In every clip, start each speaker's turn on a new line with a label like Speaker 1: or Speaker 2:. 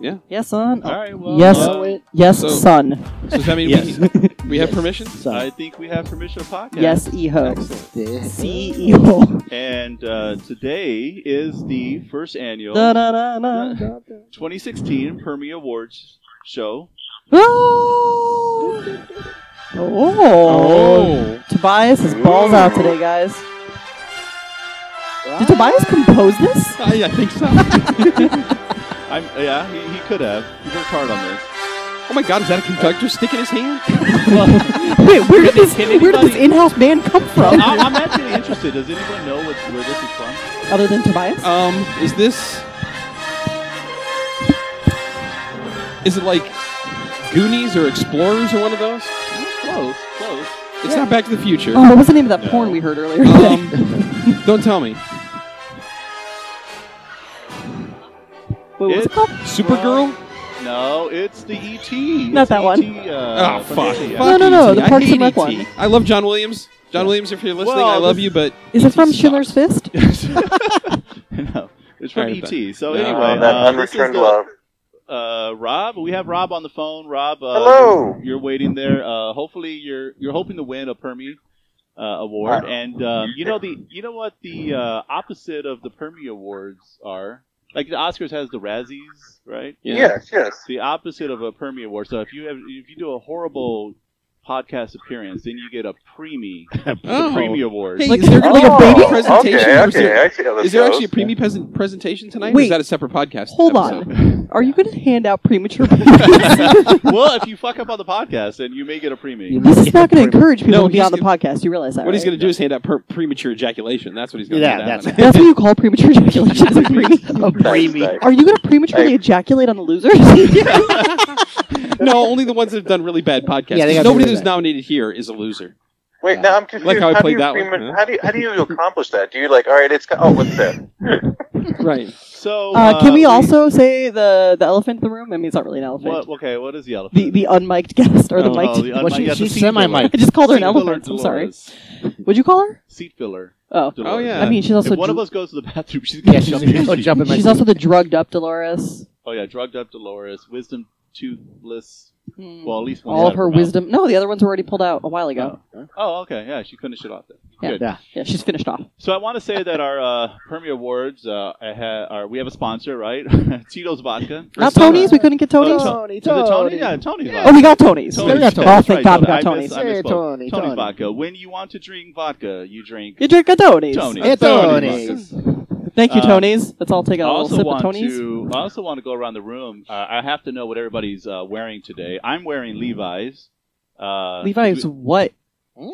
Speaker 1: Yeah.
Speaker 2: Yes, son.
Speaker 3: All right. Well,
Speaker 2: yes,
Speaker 3: uh,
Speaker 2: yes,
Speaker 1: So-
Speaker 2: son.
Speaker 1: So does that mean
Speaker 3: Yes.
Speaker 1: we, we have
Speaker 2: Yes.
Speaker 1: permission?
Speaker 2: So-
Speaker 3: I think we have permission to podcast.
Speaker 2: Yes, eho.
Speaker 3: Excellent.
Speaker 2: CEO.
Speaker 3: And uh, today is the first annual
Speaker 2: Da da da da.
Speaker 3: 2016 Permie Awards show.
Speaker 2: Ah! Oh. oh. Tobias is balls out today, guys. Did Tobias compose this?
Speaker 1: I, I think so.
Speaker 3: I'm, yeah, he, he could have. He worked hard on this.
Speaker 1: oh my god, is that a conductor sticking his hand?
Speaker 2: Wait, where did this
Speaker 3: Can
Speaker 2: where did this
Speaker 3: anybody-
Speaker 2: in-house band come from?
Speaker 3: I, I'm actually interested. Does anyone know what, where this is from?
Speaker 2: Other than Tobias?
Speaker 1: Um, is this? Is it like Goonies or Explorers or one of those?
Speaker 3: Close, close.
Speaker 1: It's not Back to the Future.
Speaker 2: Oh, what was the name of that
Speaker 3: No.
Speaker 2: porn we heard earlier?
Speaker 1: Um, don't tell me.
Speaker 2: Wait, what was it
Speaker 3: it-
Speaker 2: called?
Speaker 1: Supergirl?
Speaker 3: No, it's the ET.
Speaker 2: Not
Speaker 3: It's
Speaker 2: that one.
Speaker 3: ET, uh,
Speaker 1: oh fuck!
Speaker 3: from ET, yeah.
Speaker 1: Fuck
Speaker 2: No, no, no,
Speaker 1: ET.
Speaker 2: the
Speaker 1: I
Speaker 2: Parks
Speaker 1: hate
Speaker 2: and Rec
Speaker 1: ET.
Speaker 2: one.
Speaker 1: I love John Williams. John Williams, if you're listening,
Speaker 3: Well,
Speaker 1: I love
Speaker 3: this-
Speaker 1: you, but E
Speaker 2: Is it from
Speaker 1: sucks.
Speaker 2: Schiller's Fist?
Speaker 3: no, it's from
Speaker 1: Alright,
Speaker 3: ET. So
Speaker 1: No,
Speaker 3: anyway,
Speaker 1: that
Speaker 3: uh, this is
Speaker 4: unreturned
Speaker 3: the-
Speaker 4: love.
Speaker 3: uh, Rob. We have Rob on the phone. Rob, uh,
Speaker 4: Hello.
Speaker 3: You're, you're waiting there. Uh, hopefully, you're you're hoping to win a Permy uh, award.
Speaker 4: Wow.
Speaker 3: And um, you know the you know what the uh, opposite of the Permy awards are. Like the Oscars has the Razzies, right?
Speaker 1: Yeah.
Speaker 4: Yes, yes.
Speaker 3: The opposite of a Permy award. So if you have if you do a horrible podcast appearance, then you get a Preemie,
Speaker 1: Oh.
Speaker 3: the Preemie award.
Speaker 1: Hey,
Speaker 2: Like-
Speaker 1: is there gonna be
Speaker 2: like a baby
Speaker 4: Oh,
Speaker 1: presentation?
Speaker 4: Okay,
Speaker 1: or is
Speaker 4: okay.
Speaker 1: there-
Speaker 4: I see how this
Speaker 1: Is there
Speaker 4: goes.
Speaker 1: actually a preemie present presentation tonight? or
Speaker 2: Wait.
Speaker 1: is that a separate podcast?
Speaker 2: Hold
Speaker 1: episode?
Speaker 2: on. Are you going to hand out premature babies?
Speaker 3: well, if you fuck up on the podcast, then you may get a Preemie.
Speaker 2: this is not going to encourage people to
Speaker 1: No,
Speaker 2: be
Speaker 1: he's
Speaker 2: on the
Speaker 1: gonna-
Speaker 2: podcast. You realize that,
Speaker 1: What he's
Speaker 2: right?
Speaker 1: going to do is hand out per- premature ejaculation. That's what he's going to
Speaker 5: Yeah,
Speaker 1: do.
Speaker 5: that's-
Speaker 2: That's what you call premature ejaculation. is a pre- a pre-
Speaker 4: Thanks, thanks.
Speaker 2: Are you going to prematurely
Speaker 4: Hey.
Speaker 2: ejaculate on the losers?
Speaker 1: no, only the ones that have done really bad podcasts.
Speaker 5: Yeah, they gotta be
Speaker 1: Nobody
Speaker 5: really
Speaker 1: that's
Speaker 5: bad.
Speaker 1: nominated here is a loser.
Speaker 4: Wait, now I'm confused.
Speaker 1: Like how I
Speaker 4: how, do
Speaker 1: played
Speaker 4: you
Speaker 1: that one,
Speaker 4: prema-
Speaker 1: huh?
Speaker 4: how do you, how do you accomplish that? Do you like, all right, it's got, oh, what's that?
Speaker 1: Right.
Speaker 3: So
Speaker 2: uh, can we also say the, the elephant in the room? I mean, it's not really an elephant.
Speaker 3: What, okay, what is the elephant?
Speaker 2: The the unmiked guest or the
Speaker 1: Oh,
Speaker 2: mic'd.
Speaker 3: Oh, the
Speaker 5: Well, she-
Speaker 3: unmic- yeah, the
Speaker 5: she's
Speaker 3: seat filler.
Speaker 5: semi-mic.
Speaker 2: I just called her an
Speaker 3: Seat filler
Speaker 2: elephant. I'm sorry.
Speaker 3: Dolores.
Speaker 2: Would you call her?
Speaker 3: Seat filler.
Speaker 2: Oh,
Speaker 3: Dolores.
Speaker 1: yeah.
Speaker 2: I mean, she's
Speaker 3: If
Speaker 2: also
Speaker 3: one
Speaker 2: dr-
Speaker 3: of us goes to the bathroom, she's gonna
Speaker 5: Yeah, she's
Speaker 3: jump
Speaker 5: oh,
Speaker 3: in.
Speaker 5: jumping my
Speaker 2: she's also the drugged up Dolores.
Speaker 3: oh yeah, drugged up Dolores, wisdom toothless.
Speaker 2: Hmm.
Speaker 3: Well, at least one
Speaker 2: All
Speaker 3: out
Speaker 2: of her
Speaker 3: mouth.
Speaker 2: wisdom. No, the other ones were already pulled out a while ago.
Speaker 3: Oh, okay, yeah, she finished it off then. Good.
Speaker 5: Yeah.
Speaker 2: Yeah, she's finished off.
Speaker 3: So I want to say that our uh, Permy Awards, uh, I ha- are, we have a sponsor, right? Tito's Vodka.
Speaker 2: Not
Speaker 1: Priscilla.
Speaker 2: Tony's. We couldn't get Tony's.
Speaker 3: Oh, Is it Tony? Yeah, Tony's Vodka.
Speaker 2: Oh, we got Tony's.
Speaker 3: Tony's.
Speaker 5: we got
Speaker 2: Oh,
Speaker 3: That's
Speaker 2: thank
Speaker 3: right,
Speaker 2: God, we
Speaker 3: Tony.
Speaker 2: got
Speaker 3: I
Speaker 2: Tony's.
Speaker 3: miss- I
Speaker 5: Hey,
Speaker 3: misspoke.
Speaker 5: Tony,
Speaker 3: Tony's
Speaker 5: Tony.
Speaker 3: Vodka. When you want to drink vodka, you drink
Speaker 2: You drink a Tony's.
Speaker 3: Tony's.
Speaker 5: Hey, Tony's.
Speaker 2: Thank you,
Speaker 3: Um,
Speaker 2: Tony's. Let's all take a
Speaker 3: I
Speaker 2: little
Speaker 3: also
Speaker 2: sip of
Speaker 3: want
Speaker 2: Tony's.
Speaker 3: to. I also want to go around the room. Uh, I have to know what everybody's uh, wearing today. I'm wearing Levi's. Uh,
Speaker 2: Levi's
Speaker 3: we-
Speaker 2: what?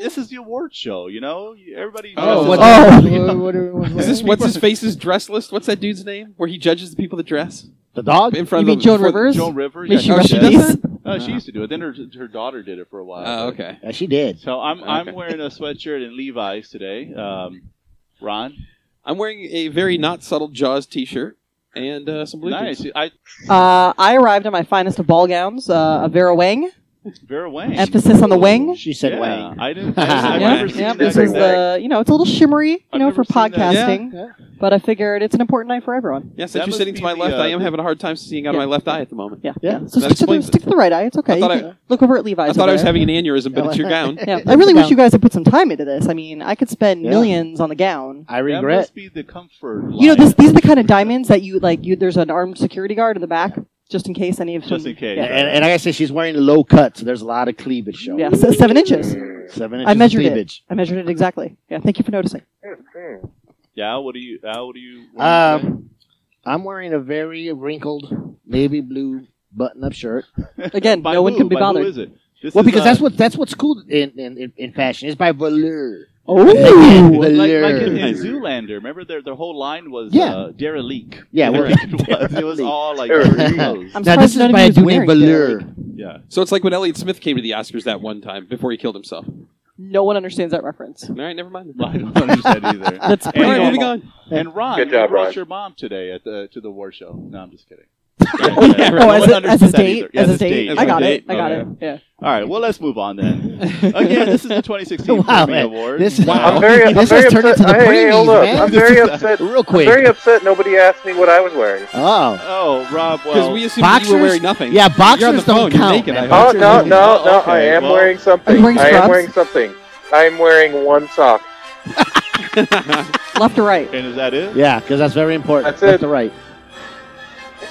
Speaker 3: This is the award show. You know, everybody.
Speaker 1: Oh,
Speaker 3: dresses
Speaker 1: what-
Speaker 3: up.
Speaker 5: What-
Speaker 2: Oh.
Speaker 5: what do we want to
Speaker 1: Is this
Speaker 5: say?
Speaker 1: what's his face's dress list? What's that dude's name? Where he judges the people that dress
Speaker 5: the dog?
Speaker 1: in front
Speaker 2: You
Speaker 1: of
Speaker 2: mean
Speaker 1: the,
Speaker 2: Joan
Speaker 1: before-
Speaker 2: Rivers?
Speaker 3: Joan Rivers.
Speaker 2: May
Speaker 3: yeah,
Speaker 2: she
Speaker 1: Oh,
Speaker 2: rest
Speaker 1: she
Speaker 2: in
Speaker 1: does Uh-huh.
Speaker 2: peace.
Speaker 1: that?
Speaker 3: Uh, she used to do it. Then her, her daughter did it for a while.
Speaker 1: Oh,
Speaker 3: but-
Speaker 1: okay.
Speaker 5: Yeah, she did.
Speaker 3: So I'm
Speaker 1: Okay.
Speaker 3: I'm wearing a sweatshirt and Levi's today. Um, Ron,
Speaker 1: I'm wearing a very not subtle Jaws T-shirt and uh, some blue
Speaker 3: nice.
Speaker 1: jeans.
Speaker 3: I
Speaker 2: Uh, I arrived in my finest of ball gowns, uh, a Vera Wang.
Speaker 3: Vera Wang.
Speaker 2: Emphasis on the wing.
Speaker 5: She said
Speaker 3: Yeah,
Speaker 5: Wang.
Speaker 3: I didn't. I, I've
Speaker 5: Yeah,
Speaker 3: never seen
Speaker 2: yeah,
Speaker 3: that
Speaker 2: this
Speaker 4: guy.
Speaker 2: is the you know it's a little shimmery, you
Speaker 3: I've
Speaker 2: know,
Speaker 3: never
Speaker 2: for
Speaker 3: seen that. Yeah.
Speaker 2: podcasting.
Speaker 5: Yeah.
Speaker 2: But I figured it's an important night for everyone.
Speaker 3: That
Speaker 1: Yes, since you're
Speaker 3: must
Speaker 1: sitting to
Speaker 3: be
Speaker 1: my
Speaker 3: the,
Speaker 1: left,
Speaker 3: uh,
Speaker 1: I am having a hard time seeing out of
Speaker 2: Yeah.
Speaker 1: my left eye at the moment.
Speaker 2: Yeah,
Speaker 5: Yeah.
Speaker 2: So stick to,
Speaker 1: That
Speaker 2: the,
Speaker 1: explains it.
Speaker 2: stick to the right eye. It's okay.
Speaker 1: I thought
Speaker 2: You can look over at Levi's.
Speaker 1: I thought
Speaker 2: over
Speaker 1: I was
Speaker 2: there.
Speaker 1: having an aneurysm, but it's your gown.
Speaker 2: Yeah, I really wish you guys had put some time into this. I mean, I could spend
Speaker 5: Yeah.
Speaker 2: millions on the gown.
Speaker 5: I
Speaker 3: That
Speaker 5: regret.
Speaker 3: must be the comfort.
Speaker 2: You know,
Speaker 3: line.
Speaker 2: this, these are the kind of diamonds that you like. You, there's an armed security guard in the back, just in case any of
Speaker 3: Just in case.
Speaker 2: Yeah,
Speaker 5: And, and like I said, she's wearing low cut, so there's a lot of cleavage showing.
Speaker 2: yeah, se- seven inches.
Speaker 4: Mm,
Speaker 5: Seven inches
Speaker 2: I measured
Speaker 5: of
Speaker 2: it.
Speaker 5: cleavage.
Speaker 2: I measured it exactly. Yeah, thank you for noticing.
Speaker 4: mm,
Speaker 3: Yeah, what do you? Al, what do you?
Speaker 5: Um, I'm wearing a very wrinkled navy blue button-up shirt.
Speaker 2: Again,
Speaker 3: By
Speaker 2: no one
Speaker 3: who?
Speaker 2: can be
Speaker 3: By
Speaker 2: bothered.
Speaker 3: Who is it? This
Speaker 5: Well,
Speaker 3: is,
Speaker 5: because
Speaker 3: uh,
Speaker 5: that's what that's what's cool in in, in, in fashion. It's by velour.
Speaker 2: Oh,
Speaker 3: like, like in, in
Speaker 5: Velour.
Speaker 3: Zoolander. Remember their their whole line was
Speaker 5: Yeah.
Speaker 3: uh, derelict.
Speaker 5: Yeah,
Speaker 3: Whatever
Speaker 5: well,
Speaker 3: it was. It was all like
Speaker 4: Derelict.
Speaker 3: clothes.
Speaker 2: I'm
Speaker 5: now
Speaker 2: surprised
Speaker 5: this is
Speaker 2: none of
Speaker 5: by
Speaker 2: you is
Speaker 5: Dwayne
Speaker 2: wearing it.
Speaker 5: Velour.
Speaker 3: Yeah.
Speaker 1: So it's like when Elliot Smith came to the Oscars that one time before he killed himself.
Speaker 2: No one understands that reference.
Speaker 1: All right, never mind.
Speaker 3: I don't understand either.
Speaker 2: That's
Speaker 3: And
Speaker 1: All right,
Speaker 3: normal.
Speaker 1: moving on.
Speaker 3: And Ron,
Speaker 4: Good
Speaker 3: you
Speaker 4: job,
Speaker 3: brought
Speaker 4: Ron.
Speaker 3: your mom today at the to the war show. No, I'm just kidding.
Speaker 1: Yeah,
Speaker 2: Oh, as a,
Speaker 3: 100%
Speaker 2: as a date?
Speaker 3: either. Yeah,
Speaker 2: as a date.
Speaker 1: As
Speaker 2: I
Speaker 1: a
Speaker 2: got
Speaker 1: date?
Speaker 2: it. I got
Speaker 1: Okay.
Speaker 2: it. Yeah.
Speaker 3: All right, well, let's move on then. Again, this is the 2016
Speaker 5: Wow,
Speaker 3: Premiere
Speaker 5: man.
Speaker 3: Award.
Speaker 5: This is
Speaker 1: Wow.
Speaker 4: I'm very, I'm
Speaker 5: This
Speaker 4: very
Speaker 5: has turned
Speaker 4: upset.
Speaker 5: into the
Speaker 4: hey, hey, hold
Speaker 5: premies,
Speaker 4: up.
Speaker 5: man.
Speaker 4: I'm
Speaker 5: This
Speaker 4: very
Speaker 5: is-
Speaker 4: upset.
Speaker 5: real
Speaker 4: I'm
Speaker 5: quick.
Speaker 4: very upset. Nobody asked me what I was wearing.
Speaker 5: oh.
Speaker 3: Oh, Rob,
Speaker 1: Because
Speaker 3: well,
Speaker 1: we assumed that you were
Speaker 5: Boxers?
Speaker 1: wearing nothing.
Speaker 5: Yeah, boxers
Speaker 1: You're on the
Speaker 5: don't
Speaker 1: phone, you're
Speaker 5: count,
Speaker 1: naked, I
Speaker 5: man.
Speaker 1: hope.
Speaker 4: Oh
Speaker 1: Boxers
Speaker 4: no,
Speaker 1: don't
Speaker 4: no,
Speaker 3: Oh,
Speaker 4: no!
Speaker 3: okay,
Speaker 4: I am
Speaker 3: well-
Speaker 4: wearing
Speaker 2: Are
Speaker 4: something.
Speaker 2: you wearing
Speaker 4: I am
Speaker 2: scrubs?
Speaker 4: wearing something. I am wearing one sock.
Speaker 2: Left or right.
Speaker 3: and is that it?
Speaker 5: Yeah, because that's very important.
Speaker 4: That's
Speaker 5: Left
Speaker 4: it.
Speaker 5: to right.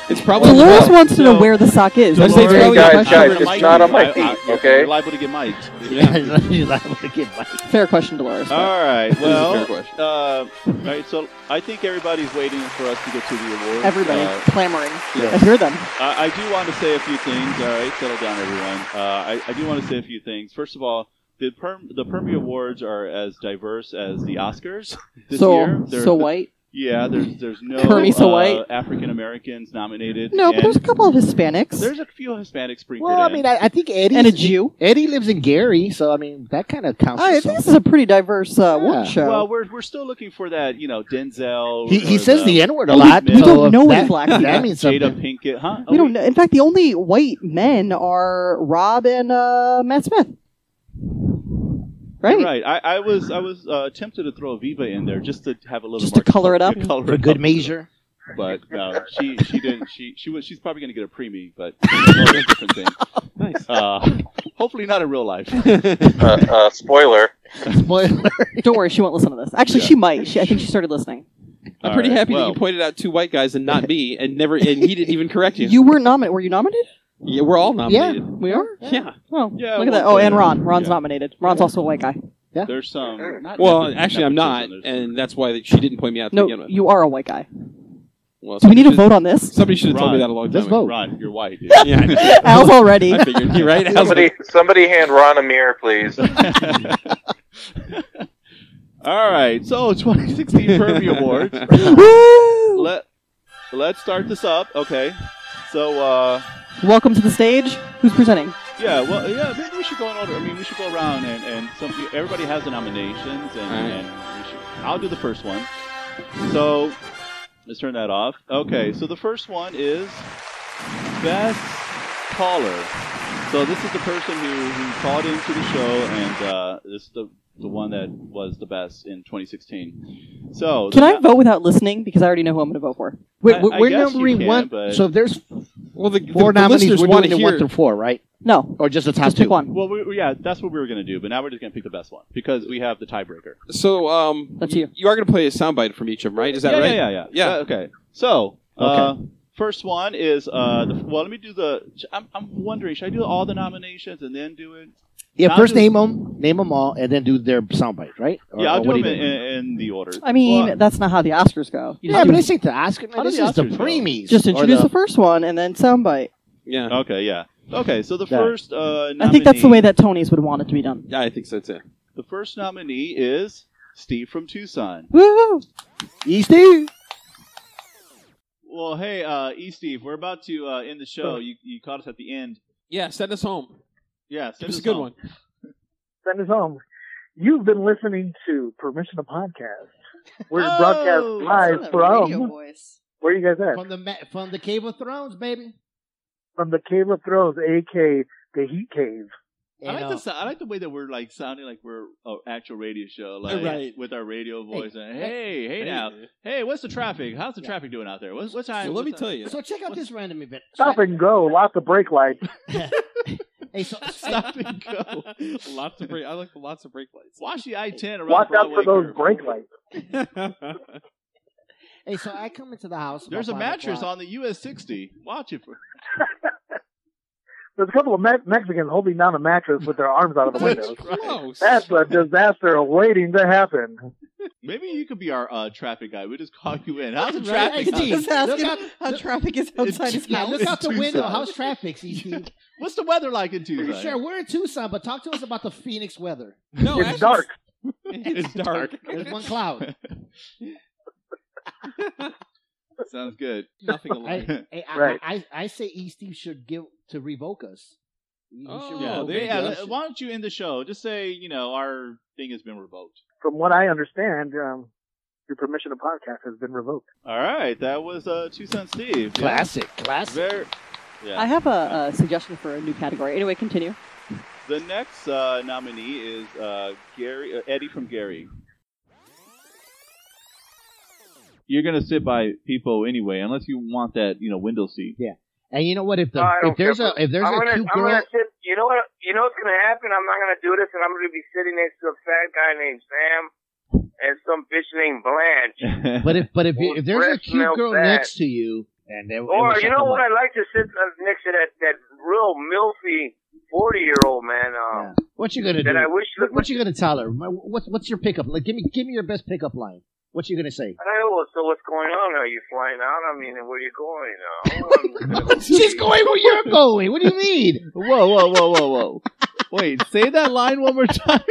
Speaker 1: It's probably
Speaker 2: Dolores
Speaker 1: Rob.
Speaker 2: wants to know
Speaker 3: No.
Speaker 2: where the sock is.
Speaker 1: Dolores-
Speaker 2: That's a very
Speaker 1: Hey,
Speaker 2: good
Speaker 1: guys,
Speaker 2: question.
Speaker 1: guys,
Speaker 3: You're
Speaker 1: it's
Speaker 3: mic'd.
Speaker 1: not on
Speaker 4: my
Speaker 3: I- I-
Speaker 4: feet,
Speaker 3: you're-
Speaker 4: okay?
Speaker 3: You're liable to get mic'd.
Speaker 1: Yeah.
Speaker 5: You're liable to get my-
Speaker 2: Fair question, Dolores.
Speaker 3: All right.
Speaker 1: This is a
Speaker 3: Well,
Speaker 1: fair question.
Speaker 3: uh, all right. So I think everybody's waiting for us to get to the awards.
Speaker 2: Everybody
Speaker 3: Uh,
Speaker 2: clamoring.
Speaker 1: yeah.
Speaker 2: I hear them.
Speaker 3: I, I do want to say a few things. All right, settle down, everyone. Uh, I, I do want to say a few things. First of all, the Perm the Permy Awards are as diverse as the Oscars this
Speaker 2: so
Speaker 3: year. They're-
Speaker 2: so white.
Speaker 3: Yeah, there's there's no
Speaker 2: Permy so
Speaker 3: uh,
Speaker 2: white.
Speaker 3: African Americans nominated.
Speaker 2: No, but
Speaker 3: and
Speaker 2: there's a couple of Hispanics
Speaker 3: there's a few Hispanics eh? sprinkled
Speaker 5: Well, I
Speaker 3: in.
Speaker 5: mean, I, I think Eddie
Speaker 2: and a Jew.
Speaker 5: Eddie lives in Gary, so I mean that kind of counts.
Speaker 2: I
Speaker 5: for
Speaker 2: think this
Speaker 5: something.
Speaker 2: is a pretty diverse uh,
Speaker 5: Yeah.
Speaker 2: award show.
Speaker 3: well, we're, we're still looking for that, you know, Denzel.
Speaker 5: he, he
Speaker 3: or
Speaker 5: says the N word a
Speaker 3: Will
Speaker 5: lot. so
Speaker 3: Smith.
Speaker 2: We don't
Speaker 5: if
Speaker 2: know
Speaker 5: that,
Speaker 2: any black
Speaker 5: That
Speaker 2: people.
Speaker 5: means
Speaker 3: Jada
Speaker 5: something.
Speaker 3: Pinkett, huh? Oh,
Speaker 2: we don't know. In fact, the only white men are Rob and uh, Matt Smith. Right?
Speaker 3: Right. I, I was I was uh, tempted to throw Viva in there just to have a little
Speaker 2: Just
Speaker 3: more
Speaker 2: to color it up?
Speaker 3: color
Speaker 5: For
Speaker 3: it
Speaker 5: good
Speaker 3: up.
Speaker 5: measure.
Speaker 3: But no, she she didn't. She she was. She's probably going to get a preemie, but that's a different thing.
Speaker 1: Nice.
Speaker 3: Uh, hopefully not in real life.
Speaker 4: Uh, uh, spoiler.
Speaker 5: Spoiler.
Speaker 2: Don't worry, she won't listen to this. Actually,
Speaker 3: Yeah.
Speaker 2: she might. She, I think she started listening.
Speaker 1: I'm pretty
Speaker 3: All right,
Speaker 1: happy
Speaker 3: well,
Speaker 1: that you pointed out two white guys and not me, and never and he didn't even correct you.
Speaker 2: You were nominated. Were you nominated?
Speaker 1: yeah, we're all nominated.
Speaker 2: We are.
Speaker 1: Yeah.
Speaker 2: Oh,
Speaker 3: Yeah,
Speaker 2: look at
Speaker 3: well,
Speaker 2: that. Oh, and
Speaker 3: yeah.
Speaker 2: Ron. Ron's
Speaker 3: Yeah.
Speaker 2: nominated. Ron's also a white guy.
Speaker 3: There's some. Not
Speaker 1: Well,
Speaker 3: nepotism,
Speaker 1: actually, I'm not,
Speaker 3: nepotism, there's-
Speaker 1: and that's why she didn't point me out to begin
Speaker 2: No,
Speaker 1: with.
Speaker 2: you are a white guy.
Speaker 1: well,
Speaker 2: Do we need to
Speaker 1: somebody
Speaker 2: vote on this?
Speaker 1: should- Somebody should have told me
Speaker 3: Ron,
Speaker 1: that a long time
Speaker 5: let's
Speaker 1: ago.
Speaker 5: vote.
Speaker 3: Ron, you're white, dude.
Speaker 1: Yeah, I know.
Speaker 2: Al's already.
Speaker 1: I figured you right. I was
Speaker 4: Somebody,
Speaker 1: like,
Speaker 4: somebody hand Ron a mirror, please.
Speaker 3: All right, so 2016 Pervy Awards.
Speaker 2: Woo!
Speaker 3: Let Let's start this up, okay? So, uh,
Speaker 2: Welcome to the stage. Who's presenting?
Speaker 3: yeah, well, yeah, maybe we should go in order. I mean, we should go around and and some, everybody has the nominations, and,
Speaker 1: Alright.
Speaker 3: and we should, I'll do the first one. So, let's turn that off. Okay, so the first one is best caller. So this is the person who, who called into the show, and uh, this is the the one that was the best in 2016. So
Speaker 2: Can
Speaker 3: the-
Speaker 2: I vote without listening? Because I already know who I'm going to vote for.
Speaker 5: Wait,
Speaker 3: I-
Speaker 5: we're
Speaker 3: I
Speaker 5: we're
Speaker 3: guess you
Speaker 5: numbering
Speaker 3: can,
Speaker 5: one.
Speaker 3: but-
Speaker 5: So if there's
Speaker 1: well, the,
Speaker 5: four
Speaker 1: the, the
Speaker 5: nominees,
Speaker 1: listeners
Speaker 5: we're
Speaker 1: want
Speaker 5: doing
Speaker 1: to
Speaker 5: the
Speaker 1: hear.
Speaker 5: one through four, right?
Speaker 2: No.
Speaker 5: Or just the top
Speaker 2: Just
Speaker 5: two?
Speaker 2: pick one.
Speaker 3: Well, we, yeah, that's what we were going to do, but now we're just going to pick the best one because we have the tiebreaker.
Speaker 1: So, um,
Speaker 2: That's
Speaker 1: y-
Speaker 2: you.
Speaker 1: are going to play a soundbite from each of them, right? Is that
Speaker 3: yeah,
Speaker 1: right?
Speaker 3: Yeah, yeah,
Speaker 1: Yeah.
Speaker 3: yeah. Uh, okay. So, uh, first one is uh, the, well, let me do the. sh- I'm, I'm wondering, should I do all the nominations and then do it?
Speaker 5: Yeah,
Speaker 3: I'll
Speaker 5: first
Speaker 3: do-
Speaker 5: name them, name them all, and then do their soundbite, right? Or-
Speaker 3: yeah,
Speaker 5: or
Speaker 3: I'll do
Speaker 5: what
Speaker 3: them
Speaker 5: you
Speaker 3: in, in, in the order.
Speaker 2: I mean,
Speaker 3: Well,
Speaker 2: that's not how the Oscars go. You
Speaker 5: Yeah,
Speaker 2: do-
Speaker 5: but this ain't the Oscar.
Speaker 3: How
Speaker 5: Man, this
Speaker 3: do the
Speaker 5: is the
Speaker 3: Oscars go?
Speaker 5: premies.
Speaker 2: just
Speaker 5: or
Speaker 2: introduce the...
Speaker 5: the-
Speaker 2: first one and then soundbite.
Speaker 1: yeah.
Speaker 3: okay, yeah. Okay, so the
Speaker 5: Yeah.
Speaker 3: first. Uh, nominee,
Speaker 2: I think that's the way that Tonys would want it to be done.
Speaker 1: Yeah, I think so too.
Speaker 3: The first nominee is Steve from Tucson.
Speaker 2: Woo!
Speaker 5: East End.
Speaker 3: Well, hey, uh, E. Steve, we're about to uh, end the show. You, you caught us at the end.
Speaker 1: Yeah, send us home.
Speaker 3: Yeah, send
Speaker 1: Give us
Speaker 3: us
Speaker 1: a good
Speaker 3: home.
Speaker 1: one.
Speaker 6: send us home. You've been listening to Permission to Podcast. We're
Speaker 3: Oh, it's
Speaker 6: broadcast live from
Speaker 2: voice.
Speaker 6: where you guys at?
Speaker 5: From the ma- from the Cave of Thrones, baby.
Speaker 6: From the Cave of Thrones, aka the Heat Cave.
Speaker 3: I like,
Speaker 5: And,
Speaker 3: the,
Speaker 5: uh,
Speaker 3: sou- I like the way that we're like sounding like we're an actual radio show, like
Speaker 1: Right.
Speaker 3: with our radio voice. and, hey, hey now, hey, what's the traffic? How's the traffic doing out there? What's what time?
Speaker 1: So let me
Speaker 3: what's
Speaker 1: tell
Speaker 3: time?
Speaker 1: you.
Speaker 5: So check out this random event.
Speaker 6: Stop and go. Lots of brake lights.
Speaker 5: Hey, so
Speaker 3: Stop and go.
Speaker 1: lots of break. I like the lots of brake lights.
Speaker 3: Watch the I ten around
Speaker 6: Watch out for
Speaker 3: Broadway
Speaker 6: those
Speaker 3: curve.
Speaker 6: brake lights.
Speaker 5: hey, so I come into the house. about
Speaker 3: There's a
Speaker 5: five
Speaker 3: mattress
Speaker 5: o'clock.
Speaker 3: on the US sixty. Watch it. For-
Speaker 6: There's a couple of Me- Mexicans holding down a mattress with their arms out of the window.
Speaker 1: Close.
Speaker 6: That's a disaster waiting to happen.
Speaker 3: Maybe you could be our uh, traffic guy. We just call you in. How's the
Speaker 5: That's right.
Speaker 3: traffic?
Speaker 5: Hey, Steve.
Speaker 3: How's-
Speaker 5: Just asking Look out-
Speaker 2: how traffic is
Speaker 3: outside his
Speaker 5: Yeah, look
Speaker 3: house.
Speaker 5: out the
Speaker 3: Tucson.
Speaker 5: window. How's traffic, CC?
Speaker 3: What's the weather like in Tucson?
Speaker 5: sure, we're in Tucson, but talk to us about the Phoenix weather.
Speaker 1: No,
Speaker 6: It's
Speaker 1: actually,
Speaker 6: dark.
Speaker 1: It's dark.
Speaker 5: There's one cloud.
Speaker 3: Sounds good.
Speaker 1: Nothing alike.
Speaker 5: Hey, hey, I,
Speaker 6: Right.
Speaker 5: I, I, I say E. Steve should give to revoke us. You- you
Speaker 1: Oh,
Speaker 5: should
Speaker 3: Yeah,
Speaker 5: revoke
Speaker 1: there
Speaker 5: us.
Speaker 1: you
Speaker 3: yeah,
Speaker 1: go.
Speaker 3: let- why don't you end the show? Just say, you know, our thing has been revoked.
Speaker 6: From what I understand, um, Your permission to podcast has been revoked.
Speaker 3: All right, that was uh, Two Cent Steve. Yeah.
Speaker 5: Classic, classic.
Speaker 3: Very. Yeah.
Speaker 2: I have a, a suggestion for a new category. Anyway, continue.
Speaker 3: The next uh, nominee is uh, Gary uh, Eddie from Gary. You're gonna sit by people anyway, unless you want that you know window seat.
Speaker 5: And you know what? If the
Speaker 7: No, I don't
Speaker 5: if there's
Speaker 7: care.
Speaker 5: a if there's
Speaker 7: I'm
Speaker 5: a
Speaker 7: gonna,
Speaker 5: cute
Speaker 7: I'm
Speaker 5: girl,
Speaker 7: gonna sit. You know what? You know what's gonna happen? I'm not gonna do this, and I'm gonna be sitting next to a fat guy named Sam and some bitch named Blanche.
Speaker 5: but if but if you,
Speaker 7: Well,
Speaker 5: if there's a
Speaker 7: breasts
Speaker 5: cute
Speaker 7: smell
Speaker 5: girl
Speaker 7: bad.
Speaker 5: next to you, and there,
Speaker 7: Or you know what?
Speaker 5: what?
Speaker 7: I like to sit uh, next to that that real milfy forty year old man. Um,
Speaker 5: What you gonna do?
Speaker 7: That I wish
Speaker 5: what,
Speaker 7: looked.
Speaker 5: what you gonna tell her? My- What's what's your pickup? Like, give me give me your best pickup line. What you gonna say?
Speaker 7: I don't know. well, So what's going on? Are you flying out? I mean, where are you going? Uh,
Speaker 5: She's going where you're going. What do you mean?
Speaker 3: whoa, whoa, whoa, whoa, whoa! Wait, say that line one more time.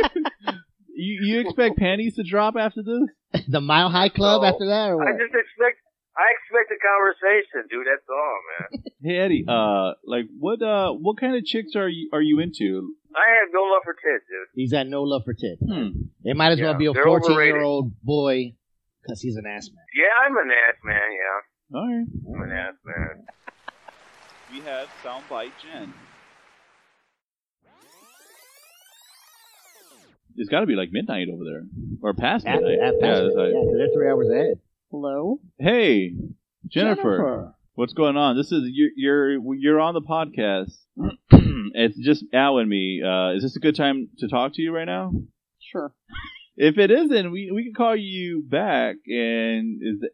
Speaker 3: you you expect panties to drop after this?
Speaker 5: The Mile High Club
Speaker 7: No.
Speaker 5: after that, or
Speaker 7: I
Speaker 5: what?
Speaker 7: just expect. I expect a conversation, dude. That's all, man.
Speaker 3: Hey Eddie, uh, like what uh what kind of chicks are you are you into?
Speaker 7: I have no love for tits, dude.
Speaker 5: He's at no love for tit.
Speaker 3: Hmm.
Speaker 5: It might as
Speaker 7: Yeah,
Speaker 5: well be a
Speaker 7: they're
Speaker 5: 14 year
Speaker 7: overrated.
Speaker 5: old boy because he's an ass man.
Speaker 7: Yeah, I'm an ass man. Yeah,
Speaker 3: All right.
Speaker 7: I'm an ass man.
Speaker 3: We have soundbite Jen. It's got to be like midnight over there, or past
Speaker 5: At,
Speaker 3: midnight.
Speaker 5: at
Speaker 3: yeah,
Speaker 5: past
Speaker 3: it's
Speaker 5: it.
Speaker 3: like-
Speaker 5: Yeah, 'cause they're three hours ahead.
Speaker 2: Hello,
Speaker 3: Hey, Jennifer, what's going on? This is you're you're, you're on the podcast. it's just Al and me. Uh, is this a good time to talk to you right now?
Speaker 2: Sure.
Speaker 3: If it isn't, we we can call you back. And is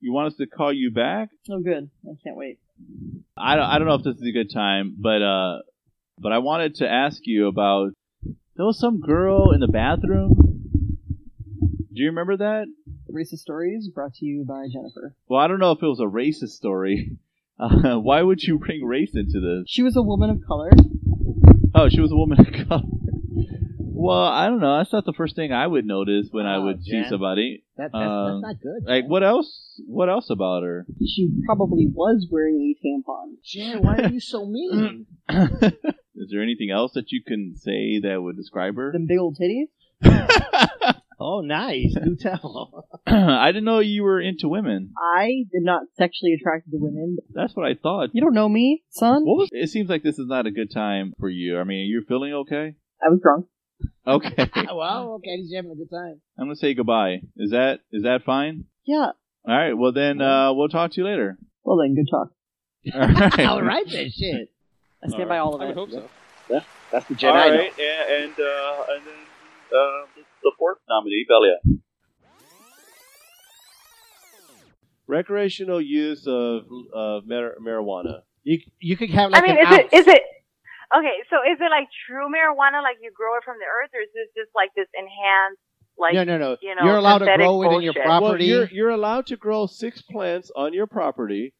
Speaker 3: you want us to call you back?
Speaker 2: Oh, good. I can't wait.
Speaker 3: I don't, I don't know if this is a good time, but uh, but I wanted to ask you about there was some girl in the bathroom. Do you remember that?
Speaker 2: Racist stories brought to you by Jennifer.
Speaker 3: Well, I don't know if it was a racist story. Uh, why would you bring race into this?
Speaker 2: She was a woman of color.
Speaker 3: Oh, she was a woman of color. Well, I don't know. That's not the first thing I would notice when I
Speaker 5: Oh,
Speaker 3: would
Speaker 5: Jen.
Speaker 3: see somebody.
Speaker 5: That, that's,
Speaker 3: Um,
Speaker 5: that's not good.
Speaker 3: Like, what else? What else about her?
Speaker 2: She probably was wearing a tampon.
Speaker 5: Jen, why are you so mean?
Speaker 3: Is there anything else that you can say that would describe her?
Speaker 2: Them big old titties.
Speaker 5: oh, nice. Do tell.
Speaker 3: I didn't know you were into women.
Speaker 2: I am not sexually attracted to women.
Speaker 3: That's what I thought.
Speaker 2: You don't know me, son.
Speaker 3: What was? It seems like this is not a good time for you. I mean, you're feeling okay.
Speaker 2: I was drunk.
Speaker 3: Okay, I'm
Speaker 5: well, okay. He's having a good time.
Speaker 3: gonna say goodbye. Is that is that fine?
Speaker 2: Yeah.
Speaker 3: All right. Well, then uh, we'll talk to you later.
Speaker 2: Well then, good talk.
Speaker 3: All right.
Speaker 5: All right, then, shit.
Speaker 2: I stand
Speaker 3: All
Speaker 2: by
Speaker 3: right.
Speaker 2: all of
Speaker 1: I would
Speaker 2: it.
Speaker 1: hope so.
Speaker 5: That's the
Speaker 3: All right, and and, uh, and then uh, the- the fourth nominee, Belia.
Speaker 8: recreational use of of mar- marijuana.
Speaker 5: You, you could have
Speaker 9: I
Speaker 5: like
Speaker 9: mean,
Speaker 5: an
Speaker 9: is it
Speaker 5: ounce.
Speaker 9: is it okay? So is it like true marijuana, like you grow it from the earth, or is this just like this enhanced, like
Speaker 5: no, no, no.
Speaker 9: you know,
Speaker 5: are allowed to
Speaker 9: synthetic
Speaker 5: grow within your
Speaker 9: bullshit.
Speaker 8: Well,
Speaker 5: property.
Speaker 8: you're you're allowed to grow six plants on your property,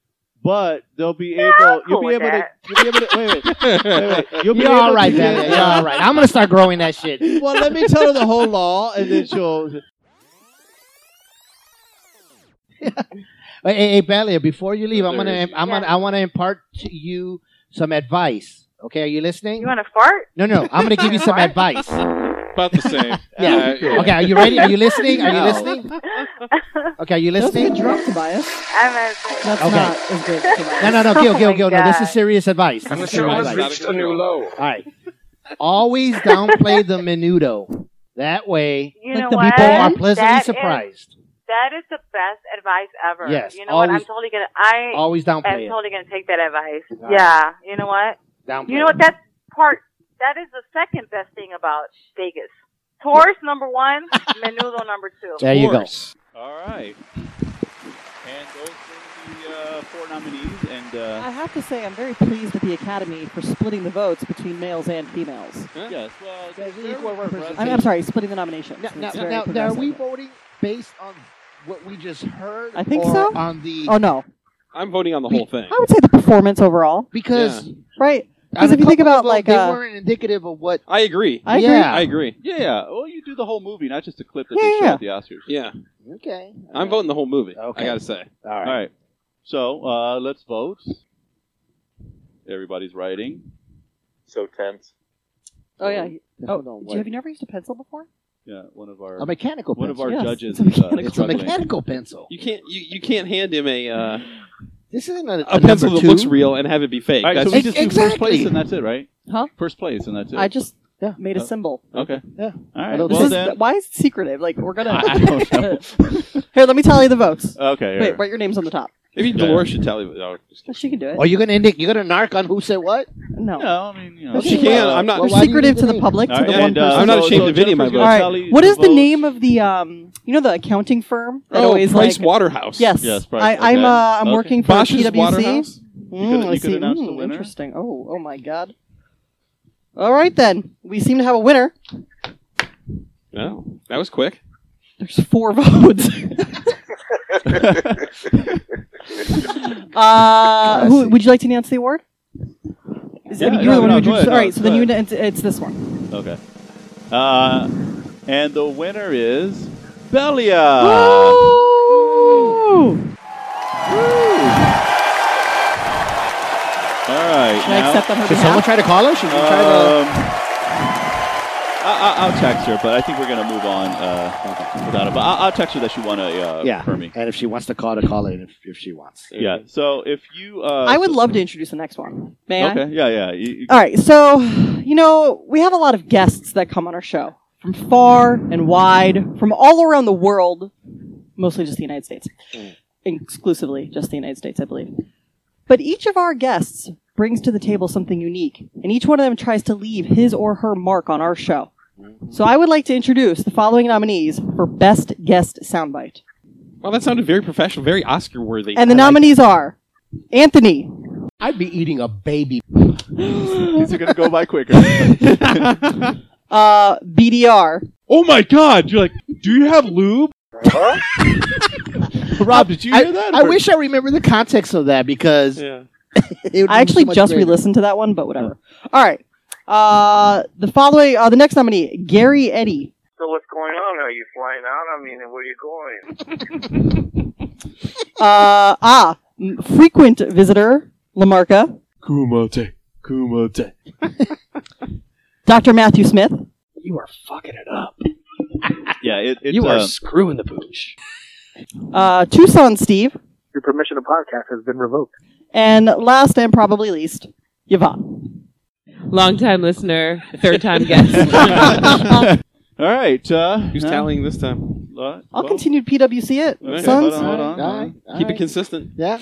Speaker 8: but they'll be
Speaker 9: Yeah,
Speaker 8: able
Speaker 9: I'm
Speaker 8: you'll
Speaker 9: cool
Speaker 8: be
Speaker 9: with
Speaker 8: able to
Speaker 9: that.
Speaker 8: you'll be able to wait wait, wait, wait. you'll be
Speaker 5: You're
Speaker 8: able
Speaker 5: all right,
Speaker 8: to
Speaker 5: then. You're all right. I'm gonna start growing that shit.
Speaker 8: well, let me tell her the whole law, and then she'll.
Speaker 5: Hey, hey, hey Belia, before you leave, I'm
Speaker 3: There
Speaker 5: gonna,
Speaker 3: is.
Speaker 5: I'm gonna, I want to impart to you some advice. Okay, are you listening?
Speaker 9: You want to fart?
Speaker 5: No, no, I'm gonna give you some advice.
Speaker 1: About the same.
Speaker 5: Yeah.
Speaker 1: Uh,
Speaker 5: Okay, are you ready? Are you listening? Are you
Speaker 3: No.
Speaker 5: listening? Okay, are you
Speaker 2: That's good
Speaker 5: listening?
Speaker 2: drunk, Tobias.
Speaker 9: I'm a,
Speaker 2: That's
Speaker 5: Okay.
Speaker 2: not as good. Tobias.
Speaker 5: No, no, no,
Speaker 9: Oh
Speaker 5: Gil, Gil,
Speaker 9: my
Speaker 5: Gil. No, this is
Speaker 9: God.
Speaker 5: serious advice. This
Speaker 1: I'm
Speaker 5: is
Speaker 1: sure
Speaker 5: serious
Speaker 1: it was
Speaker 5: advice.
Speaker 1: reached a new
Speaker 8: low.
Speaker 5: All right. Always downplay the menudo. That way,
Speaker 9: You
Speaker 5: the
Speaker 9: know
Speaker 5: people
Speaker 9: what?
Speaker 5: are pleasantly
Speaker 9: That is-
Speaker 5: surprised.
Speaker 9: that is the best advice ever.
Speaker 5: Yes,
Speaker 9: You know what? I'm
Speaker 5: always-
Speaker 9: totally gonna. I
Speaker 5: Always
Speaker 9: am
Speaker 5: downplay it.
Speaker 9: totally gonna take that advice.
Speaker 5: All right.
Speaker 9: Yeah. You know what?
Speaker 5: Downplay.
Speaker 9: You know what?
Speaker 5: it.
Speaker 9: That's part. That is the second best thing about Vegas. Taurus number one, Menudo number two.
Speaker 5: There you go.
Speaker 3: All right. And those were the uh, four nominees. And
Speaker 2: I
Speaker 3: uh,
Speaker 2: have to say, I'm very pleased at the Academy for splitting the votes between males and females.
Speaker 3: yes, well,
Speaker 5: There's
Speaker 3: they're
Speaker 5: equal representation.
Speaker 2: I'm, I'm sorry, splitting the nominations.
Speaker 5: Now, now,
Speaker 2: It's very
Speaker 5: now, now are we
Speaker 2: progressive.
Speaker 5: voting based on what we just heard?
Speaker 2: I think
Speaker 5: or
Speaker 2: so.
Speaker 5: On the
Speaker 2: Oh no,
Speaker 1: I'm voting on the whole thing.
Speaker 2: I would say the performance overall,
Speaker 5: because
Speaker 2: right?
Speaker 5: out of
Speaker 2: if you think
Speaker 5: a couple
Speaker 2: about,
Speaker 5: of them,
Speaker 2: like,
Speaker 5: they
Speaker 2: uh,
Speaker 5: weren't indicative of what.
Speaker 1: I agree.
Speaker 2: I agree.
Speaker 5: yeah.
Speaker 1: I agree.
Speaker 3: Yeah, yeah. Well, you do the whole movie, not just a clip that
Speaker 2: Yeah,
Speaker 3: they
Speaker 2: yeah.
Speaker 3: show at the Oscars.
Speaker 1: Yeah,
Speaker 5: Okay.
Speaker 1: I'm voting the whole movie.
Speaker 5: Okay.
Speaker 1: I gotta say.
Speaker 5: All right.
Speaker 3: All right. So uh, let's vote. Everybody's writing.
Speaker 4: So tense.
Speaker 2: Oh yeah.
Speaker 5: No, no
Speaker 2: Do Oh, you,
Speaker 3: Oh,
Speaker 2: have
Speaker 5: way.
Speaker 8: Oh.
Speaker 2: you never used a pencil before?
Speaker 3: Yeah, one of our
Speaker 5: A mechanical
Speaker 3: one of
Speaker 5: pencil.
Speaker 3: our
Speaker 2: Yes, it's
Speaker 3: judges.
Speaker 2: a
Speaker 3: is, uh,
Speaker 2: mechanical-
Speaker 5: it's a
Speaker 3: struggling.
Speaker 5: mechanical pencil.
Speaker 1: You can't you, you can't hand him a uh,
Speaker 5: This isn't a,
Speaker 1: a
Speaker 5: number
Speaker 1: pencil that
Speaker 5: two.
Speaker 1: looks real and have it be fake.
Speaker 3: All right, so
Speaker 1: That's-
Speaker 3: we just do first
Speaker 5: Exactly.
Speaker 3: place and that's it, right?
Speaker 2: Huh?
Speaker 3: First place and that's it. Oh,
Speaker 2: I just
Speaker 5: Yeah.
Speaker 2: made a symbol.
Speaker 3: okay.
Speaker 5: Yeah.
Speaker 3: All
Speaker 5: I
Speaker 3: right.
Speaker 5: don't-
Speaker 2: This
Speaker 3: Well
Speaker 2: is,
Speaker 3: then,
Speaker 2: why is it secretive? Like we're gonna.
Speaker 3: I, I don't know.
Speaker 2: Here, let me tally the votes.
Speaker 3: Okay.
Speaker 2: Wait,
Speaker 3: here.
Speaker 2: write your names on the top.
Speaker 1: maybe
Speaker 3: Yeah.
Speaker 1: Dolores should tell you. Oh, just kidding.
Speaker 2: She can do it.
Speaker 5: Are you gonna indic? You gonna narc on who said what?
Speaker 2: No,
Speaker 3: No, I mean, you know.
Speaker 2: Well, she
Speaker 3: uh,
Speaker 1: can't. I'm not-
Speaker 2: they're
Speaker 5: Well, why do you
Speaker 2: secretive
Speaker 5: need the
Speaker 2: to the
Speaker 5: name?
Speaker 2: public, to
Speaker 3: All
Speaker 2: the
Speaker 3: right,
Speaker 2: one
Speaker 3: and, uh,
Speaker 2: person.
Speaker 1: I'm not
Speaker 3: so-
Speaker 1: ashamed
Speaker 3: so
Speaker 1: of any of my
Speaker 3: Jennifer's
Speaker 1: votes.
Speaker 3: gonna
Speaker 2: All right.
Speaker 3: tally
Speaker 2: What is the
Speaker 3: votes.
Speaker 2: name of the um? You know the accounting firm that
Speaker 1: Oh,
Speaker 2: always
Speaker 1: Price
Speaker 2: like.
Speaker 1: Waterhouse.
Speaker 2: Yes,
Speaker 3: Yes, Price,
Speaker 2: I, I'm
Speaker 3: okay.
Speaker 2: uh, I'm
Speaker 3: Okay.
Speaker 2: working for
Speaker 1: Bosch's
Speaker 2: PwC.
Speaker 1: Waterhouse.
Speaker 2: Mm,
Speaker 3: could've-
Speaker 2: I
Speaker 3: you could've
Speaker 2: see.
Speaker 3: announced the
Speaker 2: Mm,
Speaker 3: winner.
Speaker 2: Interesting. Oh, oh my God. All right then, we seem to have a winner.
Speaker 1: Oh, that was quick.
Speaker 2: There's four votes. uh,
Speaker 5: see.
Speaker 2: who, would you like to announce the award? Is- I
Speaker 3: Yeah,
Speaker 2: mean,
Speaker 3: no,
Speaker 2: you're the one
Speaker 3: no,
Speaker 2: who introduced.
Speaker 3: go ahead,
Speaker 2: All
Speaker 3: no,
Speaker 2: right, so
Speaker 3: go
Speaker 2: then you.
Speaker 3: ahead.
Speaker 2: It's, it's this one.
Speaker 3: Okay. Uh, and the winner is Belia. Uh,
Speaker 2: Woo!
Speaker 3: All right.
Speaker 2: Should I
Speaker 3: Now,
Speaker 2: accept on her
Speaker 5: Should someone
Speaker 2: behalf?
Speaker 5: try to call her? Should we try to?
Speaker 3: um, I, I, I'll text her, but I think we're gonna move on uh, without it. But I, I'll text her that she won a uh,
Speaker 5: Yeah.
Speaker 3: Fermi.
Speaker 5: And if she wants to call to call it if, if she wants.
Speaker 3: Yeah. So if you, uh,
Speaker 2: I would love to introduce the next one. May I?
Speaker 3: Okay. Yeah. Yeah. You, you-
Speaker 2: All right, so you know we have a lot of guests that come on our show from far and wide, from all around the world, mostly just the United States, exclusively just the United States, I believe. But each of our guests brings to the table something unique, and each one of them tries to leave his or her mark on our show. So I would like to introduce the following nominees for best guest soundbite,
Speaker 1: Well, that sounded very professional, very Oscar worthy.
Speaker 2: and the nominees are Anthony,
Speaker 5: I'd be eating a baby.
Speaker 3: These are gonna go by quicker.
Speaker 2: uh, BDR,
Speaker 8: Oh my god! You're like, do you have lube?
Speaker 4: Huh?
Speaker 8: Rob, did you
Speaker 5: I,
Speaker 8: hear that?
Speaker 5: I wish I remember the context of that because
Speaker 8: Yeah.
Speaker 5: it would
Speaker 2: I
Speaker 5: be
Speaker 2: actually
Speaker 5: so much
Speaker 2: just
Speaker 5: greater.
Speaker 2: re-listened to that one, but whatever. All right. Uh, the following, uh, the next nominee, Gary Eddy.
Speaker 7: So what's going on? Are you flying out? I mean, where are you going?
Speaker 2: Uh, ah, m- frequent visitor, Lamarca.
Speaker 8: Kumate, kumate.
Speaker 2: Dr. Matthew Smith.
Speaker 10: You are fucking it up.
Speaker 3: yeah. It, it's,
Speaker 10: you are
Speaker 3: uh,
Speaker 10: screwing the pooch.
Speaker 2: Uh, Tucson Steve.
Speaker 6: Your permission to podcast has been revoked.
Speaker 2: And last and probably least, Yvonne.
Speaker 11: Long time listener, third time guest.
Speaker 3: all right. Uh,
Speaker 1: Who's
Speaker 3: now-
Speaker 1: tallying this time?
Speaker 3: uh,
Speaker 11: Um,
Speaker 3: well,
Speaker 2: I'll continue to PWC it,
Speaker 3: Okay,
Speaker 2: sons.
Speaker 3: hold on, hold on.
Speaker 5: All right, all
Speaker 1: Keep
Speaker 5: right.
Speaker 1: it consistent.
Speaker 5: Yeah.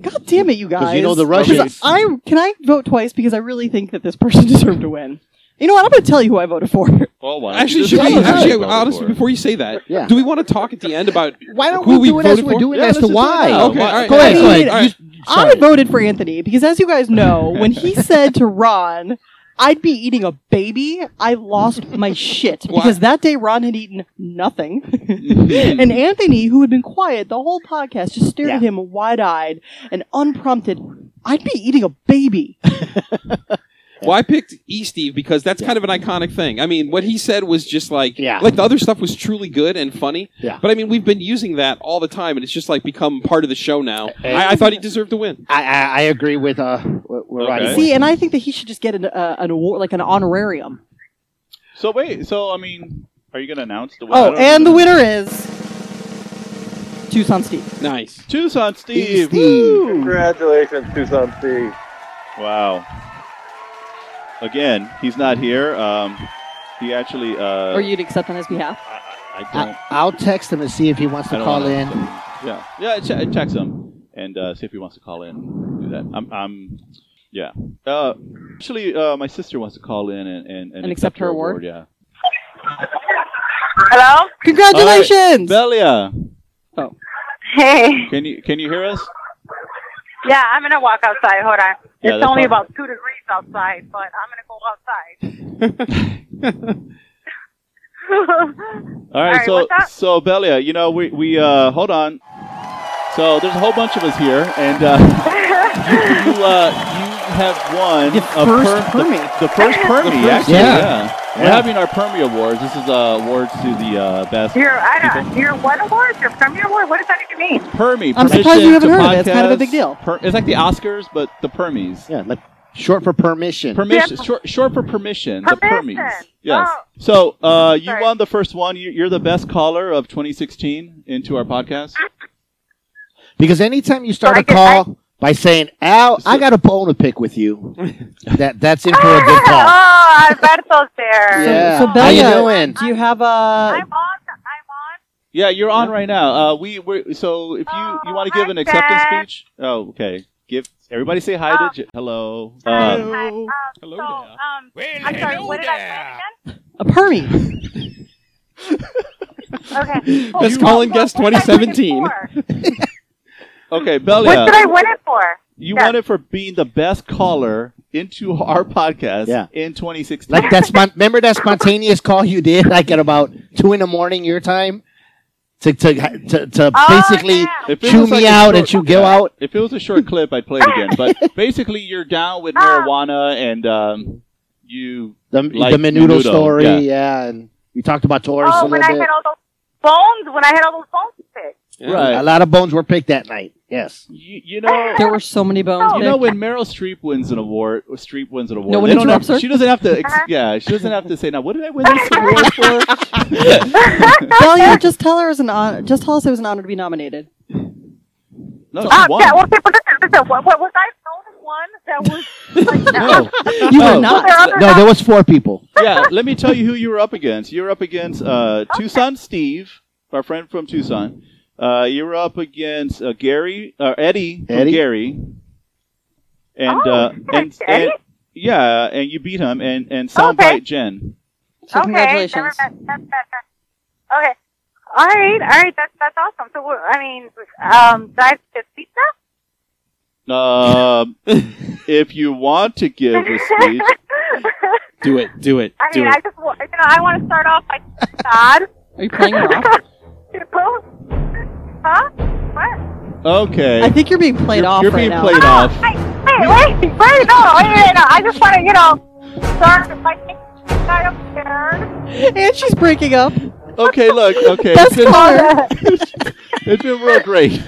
Speaker 2: God damn it, you guys.
Speaker 5: 'Cause you know the
Speaker 2: Because
Speaker 5: Russians.
Speaker 2: I, can I vote twice because I really think that this person deserved to win. You know what? I'm going to tell you who I voted for.
Speaker 3: Well, why don't you
Speaker 1: Actually,
Speaker 3: just
Speaker 1: should
Speaker 3: tell
Speaker 1: we?
Speaker 3: us who you
Speaker 1: Actually,
Speaker 3: voted
Speaker 1: honestly,
Speaker 3: for?
Speaker 1: before you say that,
Speaker 5: Yeah.
Speaker 1: do we want to talk at the end about?
Speaker 5: Why don't
Speaker 1: Who
Speaker 5: we
Speaker 1: we
Speaker 5: do it as
Speaker 1: voted
Speaker 5: we're
Speaker 1: for?
Speaker 5: doing
Speaker 3: Yeah,
Speaker 5: as to
Speaker 3: let's just
Speaker 5: why?
Speaker 3: do it now. Okay,
Speaker 5: Go
Speaker 1: all right,
Speaker 5: ahead,
Speaker 1: all right,
Speaker 5: go ahead.
Speaker 2: all right.
Speaker 5: You-
Speaker 2: I
Speaker 5: sorry.
Speaker 2: voted for Anthony because, as you guys know, when he said to Ron, "I'd be eating a baby," I lost my shit
Speaker 1: Why?
Speaker 2: because that day Ron had eaten nothing,
Speaker 10: Mm-hmm.
Speaker 2: and Anthony, who had been quiet the whole podcast, just stared at him wide-eyed and unprompted. I'd be eating a baby.
Speaker 1: Well, I picked E Steve because that's kind of an iconic thing. I mean, what he said was just like,
Speaker 5: Yeah.
Speaker 1: like the other stuff was truly good and funny.
Speaker 5: Yeah.
Speaker 1: But I mean, we've been using that all the time, and it's just like become part of the show now.
Speaker 5: Eh.
Speaker 1: I, I thought he deserved to win.
Speaker 5: I, I, I agree with uh, what what
Speaker 3: Okay.
Speaker 5: Rodney
Speaker 2: See, and I think that he should just get an, uh, an award, like an honorarium.
Speaker 3: So wait. So I mean, are you gonna announce the winner? I
Speaker 2: Oh,
Speaker 3: don't
Speaker 2: and
Speaker 3: know.
Speaker 2: the winner is Tucson Steve.
Speaker 1: Nice.
Speaker 3: Tucson Steve.
Speaker 5: Steve.
Speaker 3: Woo!
Speaker 4: Congratulations, Tucson Steve.
Speaker 3: Wow. Again, he's not here. Um, he actually. Uh,
Speaker 2: or you'd accept on his behalf.
Speaker 3: I, I I don't.
Speaker 5: I, I'll text him and see if he wants
Speaker 3: I
Speaker 5: to
Speaker 3: don't
Speaker 5: call
Speaker 3: wanna-
Speaker 5: in.
Speaker 3: Yeah, yeah. Ch- text him and uh, see if he wants to call in. Do that. I'm. I'm yeah. Uh, actually, uh, my sister wants to call in and and,
Speaker 2: And accept her award?
Speaker 3: Yeah.
Speaker 9: Hello?
Speaker 2: Congratulations!
Speaker 3: Belia,
Speaker 9: Hey.
Speaker 3: can you can you hear us?
Speaker 9: Yeah, I'm gonna walk outside. Hold on.
Speaker 3: Yeah,
Speaker 9: it's
Speaker 3: that's
Speaker 9: only
Speaker 3: fine.
Speaker 9: about two degrees outside, but I'm gonna go outside.
Speaker 3: All right,
Speaker 9: All right, what's
Speaker 3: so
Speaker 9: up?
Speaker 3: so Belia, you know we we uh, hold on. So there's a whole bunch of us here, and uh, you, you, uh, you have won
Speaker 2: The
Speaker 3: a
Speaker 2: first
Speaker 3: per- the-
Speaker 2: Permy.
Speaker 3: The, first Permy,
Speaker 1: first,
Speaker 3: actually.
Speaker 5: yeah.
Speaker 3: Yeah. we're having our Permy awards. This is uh, awards to the uh, best
Speaker 9: your I don't your what award? Your premier award? What does that even mean?
Speaker 3: Permy.
Speaker 2: I'm surprised
Speaker 3: permission
Speaker 2: you haven't
Speaker 3: to
Speaker 2: heard of it. It's kind of a
Speaker 3: podcast.
Speaker 2: big deal.
Speaker 3: Per- it's like the Oscars, but the Permies.
Speaker 5: Yeah, like short for permission.
Speaker 3: Permission,
Speaker 9: Yeah.
Speaker 3: short, short for permission. The
Speaker 9: Permission.
Speaker 3: Permies. Yes.
Speaker 9: Oh,
Speaker 3: So uh, you won the first one. You- You're the best caller of 2016 into our podcast.
Speaker 5: Because anytime you start a call by saying, "Al, I got a bone to pick with you," that that's in for a good call.
Speaker 9: Oh, Alberto's there.
Speaker 5: Yeah.
Speaker 2: So,
Speaker 5: How you
Speaker 2: Belia,
Speaker 5: doing?
Speaker 2: do you have a? I'm
Speaker 9: on.
Speaker 3: Yeah, you're on right now. Uh, we we so if
Speaker 9: Oh,
Speaker 3: you you want to give an acceptance
Speaker 9: Jack.
Speaker 3: speech. Oh, okay. Give everybody say hi to J- hello.
Speaker 9: Oh. Hi,
Speaker 3: Uh,
Speaker 9: hi, um, hello so, um, I'm sorry, what did I
Speaker 2: A permie.
Speaker 9: win again? Okay. Oh,
Speaker 1: Best
Speaker 9: oh,
Speaker 1: call in
Speaker 9: oh,
Speaker 1: guest
Speaker 9: what did I win it
Speaker 1: 2017.
Speaker 9: for?
Speaker 3: okay, Belia.
Speaker 9: What did I win it for?
Speaker 3: You won it for being the best caller into our podcast in 2016.
Speaker 5: Like that spon- remember that spontaneous call you did like at about two in the morning your time to to to, to Uh,
Speaker 9: Oh,
Speaker 5: basically
Speaker 3: If it
Speaker 5: chew
Speaker 3: was
Speaker 5: me
Speaker 3: like a
Speaker 5: out and
Speaker 3: short-
Speaker 5: chew Gil
Speaker 3: yeah,
Speaker 5: out.
Speaker 3: If it was a short clip, I'd play it again. But basically, you're down with marijuana and um, you
Speaker 5: The,
Speaker 3: like
Speaker 5: the menudo, story,
Speaker 3: yeah.
Speaker 5: yeah. and we talked about Taurus a
Speaker 9: Oh,
Speaker 5: little
Speaker 9: when I
Speaker 5: bit.
Speaker 9: had all those bones, when I had all those bones picked.
Speaker 3: Right.
Speaker 5: A lot of bones were picked that night. Yes.
Speaker 3: You, you know,
Speaker 2: There were so many bones.
Speaker 5: Oh,
Speaker 3: you know
Speaker 2: picked.
Speaker 3: when Meryl Streep wins an award, or Streep wins an award.
Speaker 2: one
Speaker 3: they don't have,
Speaker 2: interrupts her?
Speaker 3: She doesn't have to. Ex- yeah, she doesn't have to say now. What did I win this award for?
Speaker 2: Belia, just tell her it was an honor. Just tell us it was an honor to be nominated.
Speaker 3: No,
Speaker 9: Ah,
Speaker 3: she won.
Speaker 9: yeah, well, okay, but listen, listen, what, what, was I the only one that was
Speaker 3: No.
Speaker 5: You
Speaker 3: No.
Speaker 2: Oh.
Speaker 5: were
Speaker 9: not.
Speaker 5: No, there was four people.
Speaker 3: yeah, let me tell you who you were up against. You were up against uh, Tucson Steve, our friend from Tucson. Uh, you were up against uh, Gary, uh, Eddie, from
Speaker 5: Eddie?
Speaker 3: Gary, and
Speaker 9: Oh,
Speaker 3: uh, and,
Speaker 9: Eddie?
Speaker 3: and yeah, and you beat him, and and soundbite Jen.
Speaker 2: So
Speaker 9: okay, never
Speaker 2: congratulations.
Speaker 9: mind. That's- that's- that's- Okay. All right, all right. That's that's awesome. So we're- I mean, um, do I have to get pizza?
Speaker 3: Um, if you want to give a speech,
Speaker 1: do it, do it,
Speaker 9: I mean, I just wa- you know I want to start off by God.
Speaker 2: Are you playing rock?
Speaker 9: huh? What?
Speaker 3: Okay,
Speaker 2: I think you're being played
Speaker 3: You're-
Speaker 2: off
Speaker 3: you're
Speaker 2: right
Speaker 3: being
Speaker 2: now.
Speaker 3: played off.
Speaker 9: Wait, wait, wait, no, wait, wait, no. I just want to you know start by kind of scared.
Speaker 2: and she's breaking up.
Speaker 3: Okay, look, okay,
Speaker 2: Best
Speaker 3: it's been,
Speaker 2: caller.
Speaker 3: it's been real great.
Speaker 9: Hey, I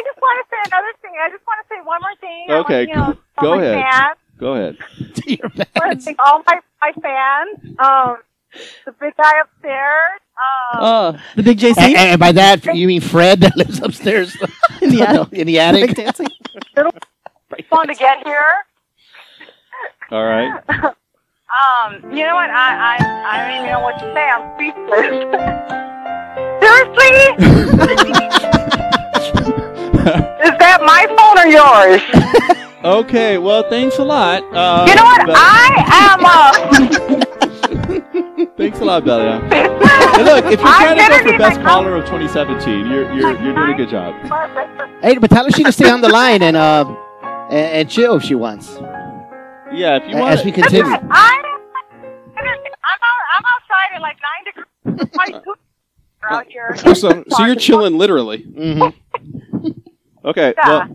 Speaker 9: just want to say another thing. I just want to say one more thing. I
Speaker 3: Okay,
Speaker 9: wanna, you know,
Speaker 3: go-
Speaker 9: tell
Speaker 3: go
Speaker 9: my
Speaker 3: ahead.
Speaker 9: Fans.
Speaker 3: Go ahead.
Speaker 9: I want to thank all my, my fans. Um, the big guy upstairs. Um,
Speaker 2: Uh, the big JC
Speaker 5: A- And, by that you mean Fred that lives upstairs
Speaker 2: in the attic.
Speaker 5: in the
Speaker 2: Big
Speaker 5: attic.
Speaker 2: dancing.
Speaker 9: fun to get here.
Speaker 3: All right.
Speaker 9: Um, you know what? I I, I don't even know what to say. I'm speechless. Seriously? Is that my phone or yours?
Speaker 3: Okay, well, thanks a lot. Uh,
Speaker 9: you know what?
Speaker 3: Bel-
Speaker 9: I am. Uh,
Speaker 3: thanks a lot, Belia. Hey, look, if you're
Speaker 9: I
Speaker 3: trying to go
Speaker 9: didn't
Speaker 3: for
Speaker 9: even
Speaker 3: best caller of 2017, you're you're you're doing a good job.
Speaker 5: Hey, but tell her she can stay on the line and uh and, and chill if she wants.
Speaker 3: Yeah, if you
Speaker 5: A-
Speaker 3: want,
Speaker 5: as we continue.
Speaker 9: I I'm out, I'm outside at like nine degrees. It's 22 out here.
Speaker 1: Oh, so, so you're chilling literally.
Speaker 5: Mm-hmm.
Speaker 3: Okay,
Speaker 9: Yeah.
Speaker 3: well,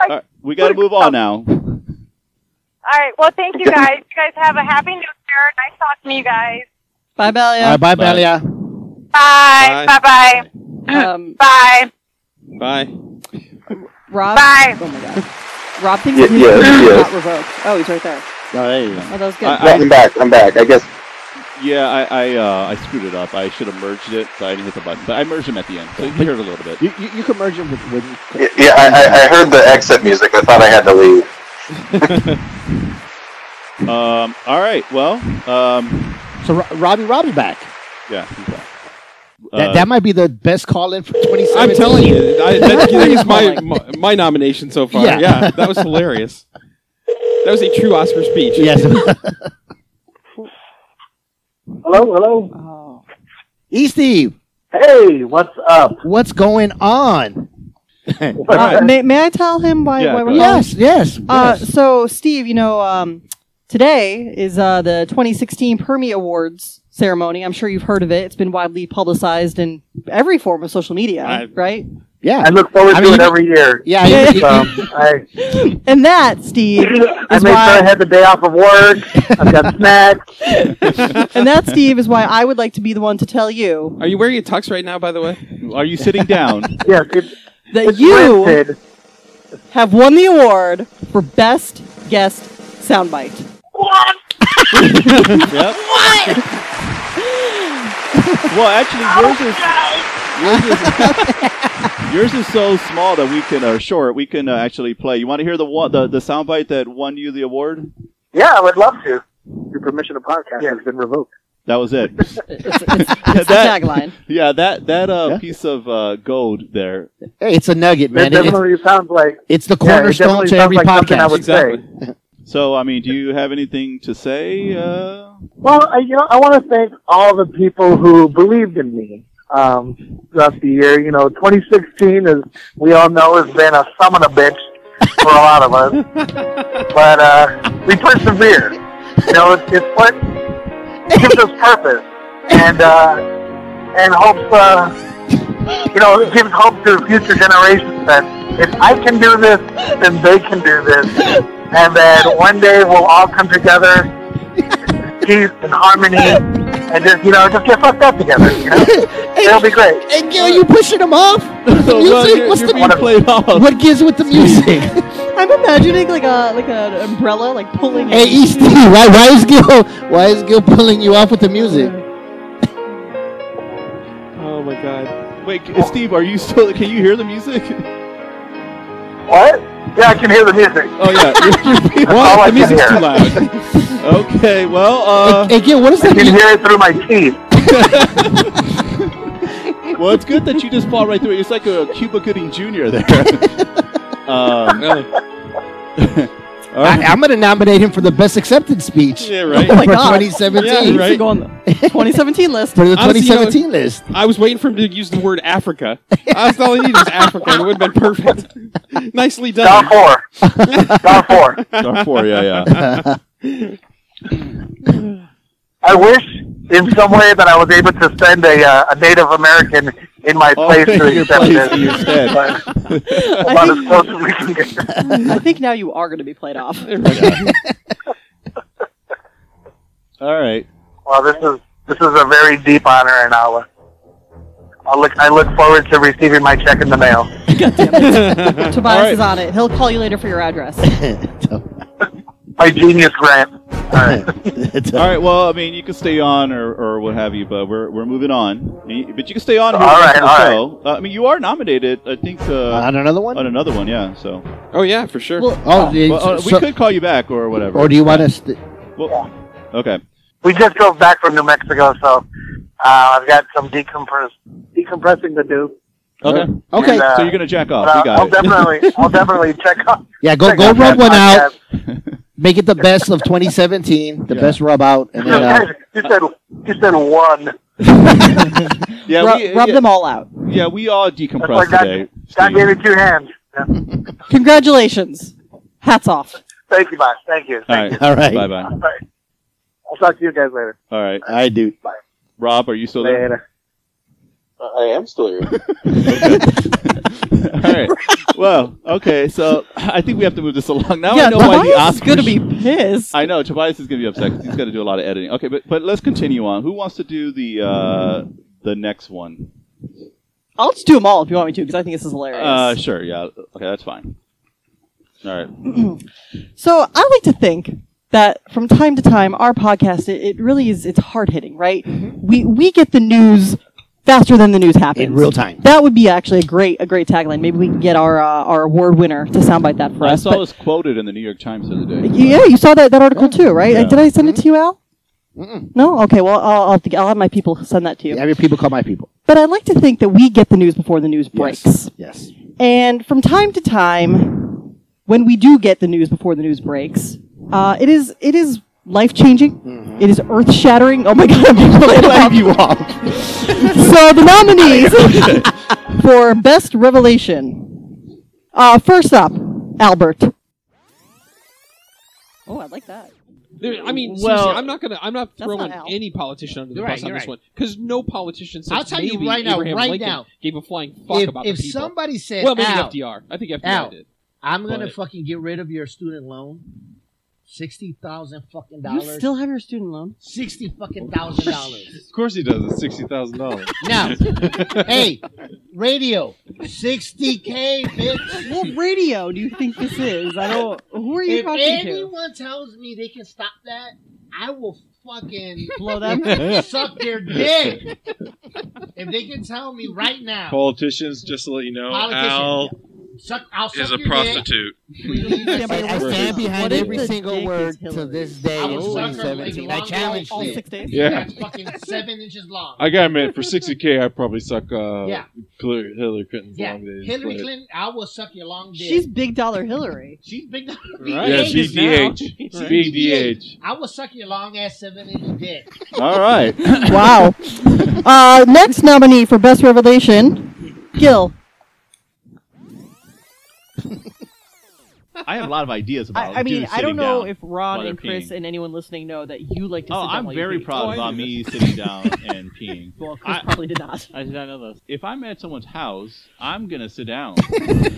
Speaker 3: all right, we got to move on now. Oh,
Speaker 9: All right. Well, thank you guys. You guys have a happy new year. Nice talking to you guys.
Speaker 2: Bye, Belia.
Speaker 5: All right, bye,
Speaker 1: Bye.
Speaker 5: Belia.
Speaker 9: Bye.
Speaker 1: Bye.
Speaker 9: Bye. Bye.
Speaker 2: Um,
Speaker 9: Bye.
Speaker 1: Bye.
Speaker 2: Rob.
Speaker 9: Bye.
Speaker 2: Oh my god. Rob thinks
Speaker 4: Ye-
Speaker 2: his
Speaker 4: yes,
Speaker 2: is
Speaker 4: yes.
Speaker 2: not revoked. Oh, he's right there.
Speaker 5: Oh, there you go.
Speaker 2: Oh, that was good.
Speaker 3: I-
Speaker 4: I'm back. I'm back. I guess.
Speaker 3: Yeah, I I, uh, I screwed it up. I should have merged it, so I didn't hit the button. But I merged them at the end, so you can hear it a little bit.
Speaker 5: You, you, you can merge them with, with
Speaker 4: y- Yeah, I, I, I heard the exit music. I thought I had to leave.
Speaker 3: Um, all right, well, um,
Speaker 5: so Ro- Robbie Robbie back.
Speaker 3: yeah. he's back. Uh,
Speaker 5: that, that might be the best call in for 2017.
Speaker 1: I'm telling you, I, that, that is my, my my nomination so far.
Speaker 5: Oh Yeah.
Speaker 1: Yeah. that was hilarious. That was a true Oscar speech.
Speaker 5: Yes.
Speaker 6: Hello, hello.
Speaker 2: Oh.
Speaker 5: e Steve,
Speaker 6: Hey, what's up?
Speaker 5: what's going on?
Speaker 2: Uh, may, may I tell him why,
Speaker 3: Yeah,
Speaker 2: why
Speaker 3: go
Speaker 2: we're
Speaker 3: ahead.
Speaker 2: calling?
Speaker 5: Yes, yes.
Speaker 2: Uh,
Speaker 5: yes.
Speaker 2: so, Steve, you know, um, today is uh, the 2016 Permie Awards ceremony. I'm sure you've heard of it. It's been widely publicized in every form of social media,
Speaker 1: I-
Speaker 2: right?
Speaker 5: yeah.
Speaker 4: I look forward
Speaker 5: I
Speaker 4: to
Speaker 5: mean,
Speaker 4: it every year.
Speaker 5: Yeah,
Speaker 2: Yeah.
Speaker 5: you- you-
Speaker 4: Um, I,
Speaker 2: And that, Steve,
Speaker 4: I
Speaker 2: is
Speaker 4: made sure I
Speaker 2: why,
Speaker 4: had the day off of work. I've got snacks.
Speaker 2: and that, Steve, is why I would like to be the one to tell you
Speaker 1: Are you wearing a tux right now? By the way,
Speaker 3: Are you sitting down?
Speaker 4: Yes, it's,
Speaker 2: that
Speaker 4: it's
Speaker 2: you
Speaker 4: rented.
Speaker 2: have won the award for Best Guest Soundbite.
Speaker 7: What?
Speaker 3: Yep.
Speaker 7: What?
Speaker 3: Well, actually, yours is
Speaker 6: Oh,
Speaker 3: yours is, yours is so small that we can or short. We can uh, actually play. You want to hear the wa- the the soundbite that won you the award?
Speaker 6: Yeah, I would love to. Your permission to podcast has been revoked.
Speaker 3: That was it.
Speaker 2: It's the
Speaker 3: That-
Speaker 2: tagline.
Speaker 3: Yeah, that that uh, piece of uh, gold there.
Speaker 5: Hey, it's a nugget,
Speaker 6: That
Speaker 5: man. It- it's,
Speaker 6: definitely sounds like
Speaker 5: it's the
Speaker 6: Yeah, it
Speaker 5: cornerstone
Speaker 6: definitely
Speaker 5: to every
Speaker 6: sounds like something I
Speaker 5: podcast.
Speaker 6: would say.
Speaker 3: So, I mean, do you have anything to say? Uh,
Speaker 6: Well, I, you know, I want to thank all the people who believed in me um, throughout the year. You know, 2016, as we all know, has been a summon a bitch for a lot of us, but uh, we persevere. You know, it's, it's what gives us purpose and uh, and hopes. Uh, you know, it gives hope to future generations that if I can do this, then they can do this, and that one day we'll all come together peace and harmony, and just you know, just get fucked up together. You know, it'll be great.
Speaker 5: Hey, Gil, you pushing him off? The
Speaker 3: Well,
Speaker 5: music?
Speaker 3: you're-
Speaker 5: What's
Speaker 3: you're
Speaker 5: the
Speaker 3: being played off.
Speaker 5: What gives with the music?
Speaker 2: I'm imagining like a like an umbrella like pulling.
Speaker 5: hey, E
Speaker 2: it.
Speaker 5: Easty, why, why is Gil? Why is Gil pulling you off with the music?
Speaker 1: Oh my god.
Speaker 3: wait, c- Steve, are you still? Can you hear the music?
Speaker 6: What? Yeah, I can hear the music.
Speaker 3: Oh yeah, you're, you're being-
Speaker 6: That's all I can
Speaker 3: the music's
Speaker 6: hear.
Speaker 3: too loud. Okay, well, uh,
Speaker 5: Hey, Gil, what is
Speaker 6: I
Speaker 5: that
Speaker 6: can
Speaker 5: music?
Speaker 6: hear it through my teeth.
Speaker 3: well, it's good that you just fought right through it. It's like a Cuba Gooding Jr. there. um,
Speaker 1: Oh,
Speaker 3: all
Speaker 5: I,
Speaker 3: right.
Speaker 5: I'm going to nominate him for the best acceptance speech Oh
Speaker 3: Yeah, right.
Speaker 5: for
Speaker 2: Oh my God.
Speaker 5: 2017.
Speaker 2: Needs
Speaker 3: Yeah, right.
Speaker 2: to go on the 2017 list.
Speaker 5: For the
Speaker 1: Honestly, you
Speaker 3: E
Speaker 1: know,
Speaker 5: 2017 list.
Speaker 1: I was waiting for him to use the word Africa. That's all he needed was Africa. It would have been perfect. Nicely
Speaker 6: Down
Speaker 1: done.
Speaker 6: four. Down four.
Speaker 3: Star four, yeah, yeah.
Speaker 6: I wish in some way that I was able to send a, uh, a Native American in my
Speaker 3: Oh,
Speaker 6: place to
Speaker 3: your
Speaker 6: accept
Speaker 3: place
Speaker 6: this.
Speaker 3: in your stead.
Speaker 6: But about
Speaker 2: I
Speaker 6: as close as we can get.
Speaker 2: think, I think now you are going to be played off.
Speaker 3: All right.
Speaker 6: Well, this is this is a very deep honor, and I'll. uh, I'll look, I look forward to receiving my check in the mail.
Speaker 2: Tobias
Speaker 3: right.
Speaker 2: is on it. He'll call you later for your address.
Speaker 6: My genius grant. All right.
Speaker 3: All right. Well, I mean, you can stay on or, or what have you, but we're, we're moving on. You- But you can stay on. here
Speaker 6: All
Speaker 3: after
Speaker 6: right,
Speaker 3: the
Speaker 6: all right.
Speaker 3: show. Uh, I mean, you are nominated. I think uh,
Speaker 5: On another one?
Speaker 3: on another one. Yeah. So
Speaker 1: Oh yeah, for sure.
Speaker 2: Well,
Speaker 5: Oh, yeah,
Speaker 3: Well, uh, we
Speaker 5: so-
Speaker 3: could call you back or whatever.
Speaker 5: or do you want us to?
Speaker 3: Well, okay.
Speaker 6: we just drove back from New Mexico, so uh, I've got some decompress decompressing to do.
Speaker 3: Okay.
Speaker 5: Okay,
Speaker 6: And, uh,
Speaker 3: so you're gonna jack off.
Speaker 6: but I'll,
Speaker 3: we got
Speaker 6: I'll
Speaker 3: it.
Speaker 6: definitely, I'll definitely check out.
Speaker 5: yeah, go
Speaker 6: check
Speaker 5: go
Speaker 6: out that
Speaker 5: rub one out.
Speaker 6: podcast.
Speaker 5: Make it the best of 2017, the
Speaker 3: Yeah.
Speaker 5: best rub out, and then uh,
Speaker 6: You said, you said one.
Speaker 3: yeah,
Speaker 2: Rub,
Speaker 3: we,
Speaker 2: rub
Speaker 3: yeah,
Speaker 2: them all out.
Speaker 3: yeah, we all
Speaker 6: That's why
Speaker 3: decompressed
Speaker 6: God,
Speaker 3: today.
Speaker 6: God
Speaker 3: Steve.
Speaker 6: gave me two hands. Yeah.
Speaker 2: Congratulations. Hats off.
Speaker 6: Thank you, boss. Thank you.
Speaker 3: All
Speaker 6: Thank
Speaker 3: right.
Speaker 5: all right,
Speaker 3: Bye bye.
Speaker 6: you. All right. I'll talk to you guys later.
Speaker 3: All right.
Speaker 5: all right, dude.
Speaker 3: Rob, are you still there?
Speaker 6: Later.
Speaker 4: I am still here.
Speaker 3: All right. Well, okay. So I think we have to move this along. Now I
Speaker 2: yeah,
Speaker 3: know why the
Speaker 2: Tobias is
Speaker 3: Oscars.
Speaker 2: going to be pissed.
Speaker 3: I know Tobias is going to be upset. 'cause He's got to do a lot of editing. Okay, but but let's continue on. Who wants to do the uh, the next one?
Speaker 2: I'll just do them all if you want me to, because I think this is hilarious.
Speaker 3: Uh, sure. Yeah. Okay, that's fine. All right.
Speaker 2: So I like to think that from time to time, our podcast it, it really is it's hard hitting, right?
Speaker 5: Mm-hmm.
Speaker 2: We we get the news faster than the news happens
Speaker 5: In real time.
Speaker 2: That would be actually a great a great tagline. Maybe we can get our uh, our award winner to soundbite that for
Speaker 3: I
Speaker 2: us.
Speaker 3: saw
Speaker 2: but-
Speaker 3: this quoted in the New York Times the other day.
Speaker 2: yeah, you saw that, that article too, right? Like, did I send it to you, Al?
Speaker 5: Mm-mm.
Speaker 2: No. Okay. Well, I'll I'll, I'll have my people send that to you.
Speaker 5: Have your people call my people.
Speaker 2: But I like to think that we get the news before the news breaks.
Speaker 5: Yes.
Speaker 2: And from time to time, when we do get the news before the news breaks, uh, it is it is life changing. It is earth shattering. Oh my god, I'm being laid off.
Speaker 5: Mm-hmm. you off.
Speaker 2: So the nominees for best revelation. Uh, first up, Albert. Oh, I like that.
Speaker 1: There, I mean,
Speaker 10: Well-
Speaker 1: seriously, I'm not gonna, I'm not
Speaker 2: That's not
Speaker 1: throwing
Speaker 2: Al.
Speaker 1: any politician under the
Speaker 10: You're
Speaker 1: bus
Speaker 10: right,
Speaker 1: on
Speaker 10: you're
Speaker 1: this
Speaker 10: right.
Speaker 1: one because no politician since
Speaker 10: I'll tell you
Speaker 1: maybe
Speaker 10: right now,
Speaker 1: Abraham
Speaker 10: right
Speaker 1: Lincoln
Speaker 10: now.
Speaker 1: gave a flying fuck
Speaker 10: if
Speaker 1: about
Speaker 10: if
Speaker 1: the people.
Speaker 10: somebody said,
Speaker 1: well, maybe
Speaker 10: "Al,
Speaker 1: FDR. I think FDR
Speaker 10: Al.
Speaker 1: did.
Speaker 10: I'm gonna
Speaker 1: But-
Speaker 10: fucking get rid of your student loan, sixty thousand fucking
Speaker 2: You
Speaker 10: dollars,
Speaker 2: still Oh, have your student loan?
Speaker 10: sixty fucking thousand dollars."
Speaker 8: Of course he does. It's sixty thousand dollars.
Speaker 10: Now, hey, radio. 60K, bitch.
Speaker 2: What radio do you think this is? I don't. Who are you
Speaker 10: if
Speaker 2: talking to?
Speaker 10: anyone tells me they can stop that, I will fucking
Speaker 2: Blow them?
Speaker 10: suck their dick. if they can tell me right now,
Speaker 12: Politicians, just to let you know,
Speaker 10: Politician,
Speaker 12: Al
Speaker 10: suck, I'll suck
Speaker 12: is a
Speaker 10: your dick.
Speaker 12: prostitute.
Speaker 5: I, I stand behind
Speaker 10: What if
Speaker 5: every
Speaker 10: the
Speaker 5: single word to this day
Speaker 10: I
Speaker 5: in
Speaker 10: will suck her like
Speaker 5: 2017. I
Speaker 10: long
Speaker 5: challenge
Speaker 10: all
Speaker 5: you.
Speaker 10: six days.
Speaker 12: Yeah.
Speaker 10: That's fucking seven inches long.
Speaker 12: I gotta admit, for 60k, I probably suck uh,
Speaker 10: Yeah.
Speaker 12: Hillary, Hillary Clinton's
Speaker 10: Yeah,
Speaker 12: long days.
Speaker 10: Hillary
Speaker 12: but-
Speaker 10: Clinton, I will suck your long dick.
Speaker 2: She's big dollar Hillary.
Speaker 10: She's big.
Speaker 12: Right. Yeah, she's DH.
Speaker 10: She's
Speaker 12: Right.
Speaker 10: big
Speaker 12: DH.
Speaker 10: I will suck your long ass seven inch dick.
Speaker 3: All right.
Speaker 2: wow. Uh, next nominee for best revelation, Gil.
Speaker 3: I have a lot of ideas about.
Speaker 2: I, I mean,
Speaker 3: dudes
Speaker 2: I don't
Speaker 3: sitting
Speaker 2: know
Speaker 3: down
Speaker 2: if Ron
Speaker 3: while
Speaker 2: and
Speaker 3: they're
Speaker 2: Chris
Speaker 3: peeing.
Speaker 2: and anyone listening know that you like to.
Speaker 3: Oh,
Speaker 2: sit down
Speaker 3: I'm
Speaker 2: while you
Speaker 3: very
Speaker 2: pee.
Speaker 3: proud about me sitting down and peeing.
Speaker 2: Well, Chris
Speaker 3: I-
Speaker 2: probably did not.
Speaker 3: I did not know this. If I'm at someone's house, I'm gonna sit down.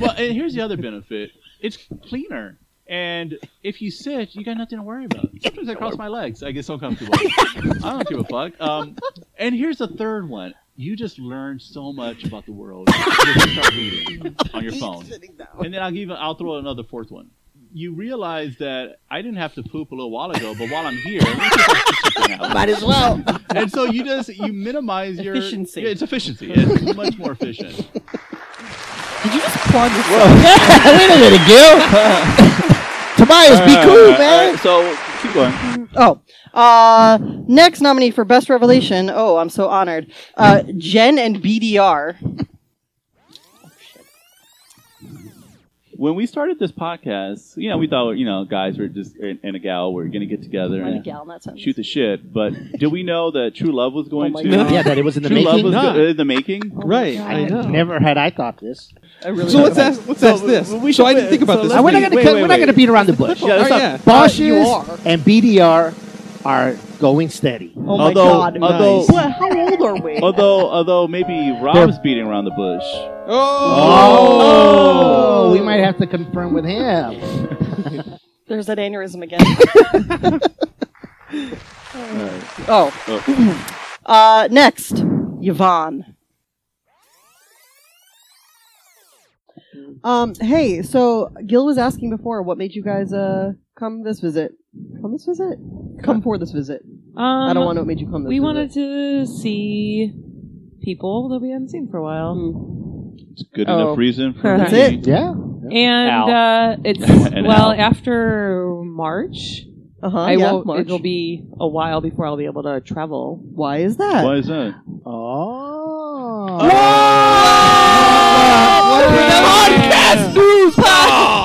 Speaker 3: well, and here's the other benefit: it's cleaner. And if you sit, you got nothing to worry about. Sometimes I cross my legs. I get so comfortable. I don't give a fuck. Um, and here's the third one: you just learn so much about the world when you start reading on your phone. And then I'll give. I'll throw another fourth one. You realize that I didn't have to poop a little while ago, but while I'm here,
Speaker 5: Might as well.
Speaker 3: and so you just you minimize your
Speaker 2: Efficiency.
Speaker 3: Yeah, it's efficiency. It's much more efficient.
Speaker 2: Did you just plug
Speaker 5: Wait a minute, Gil. Tobias, be cool, man.
Speaker 3: so keep going.
Speaker 2: Oh, uh, next nominee for best revelation. Oh, I'm so honored. Uh, Jen and BDR.
Speaker 3: When we started this podcast, you know, we thought you know guys were just and, and a gal were gonna get together
Speaker 2: I'm a
Speaker 3: and
Speaker 2: gal in that sentence.
Speaker 3: shoot the shit. But did we know that True Love was going
Speaker 2: my
Speaker 3: to?
Speaker 2: God.
Speaker 5: Yeah, that it was in the
Speaker 3: True Love
Speaker 5: making?
Speaker 3: was
Speaker 5: No.
Speaker 3: go- in the making.
Speaker 1: Right, I know.
Speaker 5: Never had I thought this. Uh,
Speaker 2: I really
Speaker 1: So
Speaker 2: don't
Speaker 1: let's
Speaker 2: know.
Speaker 1: ask, let's ask this. So I didn't think about this.
Speaker 5: we're not gonna cut- we're not going to beat around the bush.
Speaker 3: Yeah, let's
Speaker 1: All
Speaker 3: not-
Speaker 1: right,
Speaker 2: You
Speaker 5: Bosches
Speaker 2: are.
Speaker 5: and BDR are going steady.
Speaker 2: Oh my
Speaker 3: Although-
Speaker 2: god.
Speaker 10: Oh.
Speaker 3: although-
Speaker 2: Well, how old are we?
Speaker 3: Although, although maybe Rob's beating around the bush.
Speaker 5: Oh, we might have to confirm with him.
Speaker 2: There's that aneurysm again. oh.
Speaker 3: Oh.
Speaker 2: Uh, next, Yvonne. Um, hey, so Gil was asking before what made you guys uh come this visit? Come this visit? Come for this visit.
Speaker 11: Um,
Speaker 2: I don't want to make you come this
Speaker 11: We
Speaker 2: visit.
Speaker 11: wanted to see people that we hadn't seen for a while,
Speaker 2: Hmm.
Speaker 3: It's good
Speaker 11: Oh.
Speaker 3: enough reason for
Speaker 11: That's
Speaker 3: me.
Speaker 2: it?
Speaker 5: Yeah.
Speaker 11: and uh, it's
Speaker 3: And
Speaker 11: well
Speaker 3: ow.
Speaker 11: after March.
Speaker 2: Uh-huh,
Speaker 11: I
Speaker 2: yeah,
Speaker 11: won't.
Speaker 2: March.
Speaker 11: It'll be a while before I'll be able to travel.
Speaker 2: Why is that?
Speaker 3: Why is that?
Speaker 5: Oh.
Speaker 11: news.
Speaker 5: Whoa.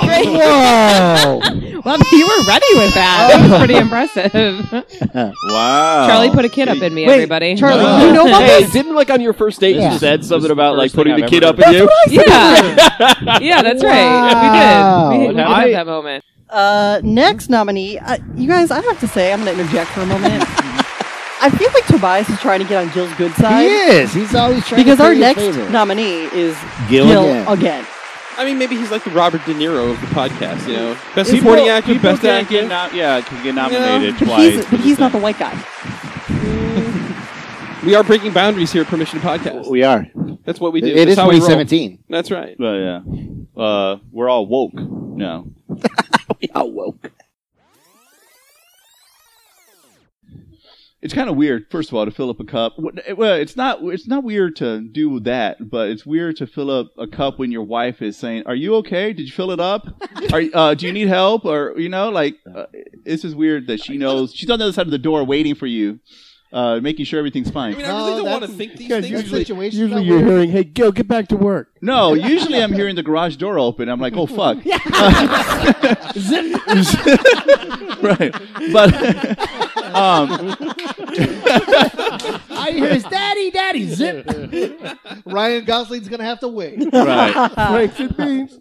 Speaker 11: Well, you were ready with that. That was pretty impressive.
Speaker 3: Wow.
Speaker 11: Charlie put a kid up in me,
Speaker 1: Wait,
Speaker 11: everybody.
Speaker 1: Charlie,
Speaker 3: Oh.
Speaker 1: you know about
Speaker 13: Hey,
Speaker 1: this?
Speaker 13: didn't like on your first date
Speaker 5: Yeah.
Speaker 13: you said something about like
Speaker 12: first thing
Speaker 13: putting the
Speaker 12: I've
Speaker 13: kid
Speaker 12: ever
Speaker 13: up in you?
Speaker 11: yeah, yeah, that's right. We did. We, we did
Speaker 12: happened?
Speaker 11: have that moment.
Speaker 2: Uh, next nominee, uh, you guys. I have to say, I'm going to interject for a moment. I feel like Tobias is trying to get on Gil's good
Speaker 5: He
Speaker 2: side
Speaker 5: is. He's always trying
Speaker 2: because
Speaker 5: to
Speaker 2: our
Speaker 5: play
Speaker 2: next
Speaker 5: his favorite.
Speaker 2: nominee is
Speaker 3: Gil
Speaker 2: Gil
Speaker 5: again.
Speaker 2: again.
Speaker 1: I mean, maybe he's like the Robert De Niro of the podcast. You know, best
Speaker 2: People-
Speaker 1: supporting actor,
Speaker 3: People
Speaker 1: best
Speaker 3: can't get
Speaker 1: actor.
Speaker 3: nom- yeah, can get
Speaker 1: You
Speaker 3: nominated
Speaker 2: But
Speaker 3: twice.
Speaker 2: he's, but he's not the white guy.
Speaker 1: We are breaking boundaries here at Permission Podcast.
Speaker 5: We are.
Speaker 1: That's what we do.
Speaker 5: It
Speaker 1: That's
Speaker 5: is
Speaker 1: how we roll.
Speaker 5: 2017.
Speaker 1: That's right.
Speaker 3: Well, yeah. Uh, we're all woke now.
Speaker 5: We are woke.
Speaker 3: It's kind of weird, first of all, to fill up a cup. Wh- eh, Well, it's not. It's not weird to do that, but it's weird to fill up a cup when your wife is saying, "Are you okay? Did you fill it up? Are you- uh, do you need help?" Or you know, like uh, it's just weird that she knows she's on the other side of the door waiting for you, uh, making sure everything's
Speaker 1: I
Speaker 3: fine.
Speaker 1: mean, I
Speaker 10: No,
Speaker 1: really
Speaker 5: Oh,
Speaker 1: don't want to
Speaker 10: that's-
Speaker 1: think these
Speaker 10: That
Speaker 1: things.
Speaker 10: situation's
Speaker 13: Usually
Speaker 10: not
Speaker 13: you're
Speaker 10: weird.
Speaker 13: hearing, hey, Gil, get back to work.
Speaker 3: No, usually I'm hearing the garage door open. I'm like, oh fuck. right. But um,
Speaker 10: I hear his daddy, daddy, zip. Ryan Gosling's gonna have to wait.
Speaker 3: right.
Speaker 13: Franks and beans.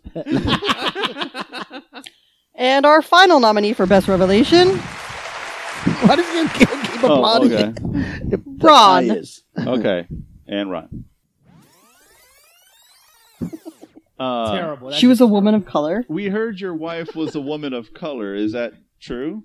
Speaker 2: And our final nominee for best revelation,
Speaker 5: Why does Gil keep
Speaker 3: Oh,
Speaker 5: applauding?
Speaker 3: okay.
Speaker 2: Ron.
Speaker 5: Tobias.
Speaker 3: Okay. And Ron. Uh,
Speaker 10: Terrible.
Speaker 2: She was a woman of color.
Speaker 3: We heard your wife was a woman of color. Is that true?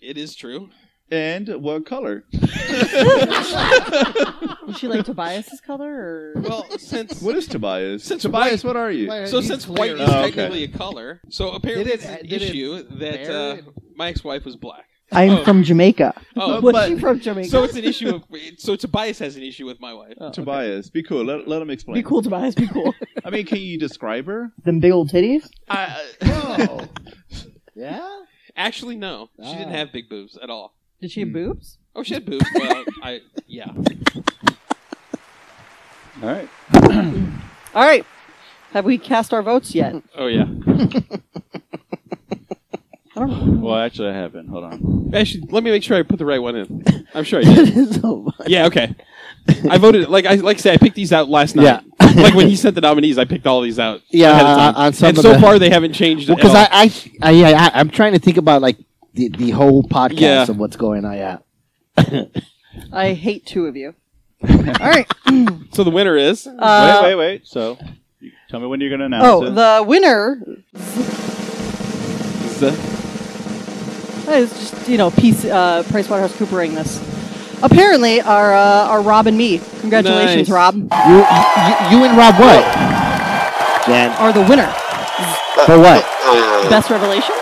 Speaker 1: It is true.
Speaker 3: And what color?
Speaker 2: Is she like Tobias's color? Or?
Speaker 1: Well, since
Speaker 3: What is Tobias? Tobias, what are you?
Speaker 1: So since white is
Speaker 3: Oh, okay.
Speaker 1: technically a color, so apparently it's an issue that uh, my ex-wife was black.
Speaker 2: I'm
Speaker 1: Oh.
Speaker 2: from Jamaica.
Speaker 1: Oh,
Speaker 2: was
Speaker 1: but-
Speaker 2: she from Jamaica?
Speaker 1: So it's an issue of so Tobias has an issue with my wife.
Speaker 3: Tobias, be cool. Let, let him explain.
Speaker 2: Be cool, Tobias. Be cool.
Speaker 3: I mean, can you describe her?
Speaker 2: Them big old titties.
Speaker 1: Yeah. Actually, no. She didn't
Speaker 3: Ah.
Speaker 1: have big boobs at all.
Speaker 2: Did
Speaker 3: Hmm.
Speaker 2: she have boobs?
Speaker 1: Oh, she had boobs. Well, I yeah.
Speaker 3: All right.
Speaker 2: All right. Have we cast our votes yet?
Speaker 1: Oh yeah.
Speaker 2: I don't know.
Speaker 3: Well, actually, I haven't. Hold on.
Speaker 1: Actually, let me make sure I put the right one in. I'm sure I did. yeah. Okay. I voted like I like I say I picked these out last night.
Speaker 5: Yeah.
Speaker 1: like when he sent the nominees, I picked all these out.
Speaker 5: Yeah, uh,
Speaker 1: ahead of time.
Speaker 5: on some
Speaker 1: and
Speaker 5: of
Speaker 1: so
Speaker 5: the-
Speaker 1: far they haven't changed.
Speaker 5: Because
Speaker 1: at all.
Speaker 5: I, I, I, yeah, I, I'm trying to think about like the, the whole podcast
Speaker 1: Yeah.
Speaker 5: of what's going on. Yeah.
Speaker 2: I hate two of you. All right.
Speaker 1: So the winner is.
Speaker 2: Uh,
Speaker 3: wait, wait, wait. So, you- tell me when you're going to announce
Speaker 2: Oh,
Speaker 3: it.
Speaker 2: the winner
Speaker 3: The-
Speaker 2: is just you know piece uh, PricewaterhouseCoopering this. Apparently, our uh, our Rob and me. Congratulations,
Speaker 5: Nice.
Speaker 2: Rob. You,
Speaker 5: you, and Rob what? Jan.
Speaker 2: Are the winner.
Speaker 5: Uh, For what?
Speaker 2: Best revelation.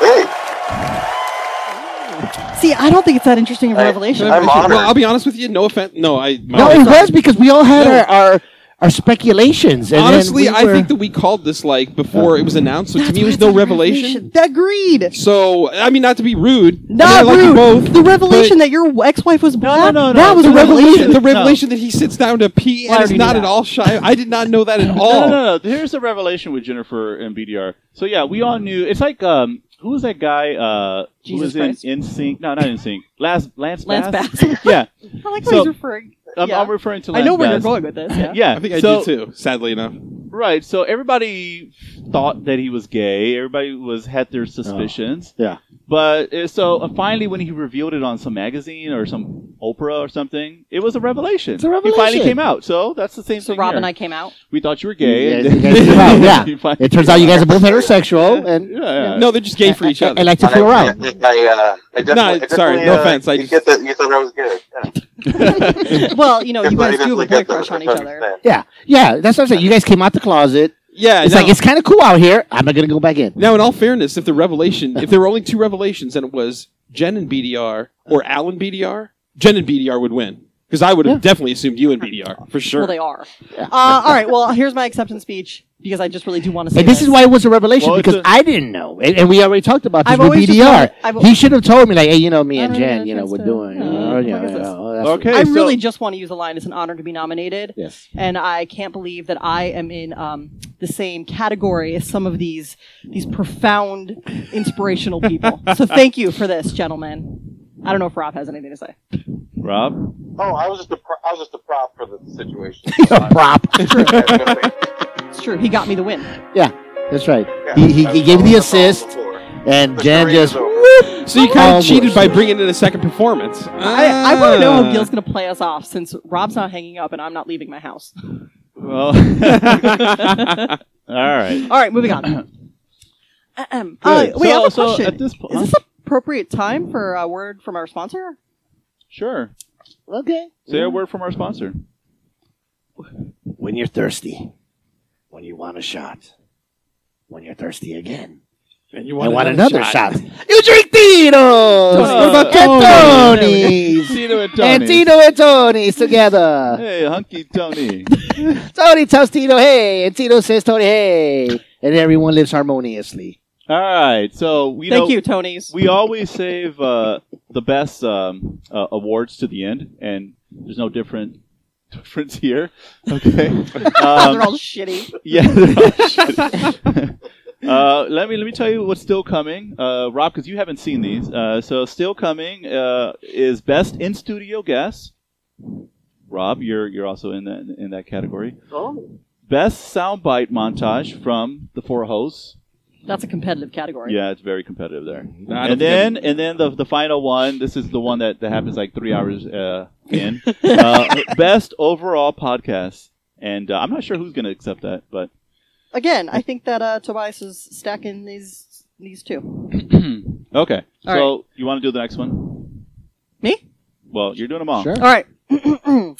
Speaker 2: See, I don't think it's that interesting of a revelation.
Speaker 1: Well, I'll be honest with you. No offense. No, I. my
Speaker 5: No,
Speaker 1: wife-
Speaker 5: it was because we all had
Speaker 1: No.
Speaker 5: our, our our speculations. And then
Speaker 1: Honestly,
Speaker 5: we
Speaker 1: I
Speaker 5: were-
Speaker 1: think that we called this like before it was announced. So to me, it was no revelation.
Speaker 2: Agreed.
Speaker 1: So I mean, not to be rude. I
Speaker 2: Not
Speaker 1: mean, I like you
Speaker 2: rude.
Speaker 1: Both.
Speaker 2: the revelation that your ex-wife was black. That was a
Speaker 1: The
Speaker 2: revelation.
Speaker 1: The revelation that he sits down to pee
Speaker 2: Why
Speaker 1: and is
Speaker 2: would you
Speaker 1: not
Speaker 2: do
Speaker 1: at all shy. I did not know that at all.
Speaker 3: No, no, no. Here's the revelation with Jennifer and BDR. So yeah, we all knew. It's like um, who was that guy? Uh, who
Speaker 2: Jesus
Speaker 3: was in
Speaker 2: Christ.
Speaker 3: in sync? No, not in sync. Lance Lance
Speaker 2: Lance
Speaker 3: Bass.
Speaker 2: Bass.
Speaker 3: yeah.
Speaker 2: I like how
Speaker 3: So,
Speaker 2: he's referring.
Speaker 3: I'm,
Speaker 2: yeah.
Speaker 3: I'm referring to.
Speaker 2: I
Speaker 3: Lance
Speaker 2: know where you're
Speaker 3: Bass.
Speaker 2: going with this. Yeah.
Speaker 3: Yeah,
Speaker 1: I think I
Speaker 3: so-
Speaker 1: do too. Sadly enough.
Speaker 3: Right. So everybody thought that he was gay. Everybody was had their suspicions.
Speaker 5: yeah.
Speaker 3: But uh, so uh, finally, when he revealed it on some magazine or some Oprah or something, it was a revelation.
Speaker 5: It's a
Speaker 3: He finally
Speaker 5: revelation.
Speaker 3: came out. So that's the same thing.
Speaker 2: Rob
Speaker 3: here.
Speaker 2: and I came out.
Speaker 3: We thought you were gay.
Speaker 5: Yeah,
Speaker 3: and
Speaker 5: you
Speaker 3: then-
Speaker 5: guys came out, yeah.
Speaker 3: You finally
Speaker 5: It turns out you
Speaker 3: came
Speaker 5: guys are both heterosexual, and
Speaker 3: yeah.
Speaker 1: No, they're just gay for each
Speaker 5: I-
Speaker 1: other.
Speaker 5: I like to fool around.
Speaker 4: I, uh, I definitely, I
Speaker 1: No, sorry,
Speaker 4: definitely,
Speaker 1: no
Speaker 4: uh,
Speaker 1: offense, I
Speaker 4: you
Speaker 1: just-
Speaker 4: get that. You thought I was good. Yeah.
Speaker 2: well, you know, you
Speaker 4: Definitely-
Speaker 2: guys do have a
Speaker 4: definitely
Speaker 2: boy
Speaker 4: get that.
Speaker 2: crush on each other.
Speaker 5: Yeah, yeah, that's what I'm saying. You guys came out the closet.
Speaker 1: Yeah,
Speaker 5: it's
Speaker 1: no.
Speaker 5: like it's kind of cool out here. I'm not gonna go back in.
Speaker 1: Now, in all fairness, if the revelation, if there were only two revelations and it was Jen and BDR or Alan BDR, Jen and BDR would win. Because I would have definitely assumed you and BDR, for sure.
Speaker 2: Well, they are. Uh, all right. Well, here's my acceptance speech because I just really do want to say.
Speaker 5: And this is why it was a revelation
Speaker 2: Well, it's
Speaker 5: because
Speaker 2: a-
Speaker 5: I didn't know, and, and we already talked about this
Speaker 2: I've
Speaker 5: with
Speaker 2: always just
Speaker 5: BDR.
Speaker 2: wanted- I've-
Speaker 5: he should have told me, like, hey, you know, me
Speaker 2: I
Speaker 5: and
Speaker 2: don't know
Speaker 5: Jen,
Speaker 2: if
Speaker 5: you know,
Speaker 2: it's
Speaker 5: we're
Speaker 2: the-
Speaker 5: doing.
Speaker 2: uh,
Speaker 5: uh, yeah,
Speaker 2: what is
Speaker 5: yeah,
Speaker 2: this?
Speaker 5: oh, that's
Speaker 3: Okay.
Speaker 5: what-
Speaker 2: I
Speaker 3: so-
Speaker 2: really just want to use the line. It's an honor to be nominated.
Speaker 5: Yes.
Speaker 2: And I can't believe that I am in um, the same category as some of these these profound, inspirational people. so thank you for this, gentlemen. I don't know if Rob has anything to say.
Speaker 3: Rob.
Speaker 4: Oh, I was just a pro- I was just a prop for the situation.
Speaker 5: a prop.
Speaker 2: It's true. He got me the win.
Speaker 5: yeah, that's right.
Speaker 4: Yeah,
Speaker 5: he he,
Speaker 4: that's
Speaker 5: he gave
Speaker 4: all-
Speaker 5: the
Speaker 4: that's all
Speaker 5: assist,
Speaker 4: before.
Speaker 5: and Jen
Speaker 4: career is
Speaker 5: just.
Speaker 4: over.
Speaker 5: whoop.
Speaker 1: So you kind
Speaker 5: Oh,
Speaker 1: of cheated by
Speaker 5: shit.
Speaker 1: bringing in a second performance.
Speaker 2: I, I want to know
Speaker 1: Ah.
Speaker 3: Uh.
Speaker 2: how Gil's going to play us off since Rob's not hanging up and I'm not leaving my house.
Speaker 3: Well. All right.
Speaker 2: All right, moving on. Ahem. Uh,
Speaker 3: Good.
Speaker 2: wait, I have a
Speaker 3: So- so
Speaker 2: question.
Speaker 3: at this po-
Speaker 2: Is this appropriate time for a word from our sponsor?
Speaker 3: Sure.
Speaker 5: Okay.
Speaker 3: Say a word from our sponsor.
Speaker 5: When you're thirsty, when you want a shot, when you're thirsty again,
Speaker 1: and you
Speaker 5: I want another shot.
Speaker 1: You
Speaker 5: drink Tito's.
Speaker 3: What about
Speaker 5: and Tony's.
Speaker 3: Tony's? Tito and
Speaker 5: And
Speaker 3: Tony's.
Speaker 5: Tito and Tony's together.
Speaker 3: Hey, hunky Tony.
Speaker 5: Tony tells Tito, hey, and Tito says, Tony, hey, and everyone lives harmoniously.
Speaker 3: All right. So we
Speaker 2: Thank
Speaker 3: know-
Speaker 2: you, Tony's.
Speaker 3: We always save uh, the best um, uh, awards to the end, and there's no different difference here. Okay.
Speaker 2: They're all
Speaker 3: Um,
Speaker 2: shitty.
Speaker 3: yeah. they're all shitty. uh, let me let me tell you what's still coming, uh, Rob, because you haven't seen these. Uh, so still coming uh, is best in studio guest. Rob, you're you're also in that in that category.
Speaker 2: Oh,
Speaker 3: Best soundbite montage from the four hosts.
Speaker 2: that's a competitive category.
Speaker 3: Yeah, it's very competitive there.
Speaker 1: Mm-hmm. I don't
Speaker 3: and
Speaker 1: think
Speaker 3: then and then the the final one. This is the one that, that happens like three hours uh, in. uh, best overall podcast, and uh, I'm not sure who's going to accept that, but
Speaker 2: Again, I think that uh, Tobias is stacking these these two.
Speaker 3: okay.
Speaker 2: All
Speaker 3: so you want to do the next one?
Speaker 2: Me?
Speaker 3: Well, you're doing them all.
Speaker 2: All right.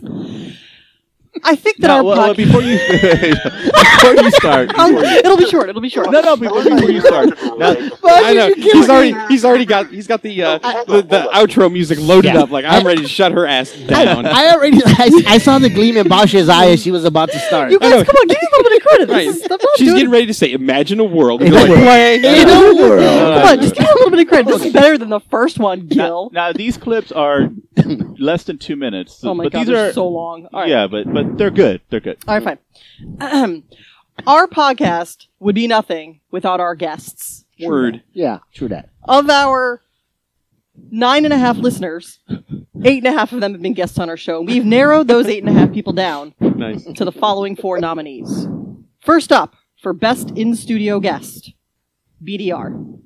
Speaker 2: I think that
Speaker 3: Now,
Speaker 2: our
Speaker 3: well, well,
Speaker 2: podcast.
Speaker 3: before you before you start,
Speaker 2: Um,
Speaker 3: before you-
Speaker 2: it'll be short. It'll be short.
Speaker 3: no, no, before, before you start. Now,
Speaker 1: Ah. I know. He's already he's already got he's got the uh, the, the outro music loaded
Speaker 5: Yeah.
Speaker 1: up. Like I'm ready to shut her ass down.
Speaker 5: I already I, I saw the gleam in Basha's eye as she was about to start.
Speaker 1: You guys, I know.
Speaker 2: come on, give me a little bit of credit.
Speaker 1: Right.
Speaker 2: This is, I'm not
Speaker 1: She's
Speaker 2: doing
Speaker 1: getting ready to say, "Imagine a world." In
Speaker 2: In a world. Come on, just give me a little bit of credit. This is better than the first one, Gil.
Speaker 3: now these clips are less than two minutes.
Speaker 2: Oh my
Speaker 3: but
Speaker 2: God,
Speaker 3: these
Speaker 2: they're
Speaker 3: are
Speaker 2: so long. All right.
Speaker 3: Yeah, but but they're good. They're good.
Speaker 2: All right, fine. Ahem. Our podcast would be nothing without our guests.
Speaker 1: Word.
Speaker 5: Yeah, true that.
Speaker 2: Of our nine and a half listeners, eight and a half of them have been guests on our show. We've narrowed those eight and a half people down
Speaker 1: Nice.
Speaker 2: to the following four nominees. First up, for Best In Studio Guest, BDR.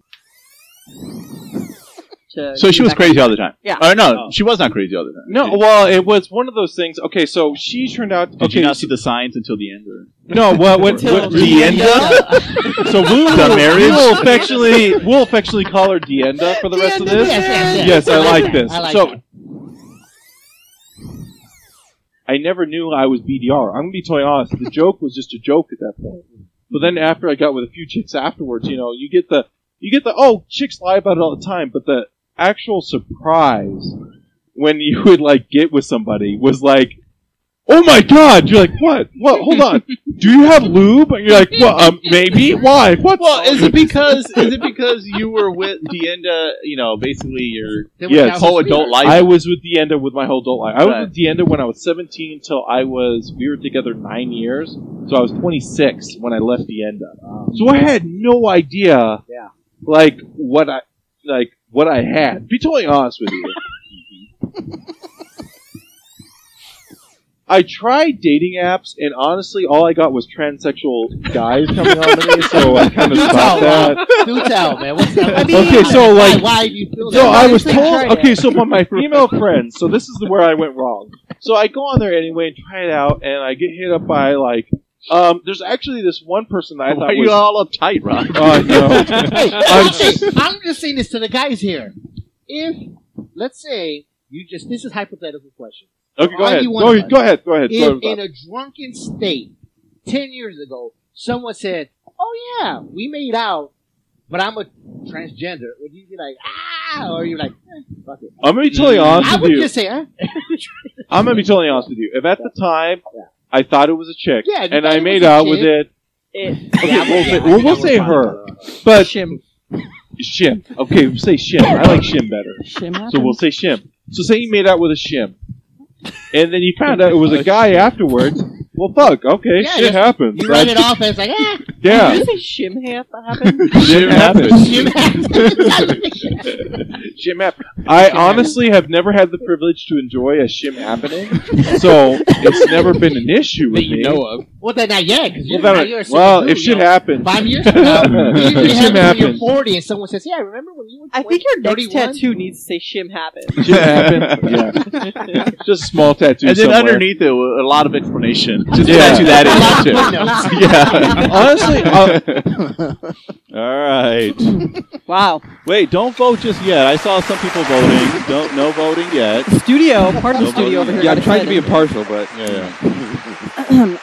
Speaker 2: To
Speaker 3: So she
Speaker 2: give
Speaker 3: was
Speaker 2: back-
Speaker 3: crazy all the time.
Speaker 2: Yeah.
Speaker 3: Or no, she was not crazy all the time.
Speaker 12: No, well, it was one of those things. Okay, so she turned out.
Speaker 3: Did you
Speaker 12: okay,
Speaker 3: not see the signs until the end? Or?
Speaker 12: No, what what,
Speaker 3: Till
Speaker 12: what
Speaker 3: the Dienda?
Speaker 12: So we will,
Speaker 3: The marriage?
Speaker 12: we will affectionately we'll affectionately call her Dienda for the rest of
Speaker 3: Dienda,
Speaker 12: this.
Speaker 3: yes, yes, yes.
Speaker 12: I
Speaker 3: I like
Speaker 12: like
Speaker 3: that.
Speaker 12: this.
Speaker 3: I like
Speaker 12: so
Speaker 3: that.
Speaker 12: I never knew I was BDR. I'm gonna be totally honest. The joke was just a joke at that point. But then after I got with a few chicks afterwards, you know, you get the you get the oh chicks lie about it all the time, but the actual surprise when you would like get with somebody was like Oh my god! You're like, what? What? Hold on. Do you have lube? And you're like, well, um, maybe. Why? What?
Speaker 3: Well, is it because is it because you were with Dienda? You know, basically your
Speaker 12: Yes.
Speaker 3: whole adult life.
Speaker 12: I was with Deenda with my whole adult life. I
Speaker 3: Right.
Speaker 12: was with Deenda when I was 17 till I was. We were together nine years, so I was 26 when I left Deenda. So I had no idea,
Speaker 5: Yeah.
Speaker 12: like what I like what I had. Be totally honest with you. I tried dating apps, and honestly, all I got was transsexual guys coming on to me. So I kind of
Speaker 5: Do tell,
Speaker 12: stopped that.
Speaker 5: Rob. Do tell, man. What's that?
Speaker 12: okay, so like,
Speaker 5: why, why do you feel that?
Speaker 12: so I
Speaker 5: Why
Speaker 12: was
Speaker 5: do you think
Speaker 12: told.
Speaker 5: Friday?
Speaker 12: Okay, so by my female friends. So this is where I went wrong. So I go on there anyway and try it out, and I get hit up by like. Um, there's actually this one person that I
Speaker 3: Why
Speaker 12: thought
Speaker 3: are you
Speaker 12: was,
Speaker 3: all uptight, Rob?
Speaker 12: Oh, no.
Speaker 5: Hey, I'm,
Speaker 12: I'm just-
Speaker 5: just, I'm just saying this to the guys here. If let's say you just this is hypothetical question.
Speaker 12: Okay, go
Speaker 5: All
Speaker 12: ahead.
Speaker 5: you
Speaker 12: Go,
Speaker 5: want
Speaker 12: ahead.
Speaker 5: to-
Speaker 12: go ahead. Go ahead. Go
Speaker 5: If in
Speaker 12: ahead.
Speaker 5: a drunken state, ten years ago, someone said, "Oh yeah, we made out, but I'm a transgender," would you be like, "Ah," or you're like, eh, "Fuck it"? Mm-hmm.
Speaker 12: I'm gonna be totally honest
Speaker 5: I
Speaker 12: with
Speaker 5: would
Speaker 12: you.
Speaker 5: just say, "Eh." "Huh?"
Speaker 12: I'm gonna be totally honest with you. If at the time I thought it was a chick,
Speaker 5: Yeah, you
Speaker 12: and
Speaker 5: thought
Speaker 12: I
Speaker 5: it
Speaker 12: made
Speaker 5: was a
Speaker 12: out with
Speaker 5: chick.
Speaker 12: it,
Speaker 2: It-
Speaker 12: okay, we'll say, well, we'll say her, but shim, shim. Okay, we'll say shim. I like shim better.
Speaker 2: Shim
Speaker 12: So we'll say shim. So say you made out with a shim, and then you found out it was a guy afterwards. Well, fuck. Okay,
Speaker 5: Yeah,
Speaker 12: shit
Speaker 5: you-
Speaker 12: happens.
Speaker 5: You write
Speaker 12: Like,
Speaker 5: it off as like, "Ah."
Speaker 12: Yeah.
Speaker 2: Did you say shim half happen?
Speaker 12: Shit happens.
Speaker 5: Jim
Speaker 12: Shim happen. I honestly have never had the privilege to enjoy a shim happening, so it's never been an issue with me.
Speaker 5: of. Well, then not yet. 'cause
Speaker 12: Well,
Speaker 5: you're,
Speaker 12: that-
Speaker 5: now you're a
Speaker 12: well,
Speaker 5: single
Speaker 12: if
Speaker 5: dude,
Speaker 12: shit
Speaker 5: you know.
Speaker 12: happens.
Speaker 5: Five years from now, it
Speaker 12: If
Speaker 5: usually happens
Speaker 12: shit
Speaker 5: when you're
Speaker 12: happens.
Speaker 5: 40 and someone says, yeah, remember when you were
Speaker 2: I think your next
Speaker 5: 31?
Speaker 2: tattoo needs to say shim happen.
Speaker 12: Shit happens. Yeah. Just a small tattoo.
Speaker 3: and then
Speaker 12: somewhere.
Speaker 3: underneath it, a lot of explanation. Just
Speaker 12: Yeah.
Speaker 3: tattoo that in too. yeah.
Speaker 12: Honestly, uh,
Speaker 1: uh,
Speaker 3: All right.
Speaker 2: Wow.
Speaker 3: Wait, don't vote just yet. I saw some people voting. Don't no voting yet.
Speaker 2: Studio, part of the
Speaker 3: No
Speaker 2: studio over
Speaker 3: voting
Speaker 2: here.
Speaker 3: yet.
Speaker 2: got excited.
Speaker 1: impartial, but
Speaker 3: Yeah, yeah.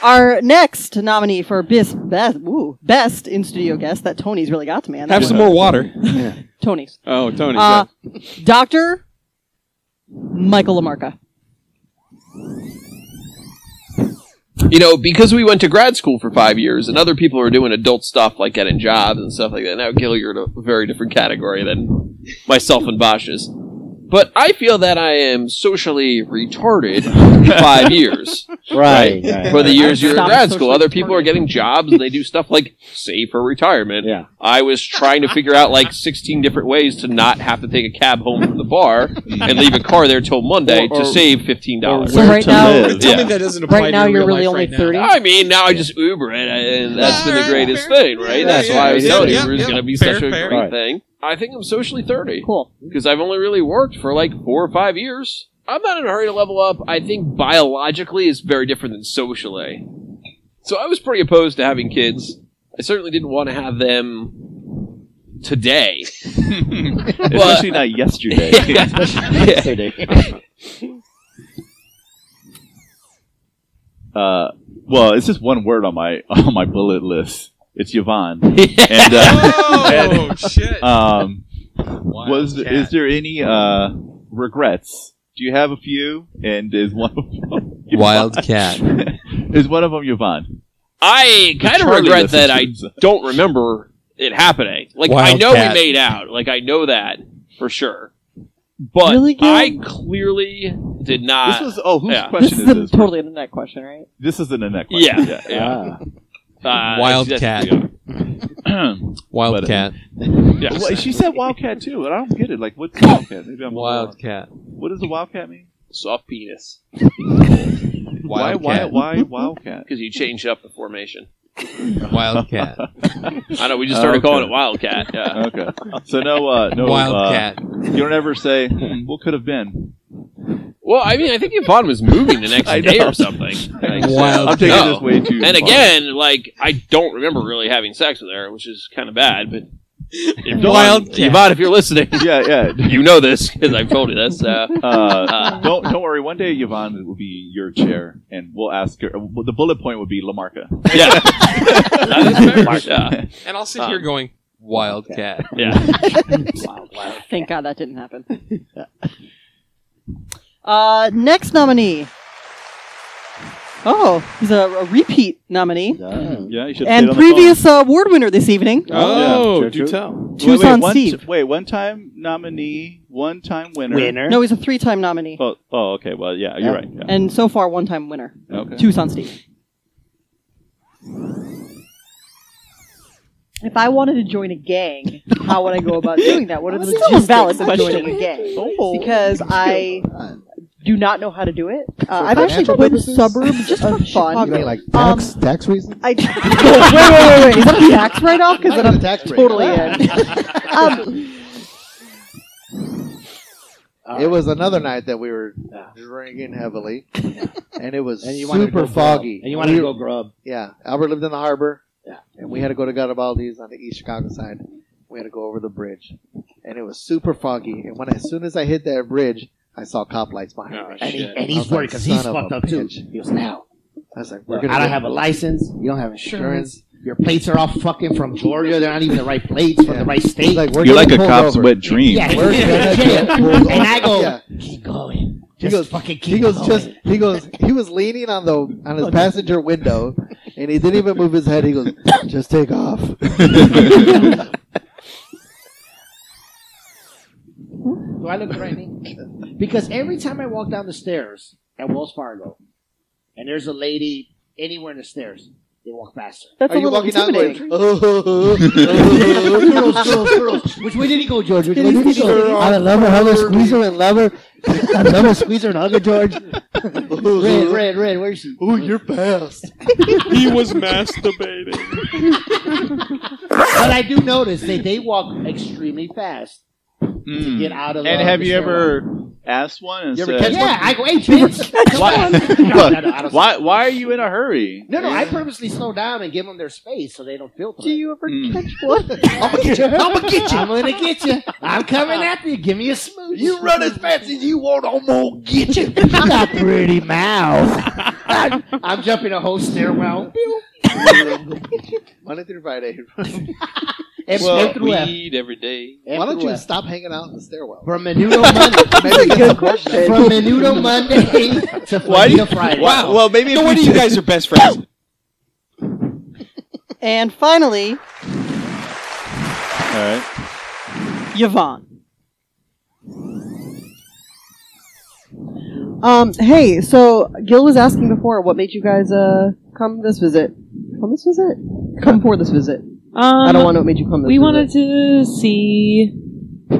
Speaker 2: Our next nominee for bis- best, ooh, best in studio guest that Tony's really got to man.
Speaker 1: Have
Speaker 2: That
Speaker 1: some
Speaker 2: was-
Speaker 1: more water.
Speaker 2: Tony's.
Speaker 1: Oh, Tony.
Speaker 2: Uh, Doctor Michael Lamarca.
Speaker 14: You know, because we went to grad school for five years, and other people are doing adult stuff like getting jobs and stuff like that. Now, Gil, you're in a very different category than myself and Bosch is. But I feel that I am socially retarded for five years.
Speaker 5: Right, right,
Speaker 14: For the
Speaker 5: right.
Speaker 14: years you're in
Speaker 5: Stop
Speaker 14: grad school,
Speaker 5: socially
Speaker 14: other people are getting jobs and they do stuff like save for retirement. Yeah. I was trying to figure out like 16 different ways to not have to take a cab home from the bar and leave a car there till Monday
Speaker 12: Or- or-
Speaker 14: to save $15.
Speaker 12: So where right to now- live.
Speaker 14: Yeah.
Speaker 12: Tell me that doesn't apply Right to now your you're real really life only right now. 30?
Speaker 1: Ah,
Speaker 14: I mean, now I just Uber it, and that's been the greatest thing, right?
Speaker 12: Yeah,
Speaker 14: that's
Speaker 12: yeah,
Speaker 14: why I was
Speaker 12: yeah,
Speaker 14: telling
Speaker 12: yeah,
Speaker 14: Uber is
Speaker 12: yeah.
Speaker 14: going to be
Speaker 12: Fair,
Speaker 14: such a
Speaker 12: fair.
Speaker 14: great
Speaker 12: Right.
Speaker 14: thing. I think I'm socially 30.
Speaker 2: Cool.
Speaker 14: Because I've only really worked for like four or five years. I'm not in a hurry to level up. I think biologically is very different than socially. So I was pretty opposed to having kids. I certainly didn't want to have them today.
Speaker 3: Especially not yesterday. Especially not yesterday. Uh, well, it's just one word on my on my bullet list. It's Yvonne. And, uh,
Speaker 15: Oh, shit.
Speaker 3: Um, was is there any uh, regrets? Do you have a few? And is one of them
Speaker 16: Wildcat.
Speaker 3: is one of them Yvonne?
Speaker 14: I kind of
Speaker 3: Charlie
Speaker 14: regret that I
Speaker 3: listens.
Speaker 14: don't remember it happening. Like I know
Speaker 3: Wildcat.
Speaker 14: we made out. Like I know that for sure. But I clearly did not.
Speaker 3: This was- oh, whose
Speaker 14: yeah.
Speaker 3: question
Speaker 2: this
Speaker 3: is
Speaker 2: is a
Speaker 3: this?
Speaker 2: totally internet question, right?
Speaker 3: This is an Annette question.
Speaker 14: Yeah, yeah. Uh,
Speaker 16: Wildcat.
Speaker 3: uh,
Speaker 16: Wildcat.
Speaker 3: Yeah. Well, she said Wildcat too, and I don't get it. Like, what's Wildcat? Maybe I'm
Speaker 16: Wildcat.
Speaker 3: What does a Wildcat mean?
Speaker 14: Soft penis.
Speaker 3: Why, why, why Wildcat?
Speaker 14: Because you changed up the formation.
Speaker 16: Wildcat.
Speaker 14: I know. We just started
Speaker 3: Okay.
Speaker 14: calling it Wildcat. Yeah.
Speaker 3: Okay. So no, uh, no uh,
Speaker 14: Wildcat.
Speaker 3: you don't ever say hmm, what could have been.
Speaker 14: Well, I mean, I think Yvonne was moving the next
Speaker 3: I
Speaker 14: day
Speaker 3: know.
Speaker 14: or something.
Speaker 3: I know. Wild I'm taking
Speaker 14: No.
Speaker 3: this way too
Speaker 14: And
Speaker 3: far.
Speaker 14: again, like I don't remember really having sex with her, which is kind of bad. But if
Speaker 3: Wild
Speaker 14: Yvonne, Yvonne, if you're listening,
Speaker 3: yeah, yeah,
Speaker 14: you know this because I've told you this. Uh,
Speaker 3: Uh, don't don't worry. One day Yvonne will be your chair, and we'll ask her. well, The bullet point would be Lamarca.
Speaker 14: Yeah.
Speaker 3: Yeah.
Speaker 16: And I'll
Speaker 14: Uh,
Speaker 16: sit here
Speaker 3: Um,
Speaker 16: going, Wildcat.
Speaker 2: Thank God that didn't happen. uh, next nominee. Oh, he's a, a repeat nominee
Speaker 3: Yeah, you should.
Speaker 2: and
Speaker 3: play it on the phone.
Speaker 2: previous uh, award winner this evening.
Speaker 1: Oh,
Speaker 3: Yeah,
Speaker 1: do
Speaker 3: true, true.
Speaker 1: tell.
Speaker 3: Wait, wait,
Speaker 2: Tucson
Speaker 3: one,
Speaker 2: Steve.
Speaker 3: Wait, one time nominee, one time winner.
Speaker 2: No, he's a three-time nominee
Speaker 3: Oh, oh, okay. Well, yeah, you're right. yeah.
Speaker 2: and so far one-time winner.
Speaker 3: Okay.
Speaker 2: Tucson Steve.
Speaker 17: If I wanted to join a gang, how would I go about doing that? What are the
Speaker 2: That's still a
Speaker 17: logistics
Speaker 2: valid
Speaker 17: of
Speaker 2: question.
Speaker 17: joining a gang?
Speaker 2: Oh.
Speaker 17: Because I do not know how to do it. Uh, I've actually
Speaker 2: financial
Speaker 17: played
Speaker 2: purposes?
Speaker 17: suburbs just for fun.
Speaker 2: Chicago.
Speaker 17: like
Speaker 10: Tax, tax reasons?
Speaker 17: I, wait, wait, wait, wait. Is that a tax write-off? Because then I'm totally in. um,
Speaker 10: It was another night that we were drinking heavily, and it was
Speaker 5: And you wanted to
Speaker 10: super
Speaker 5: go grub.
Speaker 10: foggy.
Speaker 5: And you wanted to
Speaker 10: We-
Speaker 5: go grub.
Speaker 10: Yeah, Albert lived in the harbor, yeah. and we had to go to Garibaldi's on the East Chicago side. We had to go over the bridge, and it was super foggy. And when as soon as I hit that bridge, I saw cop lights behind me,
Speaker 5: And, he,
Speaker 10: I
Speaker 5: and he's
Speaker 10: was
Speaker 5: worried
Speaker 10: like,
Speaker 5: because
Speaker 10: "Son
Speaker 5: he's
Speaker 10: of
Speaker 5: fucked
Speaker 10: a
Speaker 5: up too.
Speaker 10: bitch."
Speaker 5: He goes, now.
Speaker 10: I was like,
Speaker 5: I
Speaker 10: "We're
Speaker 5: don't
Speaker 10: gonna get-
Speaker 5: have a license. You don't have insurance. Your plates are all fucking from Georgia. They're not even the right plates from the right state.
Speaker 10: we're
Speaker 3: You're like
Speaker 10: getting
Speaker 3: a
Speaker 10: pulled
Speaker 3: cop's
Speaker 10: over.
Speaker 3: wet dream.
Speaker 5: Yeah.
Speaker 10: We're gonna get pulled
Speaker 5: and
Speaker 10: over.
Speaker 5: I go,
Speaker 10: Yeah.
Speaker 5: keep going.
Speaker 10: He
Speaker 5: Just
Speaker 10: goes,
Speaker 5: fucking keep
Speaker 10: he goes,
Speaker 5: going.
Speaker 10: just he goes. He was leaning on the on his passenger window, and he didn't even move his head. He goes, "Just take off."
Speaker 5: Do I look threatening? because every time I walk down the stairs at Wells Fargo, and there's a lady anywhere in the stairs, they walk faster.
Speaker 10: That's Are a you little walking down Oh, going, oh,
Speaker 5: girls, girls, girls. Which way did he go, George? Which way did he go?
Speaker 10: I love her, hug her, squeeze her, and love her. I love her, squeeze her, and hug her, George.
Speaker 2: Oh,
Speaker 5: Red, red, red. Where's she?
Speaker 10: Oh, you're fast.
Speaker 5: he was masturbating. but I do notice that they walk extremely fast to get out of.
Speaker 3: Mm. Hmm. And
Speaker 5: uh,
Speaker 3: have
Speaker 5: the
Speaker 3: you
Speaker 5: stairwell.
Speaker 3: ever asked one and
Speaker 5: You ever catch
Speaker 3: said,
Speaker 5: one? Yeah, I go, "Hey, bitch, come
Speaker 3: why,
Speaker 5: on." No, no, no, I don't-
Speaker 3: why, why are you in a hurry?
Speaker 5: No, no, I purposely slow down and give them their space so they don't feel. Do
Speaker 17: you ever
Speaker 5: catch one? I'm gonna get you. I'm gonna get you. I'm gonna get you. I'm coming after you. Give me a smooth. You run as fast as you want. I'm gonna get you. Got pretty mouth. I'm, I'm jumping a whole stairwell.
Speaker 10: Monday through Friday.
Speaker 5: F- F through F.
Speaker 14: weed every day.
Speaker 10: Why don't you stop hanging out in the stairwell?
Speaker 5: From Menudo Monday.
Speaker 10: Maybe get some work done.
Speaker 5: From Menudo Monday to
Speaker 1: Why do you,
Speaker 5: Fajita Friday.
Speaker 1: Wow. Well, maybe no wonder you guys are best friends.
Speaker 2: And finally,
Speaker 3: All right.
Speaker 2: Yvonne.
Speaker 17: um, hey, so Gil was asking before, what made you guys uh, come this visit? Come this visit? Come for this visit? I don't want to. What made you come? This
Speaker 11: Um, We
Speaker 17: visit.
Speaker 11: wanted to see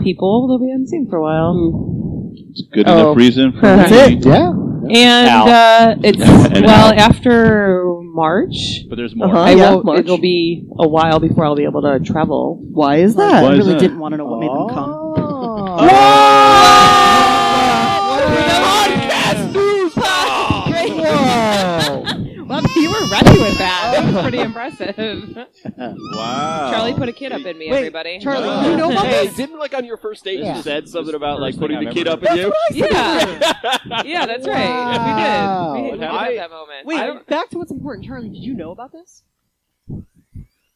Speaker 11: people that we hadn't seen for a while.
Speaker 2: Hmm.
Speaker 3: Good
Speaker 11: Oh.
Speaker 3: enough reason for
Speaker 11: That's
Speaker 3: me.
Speaker 11: it.
Speaker 10: Yeah.
Speaker 11: And
Speaker 3: Ow.
Speaker 11: uh, it's
Speaker 3: And
Speaker 11: well
Speaker 3: ow.
Speaker 11: after March.
Speaker 3: But there's
Speaker 17: Uh-huh.
Speaker 3: more.
Speaker 11: I
Speaker 2: yeah,
Speaker 11: won't,
Speaker 2: March.
Speaker 11: It'll be a while before I'll be able to travel.
Speaker 2: Why is that?
Speaker 11: Why
Speaker 2: I
Speaker 11: is
Speaker 2: really
Speaker 11: that?
Speaker 2: didn't want to know what made them come.
Speaker 17: Well, you were ready with that.
Speaker 11: was pretty impressive.
Speaker 3: wow.
Speaker 11: Charlie put a kid up in me, everybody.
Speaker 14: Charlie,
Speaker 2: you know about
Speaker 14: hey,
Speaker 2: this?
Speaker 14: didn't like on your first date
Speaker 2: Yeah.
Speaker 14: you said something about like
Speaker 3: first
Speaker 14: putting
Speaker 3: thing
Speaker 14: the
Speaker 3: I've
Speaker 14: kid
Speaker 3: ever
Speaker 14: up in you?
Speaker 11: Yeah. yeah, that's right. We did. We, we did
Speaker 14: I-
Speaker 11: have that moment. I don't-
Speaker 2: Wait, back to what's important. Charlie, did you know about this?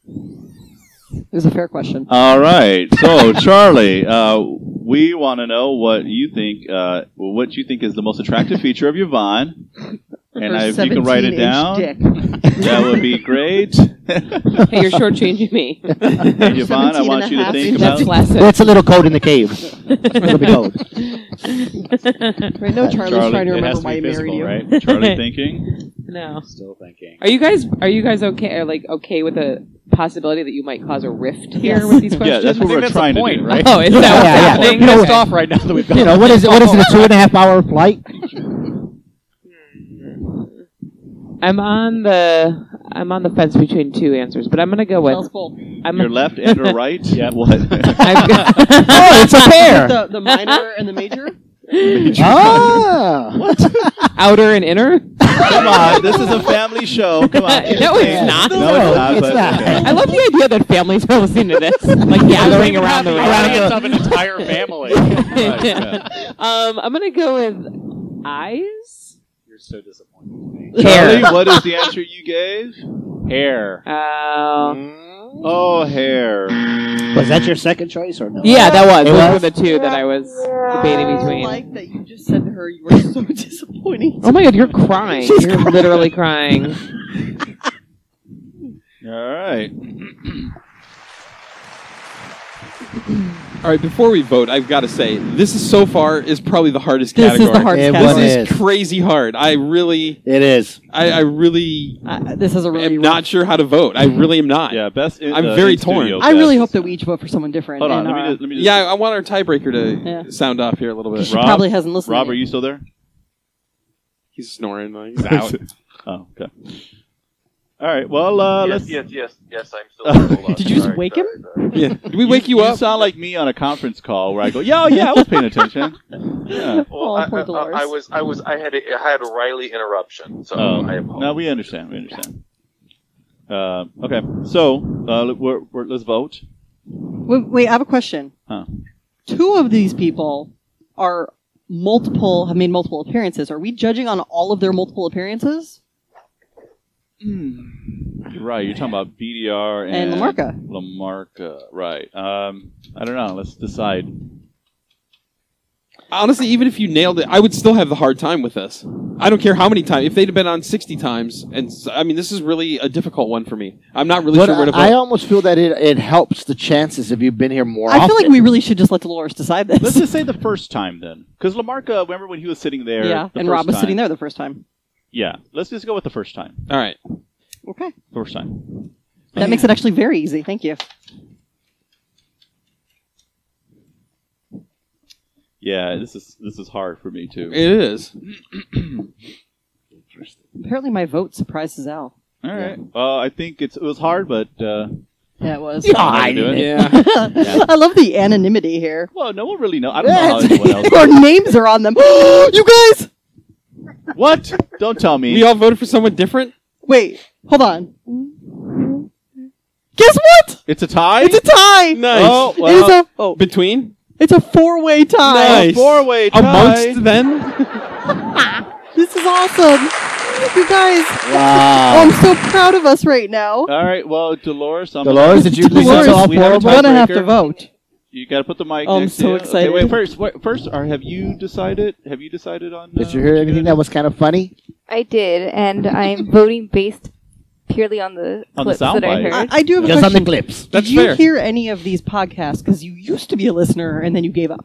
Speaker 17: It was a fair question.
Speaker 11: Uh,
Speaker 3: All right. So, Charlie, uh, we want to know what you think. Uh, what you think is the most attractive feature of your Vaughn, and
Speaker 11: Her
Speaker 3: I- if you can write it
Speaker 11: 17-inch
Speaker 3: down,
Speaker 11: dick.
Speaker 3: that would be great.
Speaker 11: hey, you're shortchanging me.
Speaker 3: And Yvonne, I want you to think about.
Speaker 5: That's a little cold in the cave. It's a little bit cold.
Speaker 11: Right,
Speaker 17: no, Charlie's
Speaker 3: Charlie,
Speaker 17: trying to
Speaker 3: it
Speaker 17: remember
Speaker 3: has to
Speaker 17: why
Speaker 3: be
Speaker 17: he married
Speaker 3: physical,
Speaker 17: you.
Speaker 3: right? Charlie thinking.
Speaker 11: No.
Speaker 5: Still thinking.
Speaker 11: Are you guys are you guys okay or like okay with the possibility that you might cause a rift here
Speaker 17: Yes.
Speaker 11: with these
Speaker 17: Yeah,
Speaker 11: questions?
Speaker 3: that's what we're trying to do, right?
Speaker 11: Oh, is that
Speaker 5: Yeah,
Speaker 11: what's
Speaker 5: yeah.
Speaker 11: happening?
Speaker 5: You know,
Speaker 11: Okay.
Speaker 5: off right now that we've You know, what is it? What is it? A two and a half hour flight?
Speaker 11: I'm on the I'm on the fence between two answers, but I'm gonna go with I'm
Speaker 3: Your left and your right? yeah. What?
Speaker 11: I'm go-
Speaker 5: Oh, it's a pair.
Speaker 17: The, the minor and the major?
Speaker 5: Ah.
Speaker 11: Outer and inner?
Speaker 3: Come on, this is a family show. Come on.
Speaker 11: No, it's not.
Speaker 3: No, it's not. but,
Speaker 11: I love the idea that families are listening to this, like gathering around the room.
Speaker 15: of an entire family.
Speaker 11: um, I'm gonna go with eyes.
Speaker 15: You're so disappointed.
Speaker 3: Charlie, what is the answer you gave?
Speaker 15: Hair.
Speaker 3: Oh, hair.
Speaker 5: Was that your second choice or no?
Speaker 11: yeah, that was.
Speaker 5: It
Speaker 11: Those
Speaker 5: was?
Speaker 11: were the two that I was debating between.
Speaker 17: that you just said to her you were so disappointing.
Speaker 11: Oh my god, you're crying. you're literally crying.
Speaker 3: All right.
Speaker 1: All right, before we vote, I've got to say this is so far is probably the hardest
Speaker 2: This is the
Speaker 1: category.
Speaker 2: hardest It
Speaker 1: This
Speaker 2: category.
Speaker 1: is crazy hard. I really.
Speaker 5: It is.
Speaker 1: I, I really.
Speaker 2: this is a really.
Speaker 1: am not sure how to vote. I really am not. Yeah,
Speaker 3: best.
Speaker 1: I'm
Speaker 3: uh,
Speaker 1: very
Speaker 3: in
Speaker 1: torn.
Speaker 3: studio
Speaker 2: I really hope that we each vote for someone different.
Speaker 3: Hold on,
Speaker 2: and
Speaker 3: let me
Speaker 2: our-
Speaker 3: just, let me just.
Speaker 1: yeah, I I want our tiebreaker to sound off here a little bit.
Speaker 2: She probably hasn't listened
Speaker 3: Rob,
Speaker 2: yet.
Speaker 3: are you still there?
Speaker 1: He's snoring. Like, he's out.
Speaker 3: oh, okay. All right. Well, uh,
Speaker 15: Yes,
Speaker 3: let's.
Speaker 15: yes, yes, yes, I'm still there. Hold on.
Speaker 3: Did you just
Speaker 15: Sorry,
Speaker 3: wake
Speaker 15: sorry,
Speaker 3: him?
Speaker 15: sorry.
Speaker 1: Yeah. Did we wake you,
Speaker 3: you
Speaker 1: up?
Speaker 3: sound like me on a conference call where I go, "Yeah, yeah, I was paying attention." Yeah.
Speaker 15: Well, I, I, I, I was, I was, I had, a, I had a Riley interruption, so
Speaker 3: Oh,
Speaker 15: Um, I apologize.
Speaker 3: no, we understand. We understand. Uh, okay, so uh, we're, we're, let's vote.
Speaker 2: Wait, wait, I have a question.
Speaker 3: Huh.
Speaker 2: Two of these people are multiple have made multiple appearances. Are we judging on all of their multiple appearances?
Speaker 3: You're right. You're talking about BDR
Speaker 2: And
Speaker 3: and,
Speaker 2: Lamarca.
Speaker 3: Lamarca, right? Um, I don't know. Let's decide.
Speaker 1: Honestly, even if you nailed it, I would still have the hard time with this. I don't care how many times. If they'd have been on 60 times, and s- I mean, this is really a difficult one for me. I'm not really
Speaker 5: But
Speaker 1: sure where to vote.
Speaker 5: I, I almost feel that it, it helps the chances if you've been here more
Speaker 2: I feel
Speaker 5: often.
Speaker 2: like we really should just let Dolores decide this.
Speaker 3: Let's just say the first time then, because Lamarca, remember when he was sitting there?
Speaker 2: yeah,
Speaker 3: the
Speaker 2: and
Speaker 3: first
Speaker 2: Rob was
Speaker 3: time?
Speaker 2: sitting there the first time.
Speaker 3: Yeah, let's just go with the first time.
Speaker 1: All right,
Speaker 2: Okay,
Speaker 3: first time.
Speaker 2: that makes it actually very easy. Thank you.
Speaker 3: Yeah, this is this is hard for me too.
Speaker 1: it is.
Speaker 2: Apparently, my vote surprises Al.
Speaker 3: All right. Well, I think it's it was hard, but uh,
Speaker 2: Yeah, it was.
Speaker 3: Yeah, I knew it. Yeah. Yeah.
Speaker 2: I love the anonymity here.
Speaker 3: well, no one really knows. I don't know how anyone else.
Speaker 2: Our names are on them. you guys.
Speaker 3: What? Don't tell me.
Speaker 1: We all voted for someone different.
Speaker 2: Wait, hold on. Guess what?
Speaker 3: It's a tie.
Speaker 2: It's a tie.
Speaker 1: Nice.
Speaker 2: Oh, It is a oh,
Speaker 1: Between
Speaker 2: it's a four-way tie.
Speaker 1: Nice. Four-way tie. Amongst them?
Speaker 2: this is awesome. You guys.
Speaker 3: Wow.
Speaker 2: Oh, I'm so proud of us right now.
Speaker 3: All right. Well, Dolores. I'm
Speaker 5: Dolores, did you listen to all
Speaker 3: we have
Speaker 5: four
Speaker 3: a
Speaker 5: of them? We're gonna
Speaker 2: have to
Speaker 3: tiebreaker.
Speaker 2: vote.
Speaker 3: You got to put the mic.
Speaker 2: Oh, I'm
Speaker 3: next
Speaker 2: so
Speaker 3: to you.
Speaker 2: excited.
Speaker 3: Okay, wait, first, wait, first, or have you decided? Have you decided on? uh,
Speaker 5: Did you hear anything that was kind of funny?
Speaker 18: I did, and I'm voting based purely on the
Speaker 5: On the
Speaker 18: clips that I
Speaker 5: soundbite.
Speaker 18: heard.
Speaker 2: I, I do have a
Speaker 5: Just on
Speaker 2: question.
Speaker 5: the clips.
Speaker 2: Did
Speaker 5: That's
Speaker 2: you
Speaker 5: fair.
Speaker 2: hear any of these podcasts? Because you used to be a listener and then you gave up.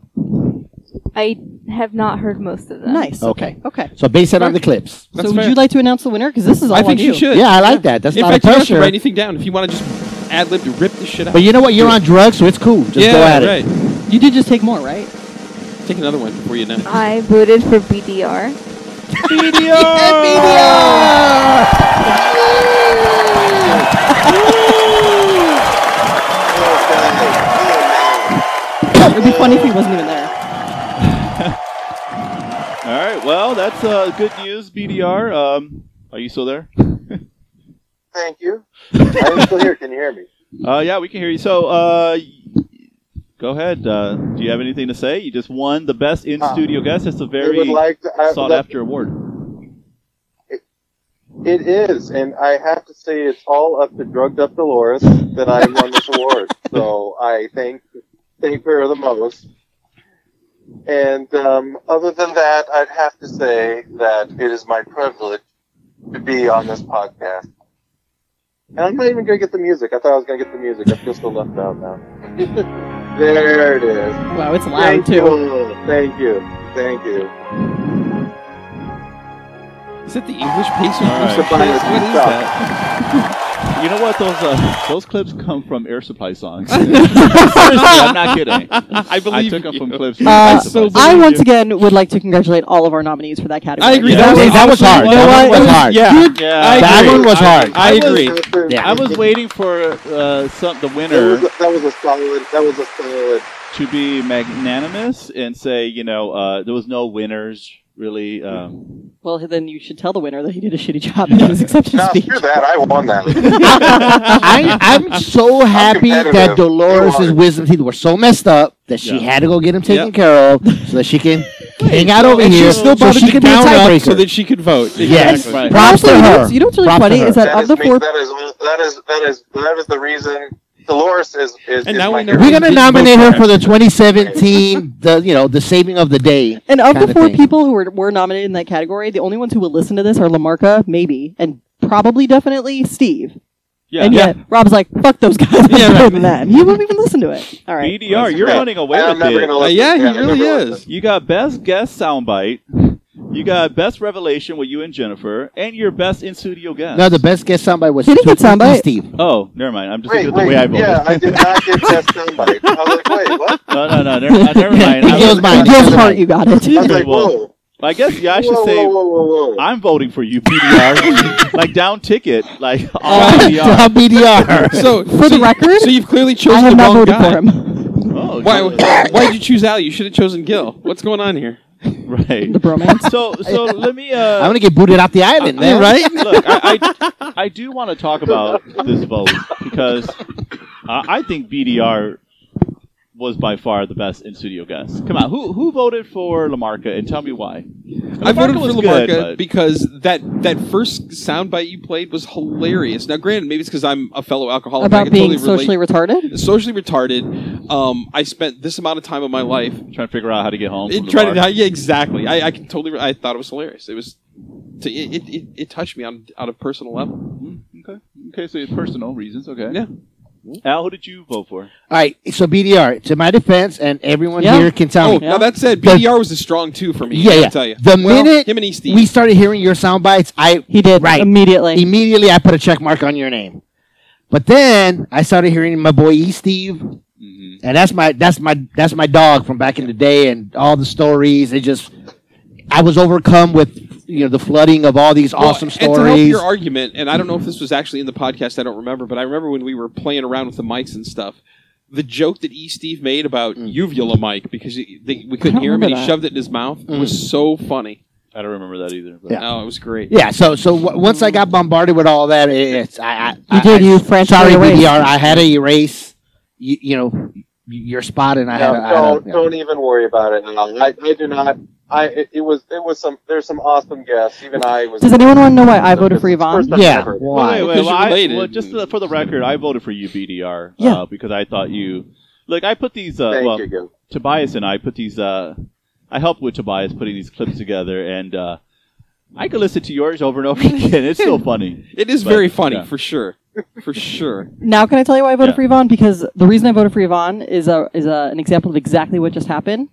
Speaker 18: I have not heard most of them.
Speaker 2: Nice.
Speaker 5: Okay.
Speaker 2: Okay.
Speaker 5: So base it on the clips.
Speaker 2: so would you like to announce the winner? Because this is all
Speaker 1: I think
Speaker 2: on
Speaker 1: you should.
Speaker 5: Yeah, I like that. That's
Speaker 1: In
Speaker 5: not a
Speaker 1: fact, you don't have to
Speaker 5: pressure.
Speaker 1: write anything down if you want to just ad lib to rip the shit out.
Speaker 5: But you know what? You're on drugs, so it's cool. Just
Speaker 1: yeah,
Speaker 5: go at it.
Speaker 1: right.
Speaker 2: You did just take more, right?
Speaker 1: Take another one before you know.
Speaker 18: I voted for BDR.
Speaker 3: BDR!
Speaker 2: it would be funny if he wasn't even there.
Speaker 3: All right. Well, that's uh, good news, BDR. Um, are you still there?
Speaker 4: thank you. I'm still here. Can you hear me?
Speaker 3: Uh, yeah, we can hear you. So, uh, go ahead. Uh, do you have anything to say? You just won the best in studio guest. It's a very
Speaker 4: Uh, would like to- I-
Speaker 3: sought
Speaker 4: that-
Speaker 3: after award.
Speaker 4: It is, and I have to say it's all up to drugged up Dolores that I won this award. So I thank thank her the most. And um, other than that, I'd have to say that it is my privilege to be on this podcast. And I'm not even going to get the music. I thought I was going to get the music. I feel so left out now. there it is.
Speaker 2: Oh, Wow, it's loud
Speaker 4: Thank
Speaker 2: too.
Speaker 4: you. Thank you. Thank you.
Speaker 1: Is that the English Pacers?
Speaker 3: All right.
Speaker 1: What is that?
Speaker 3: You know what? Those uh, those clips come from Air Supply songs. Seriously, I'm not kidding.
Speaker 1: I believe
Speaker 3: I took them from
Speaker 1: you.
Speaker 3: clips.
Speaker 1: Uh, I
Speaker 3: Air
Speaker 2: Uh,
Speaker 1: so
Speaker 3: Supply.
Speaker 2: I
Speaker 1: believe
Speaker 2: once
Speaker 1: you.
Speaker 2: again would like to congratulate all of our nominees for that category.
Speaker 1: I agree.
Speaker 2: Yeah.
Speaker 1: was,
Speaker 3: that was
Speaker 1: honestly
Speaker 3: hard.
Speaker 1: one-
Speaker 3: That one was hard.
Speaker 1: Yeah.
Speaker 3: Yeah.
Speaker 1: I
Speaker 3: That
Speaker 1: agree.
Speaker 3: one was
Speaker 1: I-
Speaker 3: hard.
Speaker 1: I agree.
Speaker 3: I was waiting for uh, some, the
Speaker 4: That
Speaker 3: winner
Speaker 4: was, a, that was a solid. That was a solid.
Speaker 3: to be magnanimous and say, you know, uh, there was no winners really. Um,
Speaker 2: Well, then you should tell the winner that he did a shitty job in his acceptance
Speaker 4: No,
Speaker 2: speech.
Speaker 4: screw that. I won that.
Speaker 5: I, I'm so happy that
Speaker 4: competitive.
Speaker 5: Dolores' wisdom teeth were so messed up that she had to go get them taken care of so that she can hang out over
Speaker 1: and
Speaker 5: here
Speaker 1: she still
Speaker 5: so
Speaker 1: bothered
Speaker 5: she
Speaker 1: to
Speaker 5: can be a
Speaker 1: count up
Speaker 5: tiebreaker.
Speaker 1: so that she could vote.
Speaker 5: Yes.
Speaker 1: Exactly.
Speaker 5: Right. Props
Speaker 2: Also,
Speaker 5: to
Speaker 2: you know
Speaker 5: her.
Speaker 2: what's- you know what's really
Speaker 5: Props to
Speaker 2: funny
Speaker 5: her.
Speaker 2: is that,
Speaker 4: That
Speaker 2: of the
Speaker 4: is, me,
Speaker 2: four
Speaker 4: that is that is that is that is the reason Dolores is is, is my hero.
Speaker 5: We're gonna nominate her for the 2017, the you know, the saving of the day.
Speaker 2: And of the
Speaker 5: kinda
Speaker 2: four
Speaker 5: thing.
Speaker 2: people who were, were nominated in that category, the only ones who will listen to this are Lamarca, maybe, and probably definitely Steve.
Speaker 3: Yeah.
Speaker 2: And yet, Rob's like, fuck those guys. I'm
Speaker 3: Yeah,
Speaker 2: yeah,
Speaker 3: right.
Speaker 2: that. And He won't even listen to it. All right.
Speaker 3: BDR, you're running away
Speaker 4: I'm
Speaker 3: with
Speaker 4: never
Speaker 3: it.
Speaker 4: gonna listen. Yeah, he Yeah, I'm really never is.
Speaker 3: You got best guest soundbite. You got best revelation with you and Jennifer, and your best in studio guest.
Speaker 5: No, the best guest soundbite was
Speaker 2: Did he get
Speaker 5: Stupid
Speaker 2: soundbite?
Speaker 5: Steve.
Speaker 3: Oh, never mind. I'm just
Speaker 4: Wait,
Speaker 3: looking at the
Speaker 4: wait,
Speaker 3: way I voted.
Speaker 4: yeah, I did not get that soundbite. I was like, wait, what?
Speaker 3: No, no, no. Never, uh, never mind. I
Speaker 5: It was mine. It was
Speaker 2: Part you got
Speaker 4: I was
Speaker 2: it.
Speaker 4: like, whoa,
Speaker 3: I guess yeah, I should
Speaker 4: whoa,
Speaker 3: say
Speaker 4: whoa, whoa, whoa, whoa.
Speaker 3: I'm voting for you, BDR. like down ticket, like
Speaker 1: Oh,
Speaker 3: all BDR.
Speaker 5: Dumb BDR.
Speaker 1: So
Speaker 2: For the record,
Speaker 1: so you've clearly
Speaker 2: I
Speaker 1: chosen
Speaker 2: have
Speaker 1: the
Speaker 2: not
Speaker 1: wrong
Speaker 2: voted
Speaker 1: guy.
Speaker 2: for him.
Speaker 3: Oh,
Speaker 1: Why?
Speaker 3: good.
Speaker 1: Why did you choose Al? You should have chosen Gil. What's going on here?
Speaker 3: Right.
Speaker 2: The bromance.
Speaker 3: So, so let me. Uh,
Speaker 5: I'm gonna get booted off the island, man.
Speaker 1: right?
Speaker 3: Look, I, I, I do want to talk about this vote because I, I think BDR was by far the best in studio guest. Come on, who who voted for Lamarca and tell me why?
Speaker 1: I voted for
Speaker 3: was
Speaker 1: Lamarca
Speaker 3: good, but-
Speaker 1: because that that first soundbite you played was hilarious. Now, granted, maybe it's because I'm a fellow alcoholic. I
Speaker 2: About
Speaker 1: can
Speaker 2: being
Speaker 1: totally relate-
Speaker 2: socially retarded?
Speaker 1: socially retarded. Um, I spent this amount of time of my life
Speaker 3: trying to figure out how to get home.
Speaker 1: it,
Speaker 3: from the
Speaker 1: trying
Speaker 3: bar.
Speaker 1: to. Yeah, exactly. I, I can totally. re- I thought it was hilarious. It was. To, it, it, it, it touched me on on a personal level.
Speaker 3: Mm, Okay. Okay. So it's personal reasons. Okay.
Speaker 1: Yeah.
Speaker 3: Al, who did you vote for?
Speaker 5: All right, so BDR, to my defense, and everyone
Speaker 2: Yeah.
Speaker 5: here can tell
Speaker 1: Oh,
Speaker 5: me.
Speaker 1: now that said,
Speaker 5: The-
Speaker 1: BDR was a strong two for me.
Speaker 5: Yeah,
Speaker 1: I
Speaker 5: yeah.
Speaker 1: can tell you.
Speaker 5: The
Speaker 1: Well,
Speaker 5: minute
Speaker 1: him and E. Steve.
Speaker 5: we started hearing your sound bites, I
Speaker 2: He did.
Speaker 5: Right.
Speaker 2: Immediately.
Speaker 5: immediately I put a check mark on your name. But then I started hearing my boy E Steve,
Speaker 3: Mm-hmm.
Speaker 5: and that's my that's my that's my dog from back in the day, and all the stories. It just I was overcome with you know the flooding of all these
Speaker 1: Well,
Speaker 5: awesome
Speaker 1: And to help
Speaker 5: stories.
Speaker 1: your argument, and I don't know if this was actually in the podcast, I don't remember, but I remember when we were playing around with the mics and stuff. The joke that E. Steve made about uvula mic because he, they, we
Speaker 2: Mm.
Speaker 1: couldn't
Speaker 2: don't
Speaker 1: hear him and he
Speaker 2: remember that. Mm.
Speaker 1: shoved it in his mouth was so funny.
Speaker 3: I don't remember that either. But.
Speaker 5: Yeah.
Speaker 1: No, it was great.
Speaker 5: Yeah, so so w- once I got bombarded with all that, it, it's I, I
Speaker 2: You
Speaker 5: I-
Speaker 2: did,
Speaker 5: I-
Speaker 2: you French
Speaker 5: Sorry,
Speaker 2: erased.
Speaker 5: BDR, I had to erase you, you know y- your spot, and I had to.
Speaker 4: No,
Speaker 5: I had
Speaker 4: don't
Speaker 5: to- yeah.
Speaker 4: don't even worry about it. Al. I, I do not. I it, it was it was some there's some awesome guests. Even I was.
Speaker 2: Does anyone want to know why I
Speaker 4: This
Speaker 2: voted
Speaker 4: is
Speaker 2: for
Speaker 4: the
Speaker 2: Yvonne?
Speaker 4: first I've
Speaker 5: Yeah.
Speaker 4: ever-
Speaker 5: Why?
Speaker 3: Wait, wait,
Speaker 1: Because
Speaker 3: well,
Speaker 1: you're
Speaker 3: I,
Speaker 1: related.
Speaker 3: well, just uh, for the record, I voted for you, BDR,
Speaker 2: Yeah.
Speaker 3: uh, because I thought you. Look, I put these. Uh,
Speaker 4: Thank
Speaker 3: well,
Speaker 4: you. Gil.
Speaker 3: Tobias and I put these. Uh, I helped with Tobias putting these clips together, and uh, I could listen to yours over and over again. It's still funny.
Speaker 1: It is
Speaker 3: But,
Speaker 1: very funny,
Speaker 3: yeah.
Speaker 1: for sure. For sure.
Speaker 2: Now, can I tell you why I voted
Speaker 3: Yeah.
Speaker 2: for Yvonne? Because the reason I voted for Yvonne is a is a, an example of exactly what just happened.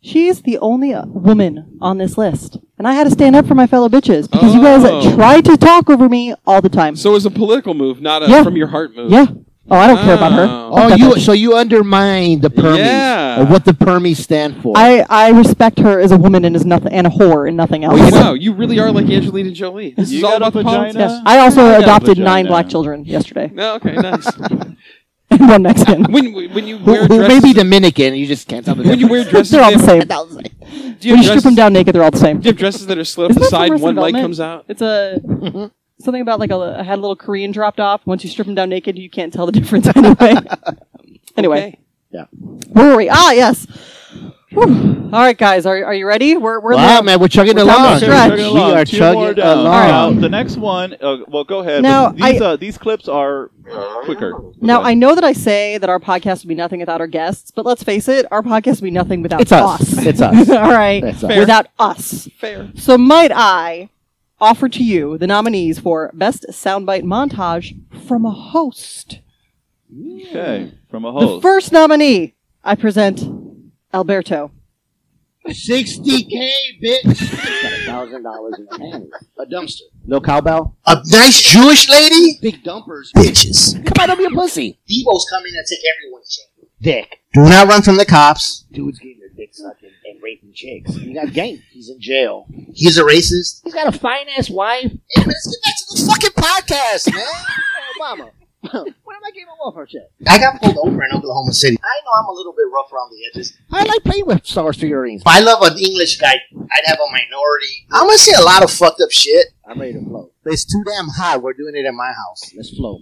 Speaker 2: She's the only uh, woman on this list, and I had to stand up for my fellow bitches because you guys
Speaker 1: Oh.
Speaker 2: uh, try to talk over me all the time.
Speaker 1: So it was a political move, not a
Speaker 2: Yeah.
Speaker 1: from your heart move.
Speaker 2: yeah. Oh, I don't care about her.
Speaker 1: Wow.
Speaker 5: Oh,
Speaker 2: Fuck that
Speaker 5: you
Speaker 2: bitch.
Speaker 5: so you undermine the permies
Speaker 1: Yeah.
Speaker 5: or what the permies stand for.
Speaker 2: I, I respect her as a woman and as nothing and a whore and nothing else.
Speaker 1: Wow, you really are like Angelina Jolie. This
Speaker 3: You
Speaker 1: is all
Speaker 3: got a
Speaker 1: about the politics.
Speaker 3: vagina?
Speaker 2: Yes. I also
Speaker 3: I got a
Speaker 2: adopted nine
Speaker 3: vagina.
Speaker 2: black children yesterday
Speaker 1: No, Oh, okay, nice.
Speaker 2: and one Mexican.
Speaker 1: when when you
Speaker 5: who,
Speaker 1: wear
Speaker 5: who may
Speaker 1: dresses,
Speaker 5: be Dominican, you just can't tell the
Speaker 1: when you
Speaker 5: difference.
Speaker 1: wear dresses,
Speaker 2: they're all
Speaker 1: they
Speaker 2: the
Speaker 1: have-
Speaker 2: same. When
Speaker 1: Do you have
Speaker 2: you strip
Speaker 1: dresses-
Speaker 2: them down naked, they're all the same.
Speaker 1: do you have dresses that are slit up
Speaker 2: Isn't
Speaker 1: the
Speaker 2: that from
Speaker 1: side,
Speaker 2: Arrested
Speaker 1: one leg
Speaker 2: Development?
Speaker 1: comes out?
Speaker 2: It's a something about like a, I had a little Korean dropped off. Once you strip him down naked, you can't tell the difference anyway. anyway,
Speaker 5: Yeah.
Speaker 2: where were we? Ah, yes. Whew. All right, guys, are, are you ready? We're we're
Speaker 5: Wow,
Speaker 2: there.
Speaker 5: man, we're chugging
Speaker 2: down the
Speaker 5: along.
Speaker 2: stretch.
Speaker 5: Chugging along. We are
Speaker 3: Two
Speaker 5: chugging
Speaker 3: more down.
Speaker 5: along.
Speaker 3: Now, the next one. Uh, well, go ahead.
Speaker 2: Now,
Speaker 3: these,
Speaker 2: I-
Speaker 3: uh, these clips are quicker.
Speaker 2: Now I know that I say that our podcast would be nothing without our guests, but let's face it, our podcast would be nothing without
Speaker 5: It's us. It's us.
Speaker 2: All right,
Speaker 5: It's us. Fair.
Speaker 2: without us. Fair. So might I offer to you the nominees for best soundbite montage from a host?
Speaker 3: Okay, from a
Speaker 2: The
Speaker 3: host.
Speaker 2: first nominee I present Alberto.
Speaker 5: 60K, bitch.
Speaker 19: Got a thousand dollars in my hand. A dumpster.
Speaker 5: No cowbell?
Speaker 19: A nice Jewish lady?
Speaker 5: Big dumpers.
Speaker 19: Bitches.
Speaker 5: Come out of your pussy.
Speaker 19: Debo's coming to take everyone's shit.
Speaker 5: Dick.
Speaker 19: Do not run from the cops. Dude's getting their dick sucked and, and raping chicks. He got game. He's in jail. He's a racist.
Speaker 5: He's got a fine ass wife.
Speaker 19: Hey, man, let's get back to the fucking podcast, man. Obama.
Speaker 5: Oh, What am I giving a welfare check?
Speaker 19: I got pulled over in Oklahoma City.
Speaker 5: I know I'm a little bit rough around the edges. I like playing with Star Wars figurines.
Speaker 19: If I love an English guy, I'd have a minority. I'm gonna say a lot of fucked up shit.
Speaker 5: I'm ready to flow.
Speaker 19: It's too damn hot. We're doing it at my house.
Speaker 5: Let's flow.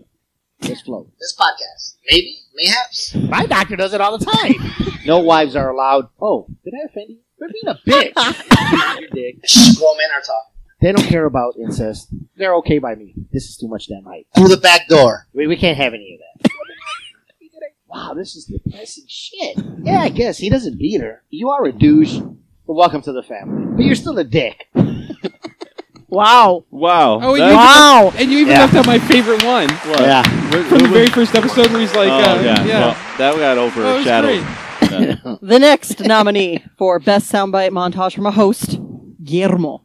Speaker 5: Let's flow.
Speaker 19: This podcast, maybe, mayhaps.
Speaker 5: My doctor does it all the time. no wives are allowed. Oh, did I offend you? You're being a bitch. Your dick.
Speaker 19: Shh, grown men are talking.
Speaker 5: They don't care about incest. They're okay by me. This is too much damn hype.
Speaker 19: Through the back door.
Speaker 5: We, we can't have any of that. wow, this is depressing shit. Yeah, I guess he doesn't beat her. You are a douche. But welcome to the family. But you're still a dick.
Speaker 2: wow.
Speaker 3: Wow.
Speaker 1: Oh, and
Speaker 3: That-
Speaker 1: you
Speaker 5: Wow.
Speaker 1: Even, and you even
Speaker 3: Yeah.
Speaker 1: left out my favorite one.
Speaker 3: What?
Speaker 5: Yeah.
Speaker 1: From the very first episode where he's like,
Speaker 3: oh,
Speaker 1: uh,
Speaker 3: yeah.
Speaker 1: yeah. Oh,
Speaker 3: Well, that got overshadowed. Yeah.
Speaker 2: The next nominee for best soundbite montage from a host, Guillermo.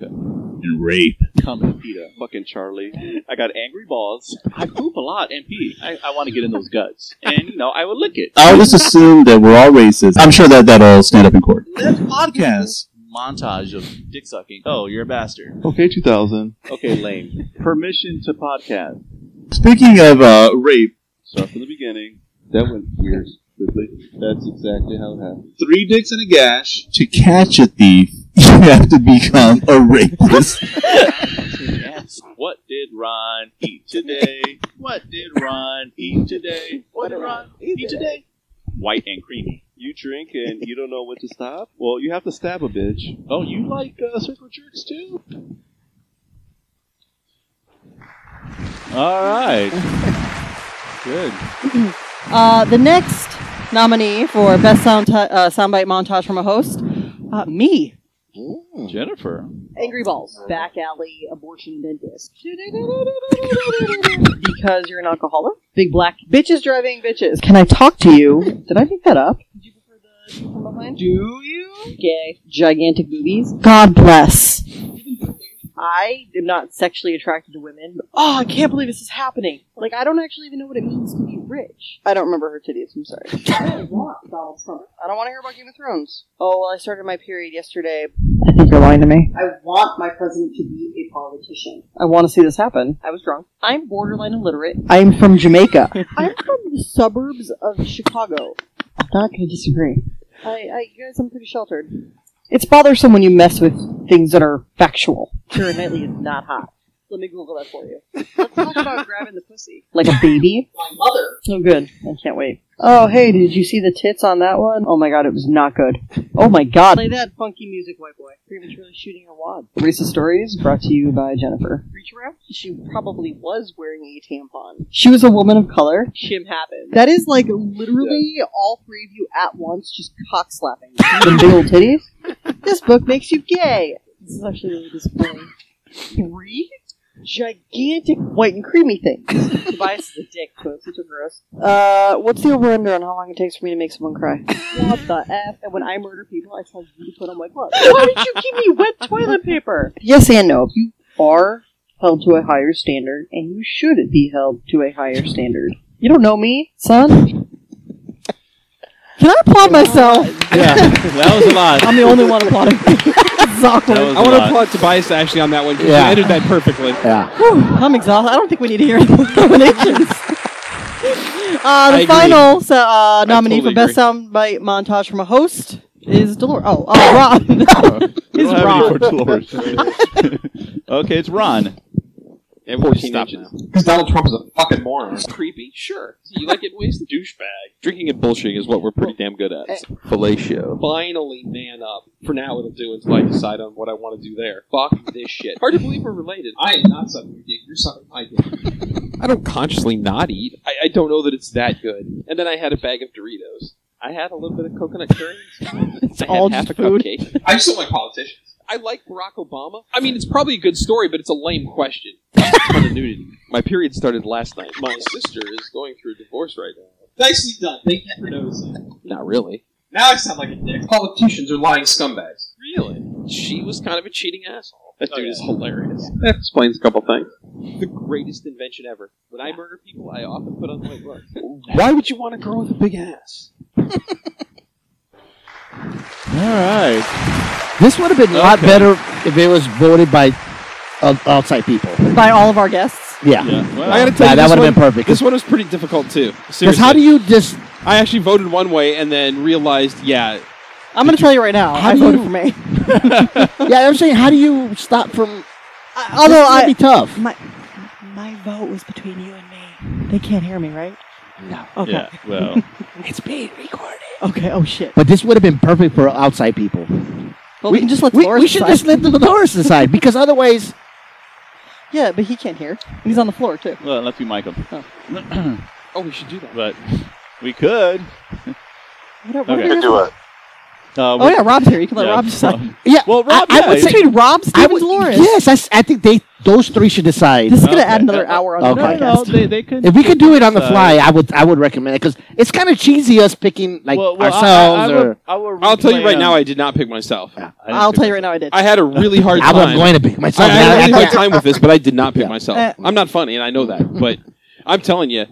Speaker 3: and rape. Come and PETA. Fucking Charlie. I got angry balls. I poop a lot and pee. I, I want to get in those guts. And, you know, I would lick it.
Speaker 20: I always assume that we're all racist. I'm sure that that'll stand up in court.
Speaker 3: podcast. Montage of dick sucking. Oh, you're a bastard.
Speaker 12: Okay, 2000.
Speaker 3: Okay, lame. Permission to podcast.
Speaker 12: Speaking of uh, rape,
Speaker 3: Start from the beginning.
Speaker 12: that went weird quickly. That's exactly how it happened. Three dicks and a gash. To catch a thief, you have to become a rapist.
Speaker 3: Yes. What did Ron eat today? What did Ron eat today? What did Ron eat today? White and creamy.
Speaker 8: You drink and you don't know when to stop? Well, you have to stab a bitch.
Speaker 3: Oh, you like uh, circle jerks too? All right. Good.
Speaker 2: Uh, the next nominee for best sound uh, soundbite montage from a host, uh, me.
Speaker 3: Jennifer.
Speaker 2: Angry Balls, back alley abortion dentist. because you're an alcoholic. Big black bitches driving bitches. Can I talk to you? Did I make that up? Do you? Gay. Gigantic boobies. God bless. I am not sexually attracted to women. But, oh, I can't believe this is happening. Like, I don't actually even know what it means to be rich. I don't remember her titties. I'm sorry. I don't want Donald Trump. I don't want to hear about Game of Thrones. Oh, well, I started my period yesterday. I think you're lying to me. I want my president to be a politician. I want to see this happen. I was drunk. I'm borderline illiterate. I'm from Jamaica. I'm from the suburbs of Chicago. I'm not going to disagree. I, I, you guys, I'm pretty sheltered. It's bothersome when you mess with things that are factual. Kira Knightley is not hot. Let me Google that for you.
Speaker 9: Let's talk about grabbing the pussy.
Speaker 2: Like a baby.
Speaker 9: My mother.
Speaker 2: Oh, good. I can't wait. Oh, hey, did you see the tits on that one? Oh my god, it was not good. Oh my god. Play that funky music, white boy. Prematurely shooting her wad. Racist Stories brought to you by Jennifer. Reach around. She probably was wearing a tampon. She was a woman of color. Shim happened. That is like literally all three of you at once just cock slapping. the big old titties. This book makes you gay. This is actually really disappointing. Three gigantic white and creamy things. Tobias is a dick, so it's so gross. Uh, what's the over under on how long it takes for me to make someone cry? What the F? And when I murder people, I tell you to put on my gloves. Why did you give me wet toilet paper? Yes and no. You are held to a higher standard, and you should be held to a higher standard. You don't know me, son? Can I applaud myself?
Speaker 3: Yeah, that was a lot.
Speaker 2: I'm the only one applauding. It's awkward.
Speaker 1: I want to applaud Tobias Ashley on that one because
Speaker 2: Yeah.
Speaker 1: he ended that perfectly.
Speaker 5: Yeah.
Speaker 2: Whew, I'm exhausted. I don't think we need to hear any more nominations.
Speaker 1: I
Speaker 2: Uh, the
Speaker 1: agree.
Speaker 2: final so, uh, nominee for
Speaker 1: totally
Speaker 2: best soundbite montage from a host is Dolores. Oh, uh, Rob.
Speaker 3: We
Speaker 2: Is
Speaker 3: don't have any
Speaker 2: Ron.
Speaker 3: more Dolores. okay, it's Ron.
Speaker 1: Fourteen inches.
Speaker 5: Because Donald Trump is a fucking moron.
Speaker 14: Creepy, sure. You like it, waste the douchebag.
Speaker 1: Drinking and bullshitting is what we're pretty damn good at. So
Speaker 14: Fellatio.
Speaker 1: Eh. Finally, uh, man up.
Speaker 14: For now, it'll do until I decide on what I want to do there. Fuck this shit. Hard to believe we're related. I am not sucking your dick. You're sucking my dick.
Speaker 1: I don't consciously not eat.
Speaker 14: I, I don't know that it's that good. And then I had a bag of Doritos. I had a little bit of coconut curry. it's
Speaker 2: all
Speaker 14: half
Speaker 2: just
Speaker 14: a
Speaker 2: food.
Speaker 14: cupcake. I just don't like politicians. I like Barack Obama. I mean, it's probably a good story, but it's a lame question.
Speaker 1: Ton of nudity. My period started last night.
Speaker 14: My sister is going through a divorce right now.
Speaker 5: Nicely done. Thank you for noticing.
Speaker 1: Not really.
Speaker 5: Now I sound like a dick. Politicians are lying scumbags. Oh,
Speaker 14: Really? She was kind of a cheating asshole. That dude is hilarious.
Speaker 1: That explains a couple things.
Speaker 14: The greatest invention ever. When I murder people, I often put on white gloves.
Speaker 1: Why would you want a girl with a big ass?
Speaker 3: All right.
Speaker 5: This would have been a lot
Speaker 3: Okay.
Speaker 5: better if it was voted by o- outside people.
Speaker 2: By all of our guests.
Speaker 5: Yeah.
Speaker 1: I gotta tell
Speaker 5: Yeah,
Speaker 1: you,
Speaker 5: that
Speaker 1: this
Speaker 5: would have been
Speaker 1: one-
Speaker 5: perfect.
Speaker 1: This one was pretty difficult too.
Speaker 5: Because
Speaker 1: Seriously,
Speaker 5: how do you just?
Speaker 1: I actually voted one way and then realized, yeah,
Speaker 2: I'm going to tell you right now.
Speaker 5: How
Speaker 2: I
Speaker 5: do
Speaker 2: voted
Speaker 5: you-
Speaker 2: for me.
Speaker 5: Yeah, I'm saying, how do you stop from?
Speaker 2: Although
Speaker 5: It's gonna
Speaker 2: I
Speaker 5: be tough.
Speaker 2: My my vote was between you and me. They can't hear me, right? No. Okay.
Speaker 5: Yeah, well.
Speaker 2: it's being recorded. Okay. Oh shit.
Speaker 5: But this would have been perfect for outside people.
Speaker 2: Well, we, can just let
Speaker 5: We,
Speaker 2: Loris
Speaker 5: we should
Speaker 2: decide.
Speaker 5: just let the Dolores decide because otherwise,
Speaker 2: Yeah, but he can't hear. And He's on the floor too.
Speaker 3: Well, unless we mic him.
Speaker 1: oh, we should do that.
Speaker 3: But we could.
Speaker 2: What are- what are your-
Speaker 3: it. Uh,
Speaker 2: Oh yeah, Rob's here. You can let
Speaker 3: Yeah,
Speaker 2: Rob
Speaker 3: so-
Speaker 2: decide.
Speaker 5: yeah.
Speaker 3: Well, Rob,
Speaker 5: I, I
Speaker 3: yeah,
Speaker 5: would
Speaker 3: it's-
Speaker 5: say
Speaker 2: Between Rob, Steve,
Speaker 5: I
Speaker 2: and Loris.
Speaker 5: yes, I, s- I think they those three should decide.
Speaker 2: This is gonna add another hour on the
Speaker 5: Okay.
Speaker 2: podcast.
Speaker 5: No, no,
Speaker 3: they, they could.
Speaker 5: If we could do it on the
Speaker 3: Uh,
Speaker 5: fly, I would I would recommend it because it's kind of cheesy us picking like
Speaker 3: Well, well, I-
Speaker 5: ourselves.
Speaker 3: I- I
Speaker 5: or,
Speaker 3: would- I would
Speaker 1: I'll tell you
Speaker 3: replay,
Speaker 1: right
Speaker 3: um,
Speaker 1: now, I did not pick myself.
Speaker 2: I'll tell you right now, I did.
Speaker 1: I had a really hard
Speaker 5: I
Speaker 1: time.
Speaker 5: was going to pick myself,
Speaker 1: I, I had
Speaker 5: and I-
Speaker 1: a really
Speaker 5: I
Speaker 1: hard
Speaker 5: can't-
Speaker 1: time with this, but I did not pick myself.
Speaker 5: Eh.
Speaker 2: Uh,
Speaker 1: I'm not funny, and I know that. But I'm telling you,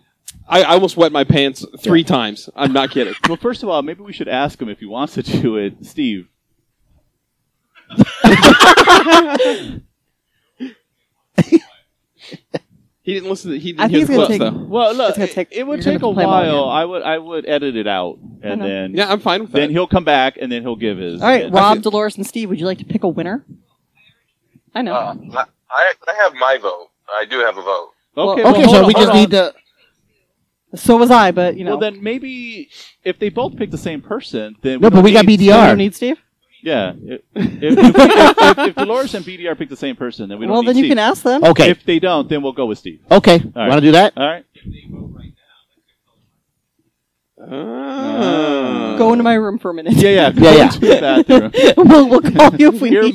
Speaker 1: I, I almost wet my pants three times. I'm not kidding.
Speaker 3: Well, first of all, maybe we should ask him if he wants to do it, Steve.
Speaker 1: He didn't listen. To, he
Speaker 2: I
Speaker 1: didn't
Speaker 2: think it's
Speaker 1: hear the
Speaker 2: gonna
Speaker 1: clips
Speaker 2: take.
Speaker 1: though.
Speaker 3: Well, look,
Speaker 2: it's gonna take,
Speaker 3: It would
Speaker 2: you're gonna
Speaker 3: take a
Speaker 2: play long
Speaker 3: while.
Speaker 2: again.
Speaker 3: I would I would edit it out and
Speaker 2: know.
Speaker 3: then
Speaker 1: yeah, I'm fine with that.
Speaker 3: Then he'll come back and then he'll give his.
Speaker 2: All right,
Speaker 3: his-
Speaker 2: Rob, Dolores, and Steve. Would you like to pick a winner? I know.
Speaker 4: Uh,
Speaker 15: I, I have my vote. I do have a vote.
Speaker 3: Okay,
Speaker 2: Well,
Speaker 3: well,
Speaker 2: okay,
Speaker 3: hold
Speaker 2: so
Speaker 3: on,
Speaker 2: we
Speaker 3: hold
Speaker 2: just
Speaker 3: on.
Speaker 2: need to- so was I, but you know.
Speaker 3: Well, then maybe if they both pick the same person, then
Speaker 5: No, but
Speaker 3: don't
Speaker 5: we got
Speaker 3: need-
Speaker 5: BDR.
Speaker 2: You don't need Steve.
Speaker 3: Yeah, if, if, if, if, if Dolores and BDR pick the same person, then we don't.
Speaker 2: Well,
Speaker 3: need
Speaker 2: then you
Speaker 3: Steve.
Speaker 2: can ask them.
Speaker 5: Okay.
Speaker 3: If they don't, then we'll go with Steve.
Speaker 5: Okay,
Speaker 3: All right.
Speaker 5: want to do that?
Speaker 3: All right.
Speaker 5: Uh,
Speaker 2: Go into my room for a minute.
Speaker 3: Yeah, yeah,
Speaker 5: Yeah, yeah.
Speaker 3: To the bathroom.
Speaker 2: we'll, we'll call you if we need you.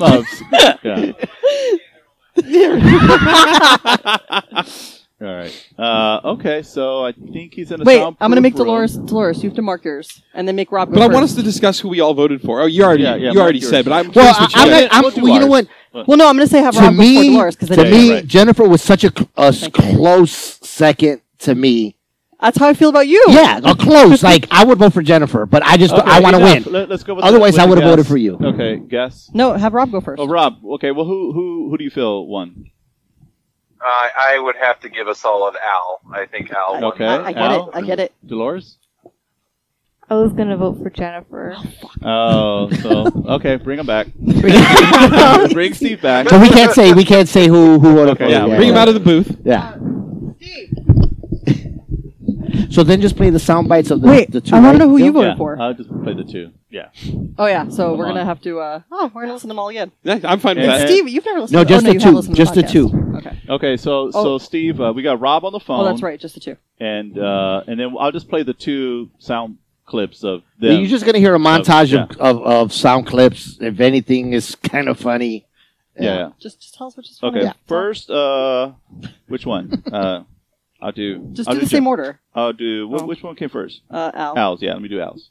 Speaker 3: Earmuffs. yeah. Uh, All right. Uh, okay, so I think he's in a
Speaker 2: Wait, I'm
Speaker 3: soundproof
Speaker 2: gonna make
Speaker 3: room.
Speaker 2: Dolores. Dolores, you have to mark yours, and then make Rob. Go
Speaker 1: But I
Speaker 2: first.
Speaker 1: want us to discuss who we all voted for. Oh, you already
Speaker 3: Yeah, yeah,
Speaker 1: you already
Speaker 3: Mike,
Speaker 1: said,
Speaker 3: yours.
Speaker 1: but I'm
Speaker 5: Well,
Speaker 1: curious
Speaker 5: I,
Speaker 1: what you
Speaker 5: I'm
Speaker 1: got.
Speaker 5: not. I'm,
Speaker 3: We'll do
Speaker 5: well, you know
Speaker 3: ours.
Speaker 5: what?
Speaker 2: Well, no, I'm gonna say have
Speaker 5: To
Speaker 2: Rob before
Speaker 5: me,
Speaker 2: Dolores because
Speaker 5: to me,
Speaker 3: right.
Speaker 5: Jennifer was such a, cl- a s- close second to me.
Speaker 2: that's how I feel about you.
Speaker 5: Yeah, a close. like I would vote for Jennifer, but I just
Speaker 3: Okay,
Speaker 5: I want to
Speaker 3: enough.
Speaker 5: win.
Speaker 3: Let, us go with
Speaker 5: Otherwise,
Speaker 3: the, with
Speaker 5: I
Speaker 3: the
Speaker 5: would have voted
Speaker 3: guess.
Speaker 5: for you.
Speaker 3: Okay, guess.
Speaker 2: No, have Rob go first.
Speaker 3: Oh, Rob. Okay, well, who who who do you feel won?
Speaker 15: I, I would have to give a solid Al. I think Al. won.
Speaker 3: Okay,
Speaker 2: I, I get
Speaker 3: Al?
Speaker 2: it. I get it.
Speaker 3: Dolores.
Speaker 18: I was gonna vote for Jennifer.
Speaker 3: Oh, so okay, bring him back. bring Steve back.
Speaker 5: So we can't say we can't say who who voted for.
Speaker 3: Okay, yeah,
Speaker 5: you.
Speaker 1: Bring him out of the booth.
Speaker 5: Yeah. so then just play the sound bites of the,
Speaker 2: Wait,
Speaker 5: the two.
Speaker 2: I wanna
Speaker 5: right?
Speaker 2: know who you
Speaker 5: Bill?
Speaker 2: voted
Speaker 3: Yeah,
Speaker 2: for.
Speaker 3: I'll just play the two. Yeah.
Speaker 2: Oh yeah, so we're
Speaker 3: on.
Speaker 2: gonna have to. Uh, oh, we're gonna listen to them all again.
Speaker 1: Yeah, I'm fine with
Speaker 3: Yeah.
Speaker 1: that.
Speaker 2: Steve, you've never listened.
Speaker 5: No,
Speaker 2: to-
Speaker 5: just
Speaker 2: oh, no,
Speaker 5: the
Speaker 2: you have
Speaker 5: two.
Speaker 2: listened to
Speaker 5: Just the
Speaker 2: podcast.
Speaker 5: two.
Speaker 2: Okay.
Speaker 3: Okay, so so
Speaker 2: Oh.
Speaker 3: Steve, uh, we got Rob on the phone.
Speaker 2: Oh, that's right, just the two.
Speaker 3: And uh, and then I'll just play the two sound clips of them.
Speaker 5: You're just gonna hear a montage
Speaker 3: yeah.
Speaker 5: of, of, of sound clips. If anything is kind of funny.
Speaker 3: yeah. yeah.
Speaker 2: Just, just tell us what you just
Speaker 3: Okay.
Speaker 2: Yeah.
Speaker 3: First, uh, which one? uh, I'll do.
Speaker 2: Just
Speaker 3: I'll
Speaker 2: do
Speaker 3: do
Speaker 2: the same order. Oh.
Speaker 3: I'll do. wh- Which one came first?
Speaker 2: Uh, Al.
Speaker 3: Al's. Yeah. Let me do Al's.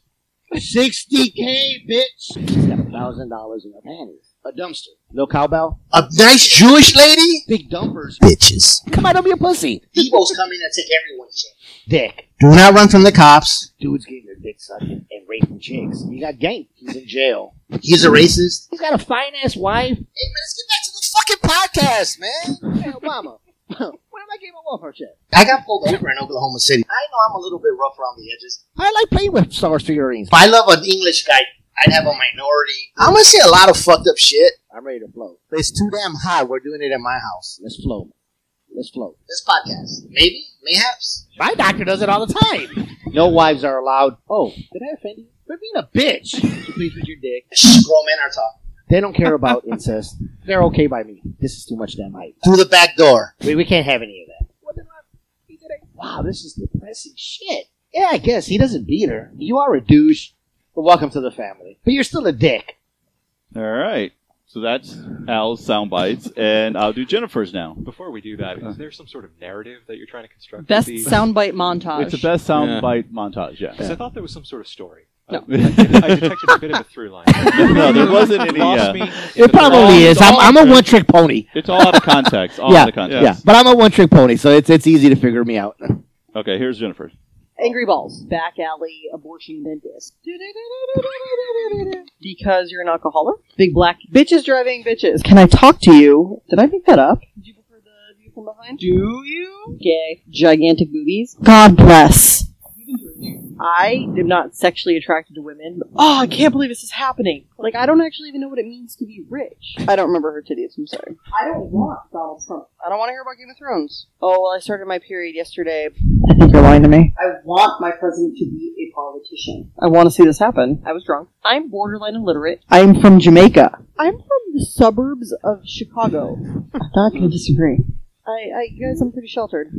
Speaker 19: 60K, bitch.
Speaker 5: She's got a thousand dollars in her panties.
Speaker 19: A dumpster.
Speaker 5: No cowbell.
Speaker 19: A nice Jewish lady?
Speaker 5: Big dumpers.
Speaker 19: Bitches.
Speaker 5: Come out of your pussy.
Speaker 19: Debo's coming to take everyone's shit.
Speaker 10: Dick.
Speaker 19: Do not run from the cops.
Speaker 10: Dude's getting their dick sucked and, and raping chicks. He got ganked. He's in jail.
Speaker 19: He's a racist.
Speaker 5: He's got a fine ass
Speaker 19: Hey,
Speaker 5: wife.
Speaker 19: man, let's get back to the fucking podcast, man.
Speaker 10: Hey, Obama. when am I getting my welfare check?
Speaker 19: I got pulled over in Oklahoma City. I know I'm a little bit rough around the edges.
Speaker 5: I like playing with Star figurines.
Speaker 19: If I love an English guy, I'd have a minority. I'm gonna say a lot of fucked up shit.
Speaker 10: I'm ready to blow.
Speaker 19: It's too damn hot. We're doing it at my house.
Speaker 10: Let's flow.
Speaker 5: Let's float.
Speaker 19: This podcast. Maybe, mayhaps. My doctor does it all the time. No wives are allowed. Oh, did I offend you? For being a bitch. Would you please with your dick. Shh, grown men are talking.
Speaker 5: They don't care about incest. They're okay by me. This is too much damn hype.
Speaker 19: Through the back door.
Speaker 5: We, we can't have any of that.
Speaker 19: Wow, this is depressing shit.
Speaker 5: Yeah, I guess he doesn't beat her. You are a douche, but welcome to the family. But you're still a dick.
Speaker 3: All right. So that's Al's sound bites, and I'll do Jennifer's now.
Speaker 5: Before we do that, is there some sort of narrative that you're trying to construct? with
Speaker 2: Best
Speaker 5: these?
Speaker 2: soundbite montage.
Speaker 3: It's the best sound
Speaker 5: Yeah.
Speaker 3: bite montage, yeah.
Speaker 5: 'Cause I thought there was some sort of story. Uh,
Speaker 2: No.
Speaker 5: I, I detected a bit of a through line.
Speaker 3: no, there wasn't any.
Speaker 5: Lost
Speaker 3: Uh,
Speaker 5: me.
Speaker 3: it's
Speaker 5: It
Speaker 3: all-
Speaker 5: probably
Speaker 3: it's
Speaker 5: is. I'm,
Speaker 3: all
Speaker 5: I'm a
Speaker 3: good.
Speaker 5: one trick pony.
Speaker 3: It's all out of context. All
Speaker 5: yeah,
Speaker 3: out of context.
Speaker 5: yeah. But I'm a one trick pony, so it's it's easy to figure me out.
Speaker 3: Okay, here's Jennifer.
Speaker 2: Angry Balls, back alley abortion dentist. Because you're an alcoholic? Big black bitches driving bitches. Can I talk to you? Did I make that up? Do you? Gay. Gigantic boobies. God bless. I am not sexually attracted to women. But, oh, I can't believe this is happening. Like, I don't actually even know what it means to be rich. I don't remember her titties, I'm sorry. I don't want Donald Trump. I don't want to hear about Game of Thrones. Oh, well, I started my period yesterday. I think you're lying to me. I want my president to be a politician. I want to see this happen. I was drunk. I'm borderline illiterate. I'm from Jamaica. I'm from the suburbs of Chicago. I'm not going to disagree. I, I guess I'm pretty sheltered.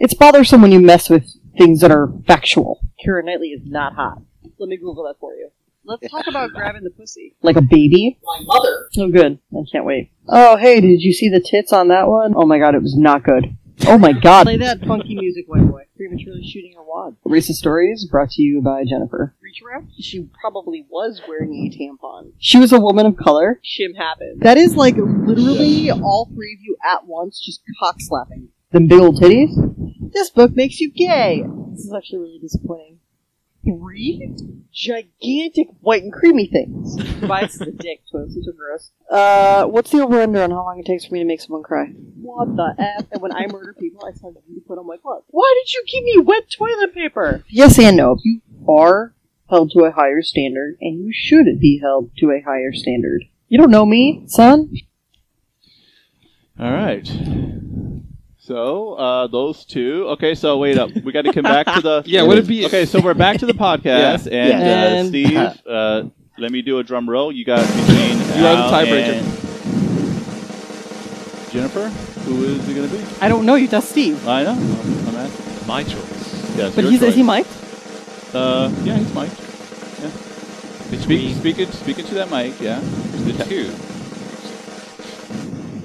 Speaker 2: It's bothersome when you mess with things that are factual. Kira Knightley is not hot. Let me Google that for you. Let's talk about grabbing the pussy. Like a baby? My mother. Oh, good. I can't wait. Oh, hey, did you see the tits on that one? Oh my god, it was not good. Oh my god. Play that funky music, white boy. Prematurely shooting her wad. Recent stories brought to you by Jennifer. Reach around. She probably was wearing a tampon. She was a woman of color. Shim happened. That is like literally all three of you at once just cock slapping. Them big old titties? This book makes you gay. This is actually really disappointing. Three gigantic white and creamy things. Bites the dick, twins. These are gross. Uh, what's the over under on how long it takes for me to make someone cry? What the F? And when I murder people, I tell you to put on my clothes. Why did you give me wet toilet paper? Yes and no. You are held to a higher standard, and you should be held to a higher standard. You don't know me, son.
Speaker 3: All right. So uh, those two. Okay, so wait up. We got to come back to the.
Speaker 1: Yeah, would it be-
Speaker 3: Okay, so we're back to the podcast,
Speaker 1: Yeah.
Speaker 3: and,
Speaker 1: Yeah.
Speaker 3: Uh,
Speaker 1: And-
Speaker 3: Steve, uh, let me do a drum roll. You got between
Speaker 1: You are the
Speaker 3: Al
Speaker 1: tiebreaker.
Speaker 3: and Jennifer. Who is it going to be?
Speaker 2: I don't know you, that's Steve.
Speaker 3: I know. I'm, I'm at
Speaker 5: my choice.
Speaker 3: Yes,
Speaker 2: But
Speaker 3: your
Speaker 2: he's
Speaker 3: choice.
Speaker 2: is he Mike?
Speaker 3: Uh, yeah, he's Mike. Yeah. Speak, speaking, speaking to that mic, yeah.
Speaker 5: The two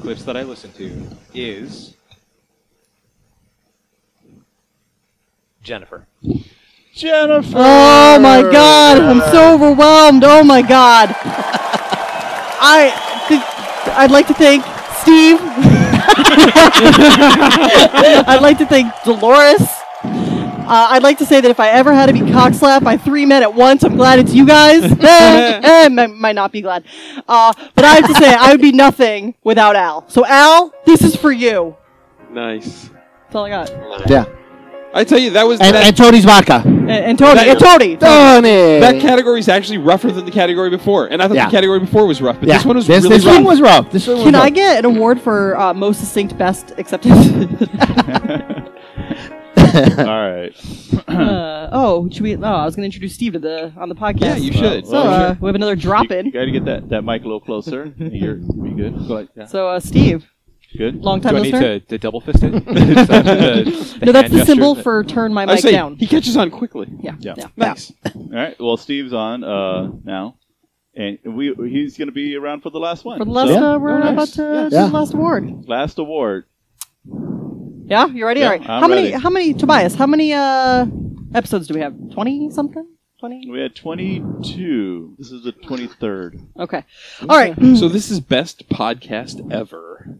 Speaker 5: clips that I listen to is Jennifer.
Speaker 3: Jennifer.
Speaker 2: Oh my god, I'm so overwhelmed. Oh my god. I th- I'd like to thank Steve. I'd like to thank Dolores. Uh, I'd like to say that if I ever had to be cockslapped by three men at once, I'm glad it's you guys. Eh, eh, I might not be glad. Uh, but I have to say, I would be nothing without Al. So, Al, this is for you.
Speaker 1: Nice.
Speaker 2: That's all I got.
Speaker 5: Yeah.
Speaker 1: I tell you, that was
Speaker 5: And,
Speaker 1: that,
Speaker 5: and Tony's vodka.
Speaker 2: And, and Tony,
Speaker 1: That-
Speaker 2: and Tony,
Speaker 5: Tony.
Speaker 1: That category is actually rougher than the category before, and I thought
Speaker 5: Yeah.
Speaker 1: the category before was rough, but
Speaker 5: Yeah.
Speaker 1: this one was
Speaker 5: This-
Speaker 1: really
Speaker 5: this
Speaker 1: rough.
Speaker 5: one was rough. This one was
Speaker 2: Can I
Speaker 5: rough.
Speaker 2: get an award for uh, most succinct best acceptance?
Speaker 3: All right.
Speaker 2: uh, oh, should we? Oh, I was going to introduce Steve to the on the podcast.
Speaker 1: Yeah, you should.
Speaker 2: So
Speaker 3: Well,
Speaker 2: uh,
Speaker 3: sure.
Speaker 2: we have another drop in.
Speaker 3: You got to get that, that mic a little closer. You're be good. Go ahead. Yeah.
Speaker 2: So uh, Steve,
Speaker 3: Good.
Speaker 2: long
Speaker 5: Do
Speaker 2: time
Speaker 5: I need
Speaker 2: listener.
Speaker 5: to, to double fist it? uh,
Speaker 2: no, that's the symbol for turn my
Speaker 1: I
Speaker 2: mic
Speaker 1: say,
Speaker 2: down.
Speaker 1: He catches on quickly.
Speaker 2: Yeah.
Speaker 3: Yeah.
Speaker 2: yeah.
Speaker 1: Nice.
Speaker 3: All right. Well, Steve's on uh, now, and we he's going to be around for the last one.
Speaker 2: For the last,
Speaker 3: So-
Speaker 2: uh, we're about to do
Speaker 3: Yeah.
Speaker 2: the last award.
Speaker 3: Last award.
Speaker 2: Yeah, you ready?
Speaker 3: Yeah,
Speaker 2: All right.
Speaker 3: I'm
Speaker 2: how many?
Speaker 3: ready.
Speaker 2: How many? Tobias, how many uh, episodes do we have? Twenty something? Twenty?
Speaker 3: We had 22. This is the 23rd.
Speaker 2: Okay. All right.
Speaker 1: so this is best podcast ever.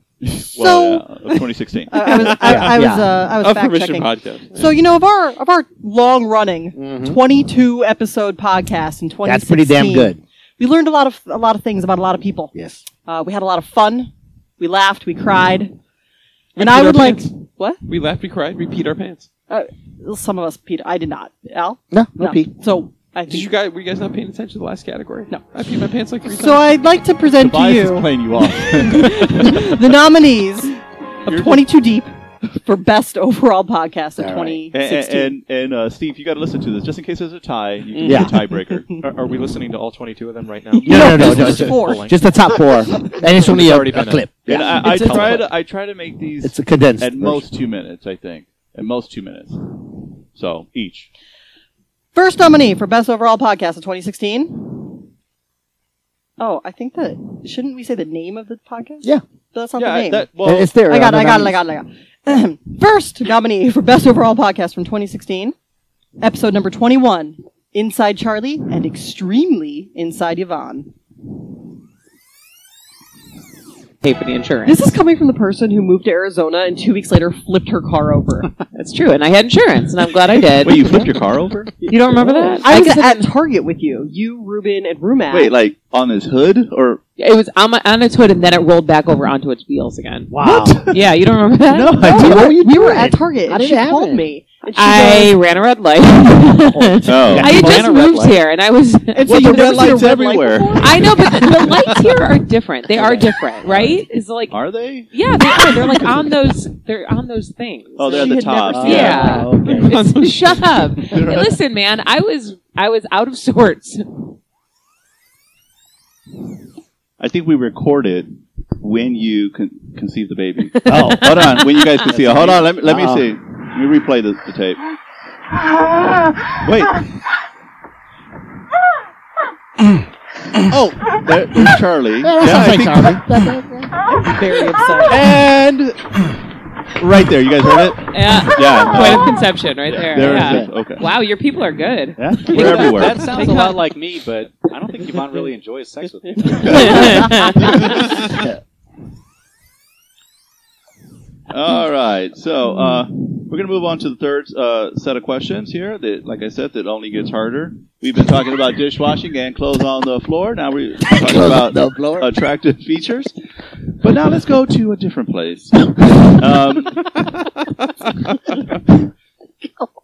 Speaker 3: Well, yeah, of 2016.
Speaker 2: Uh, I was, I, I was,
Speaker 1: Yeah.
Speaker 2: uh, I was
Speaker 1: Of
Speaker 2: fact
Speaker 1: Permission
Speaker 2: checking.
Speaker 1: Podcast.
Speaker 2: So you know of our of our long running twenty two episode podcast in twenty.
Speaker 5: Mm-hmm. That's pretty damn good.
Speaker 2: We learned a lot of a lot of things about a lot of people.
Speaker 5: Yes. Mm-hmm.
Speaker 2: Uh, we had a lot of fun. We laughed. We cried. and
Speaker 1: peed
Speaker 2: I
Speaker 1: our
Speaker 2: would like
Speaker 1: pants.
Speaker 2: what?
Speaker 1: We laughed, we cried, we peed our pants.
Speaker 2: Uh, some of us peed. I did not. Al.
Speaker 5: No,
Speaker 1: no
Speaker 5: pee.
Speaker 2: So I
Speaker 1: Did
Speaker 2: think.
Speaker 1: you guys? Were you guys not paying attention to the last category? No, I peed my pants like three
Speaker 2: so I'd like to present to
Speaker 3: Tobias is
Speaker 2: you
Speaker 3: playing you off.
Speaker 2: the nominees of
Speaker 3: You're the-
Speaker 2: twenty two deep. for best overall podcast of
Speaker 3: And, and,
Speaker 2: 2016.
Speaker 3: and, uh, Steve, you got to listen to this just in case there's a tie. You can
Speaker 2: Yeah.
Speaker 3: get a tiebreaker.
Speaker 5: Are, are we listening to all 22 of them right now?
Speaker 3: No,
Speaker 5: no,
Speaker 3: no,
Speaker 5: no,
Speaker 3: just-
Speaker 5: just-
Speaker 3: four.
Speaker 5: just the top four. And it's only a- a clip.
Speaker 3: And
Speaker 5: Yeah.
Speaker 3: I, I
Speaker 5: It's a
Speaker 3: try
Speaker 5: clip.
Speaker 3: to I try to make these.
Speaker 5: It's a condensed
Speaker 3: At
Speaker 5: version.
Speaker 3: most two minutes, I think. At most two minutes. So each.
Speaker 2: First nominee for best overall podcast of 2016. Oh, I think that shouldn't we say the name of the podcast? Yeah, that's not
Speaker 3: Yeah,
Speaker 2: the name.
Speaker 3: that- well- It's
Speaker 5: there
Speaker 2: I got, it,
Speaker 5: on
Speaker 2: I
Speaker 5: the
Speaker 2: got it. I got it. I got it. First nominee for best overall podcast from 2016, episode number 21, Inside Charlie and extremely Inside Yvonne.
Speaker 11: Pay for the insurance.
Speaker 2: This is coming from the person who moved to Arizona and two weeks later flipped her car over.
Speaker 11: That's true, and I had insurance, and I'm glad I did.
Speaker 3: Wait, you flipped your car over?
Speaker 11: You don't remember that?
Speaker 2: I was
Speaker 11: guess
Speaker 2: at Target with you, you, Ruben, and Rumat.
Speaker 3: Wait, like on his hood or?
Speaker 11: it was on, my, on its hood, and then it rolled back over onto its wheels again.
Speaker 3: Wow.
Speaker 11: Yeah, you don't remember that?
Speaker 2: No, I
Speaker 11: do.
Speaker 2: don't. we were at Target.
Speaker 11: How
Speaker 2: And
Speaker 11: did
Speaker 2: she
Speaker 11: it
Speaker 2: called
Speaker 11: happen?
Speaker 2: me. And she
Speaker 11: I
Speaker 2: goes-
Speaker 11: ran a red light.
Speaker 3: Oh.
Speaker 11: I had just moved here, and I was.
Speaker 2: And so Well, you the red never seen a lights red light everywhere. before?
Speaker 11: I know, but the lights here are different. They are different, right? Is like
Speaker 3: Are they?
Speaker 11: yeah, they are. They're like on those. They're on those things.
Speaker 3: Oh, they're at the top.
Speaker 11: yeah.
Speaker 3: Oh, okay.
Speaker 11: It's- Shut up. Hey, listen, man. I was I was out of sorts.
Speaker 3: I think we recorded when you con- conceived the baby. Oh, hold on. When you guys conceived. Hold on. Let me let me
Speaker 5: Uh-oh.
Speaker 3: see. Let me replay the, the tape. Wait. oh, there- there's Charlie.
Speaker 5: that sounds like
Speaker 2: Very upset.
Speaker 3: Ah! And right there, you guys heard it.
Speaker 11: Yeah.
Speaker 3: Yeah.
Speaker 11: Point of conception, right there.
Speaker 3: There it
Speaker 11: yeah.
Speaker 3: is. Okay.
Speaker 11: Wow, your people are good.
Speaker 3: Yeah. We're everywhere.
Speaker 5: That sounds a lot like me, but I don't think Yvonne really enjoys sex with me.
Speaker 3: All right, so uh, we're going to move on to the third uh, set of questions here. That, like I said, that only gets harder. We've been talking about dishwashing and clothes on the floor. Now we're talking about attractive features. But now let's go to a different place. Um,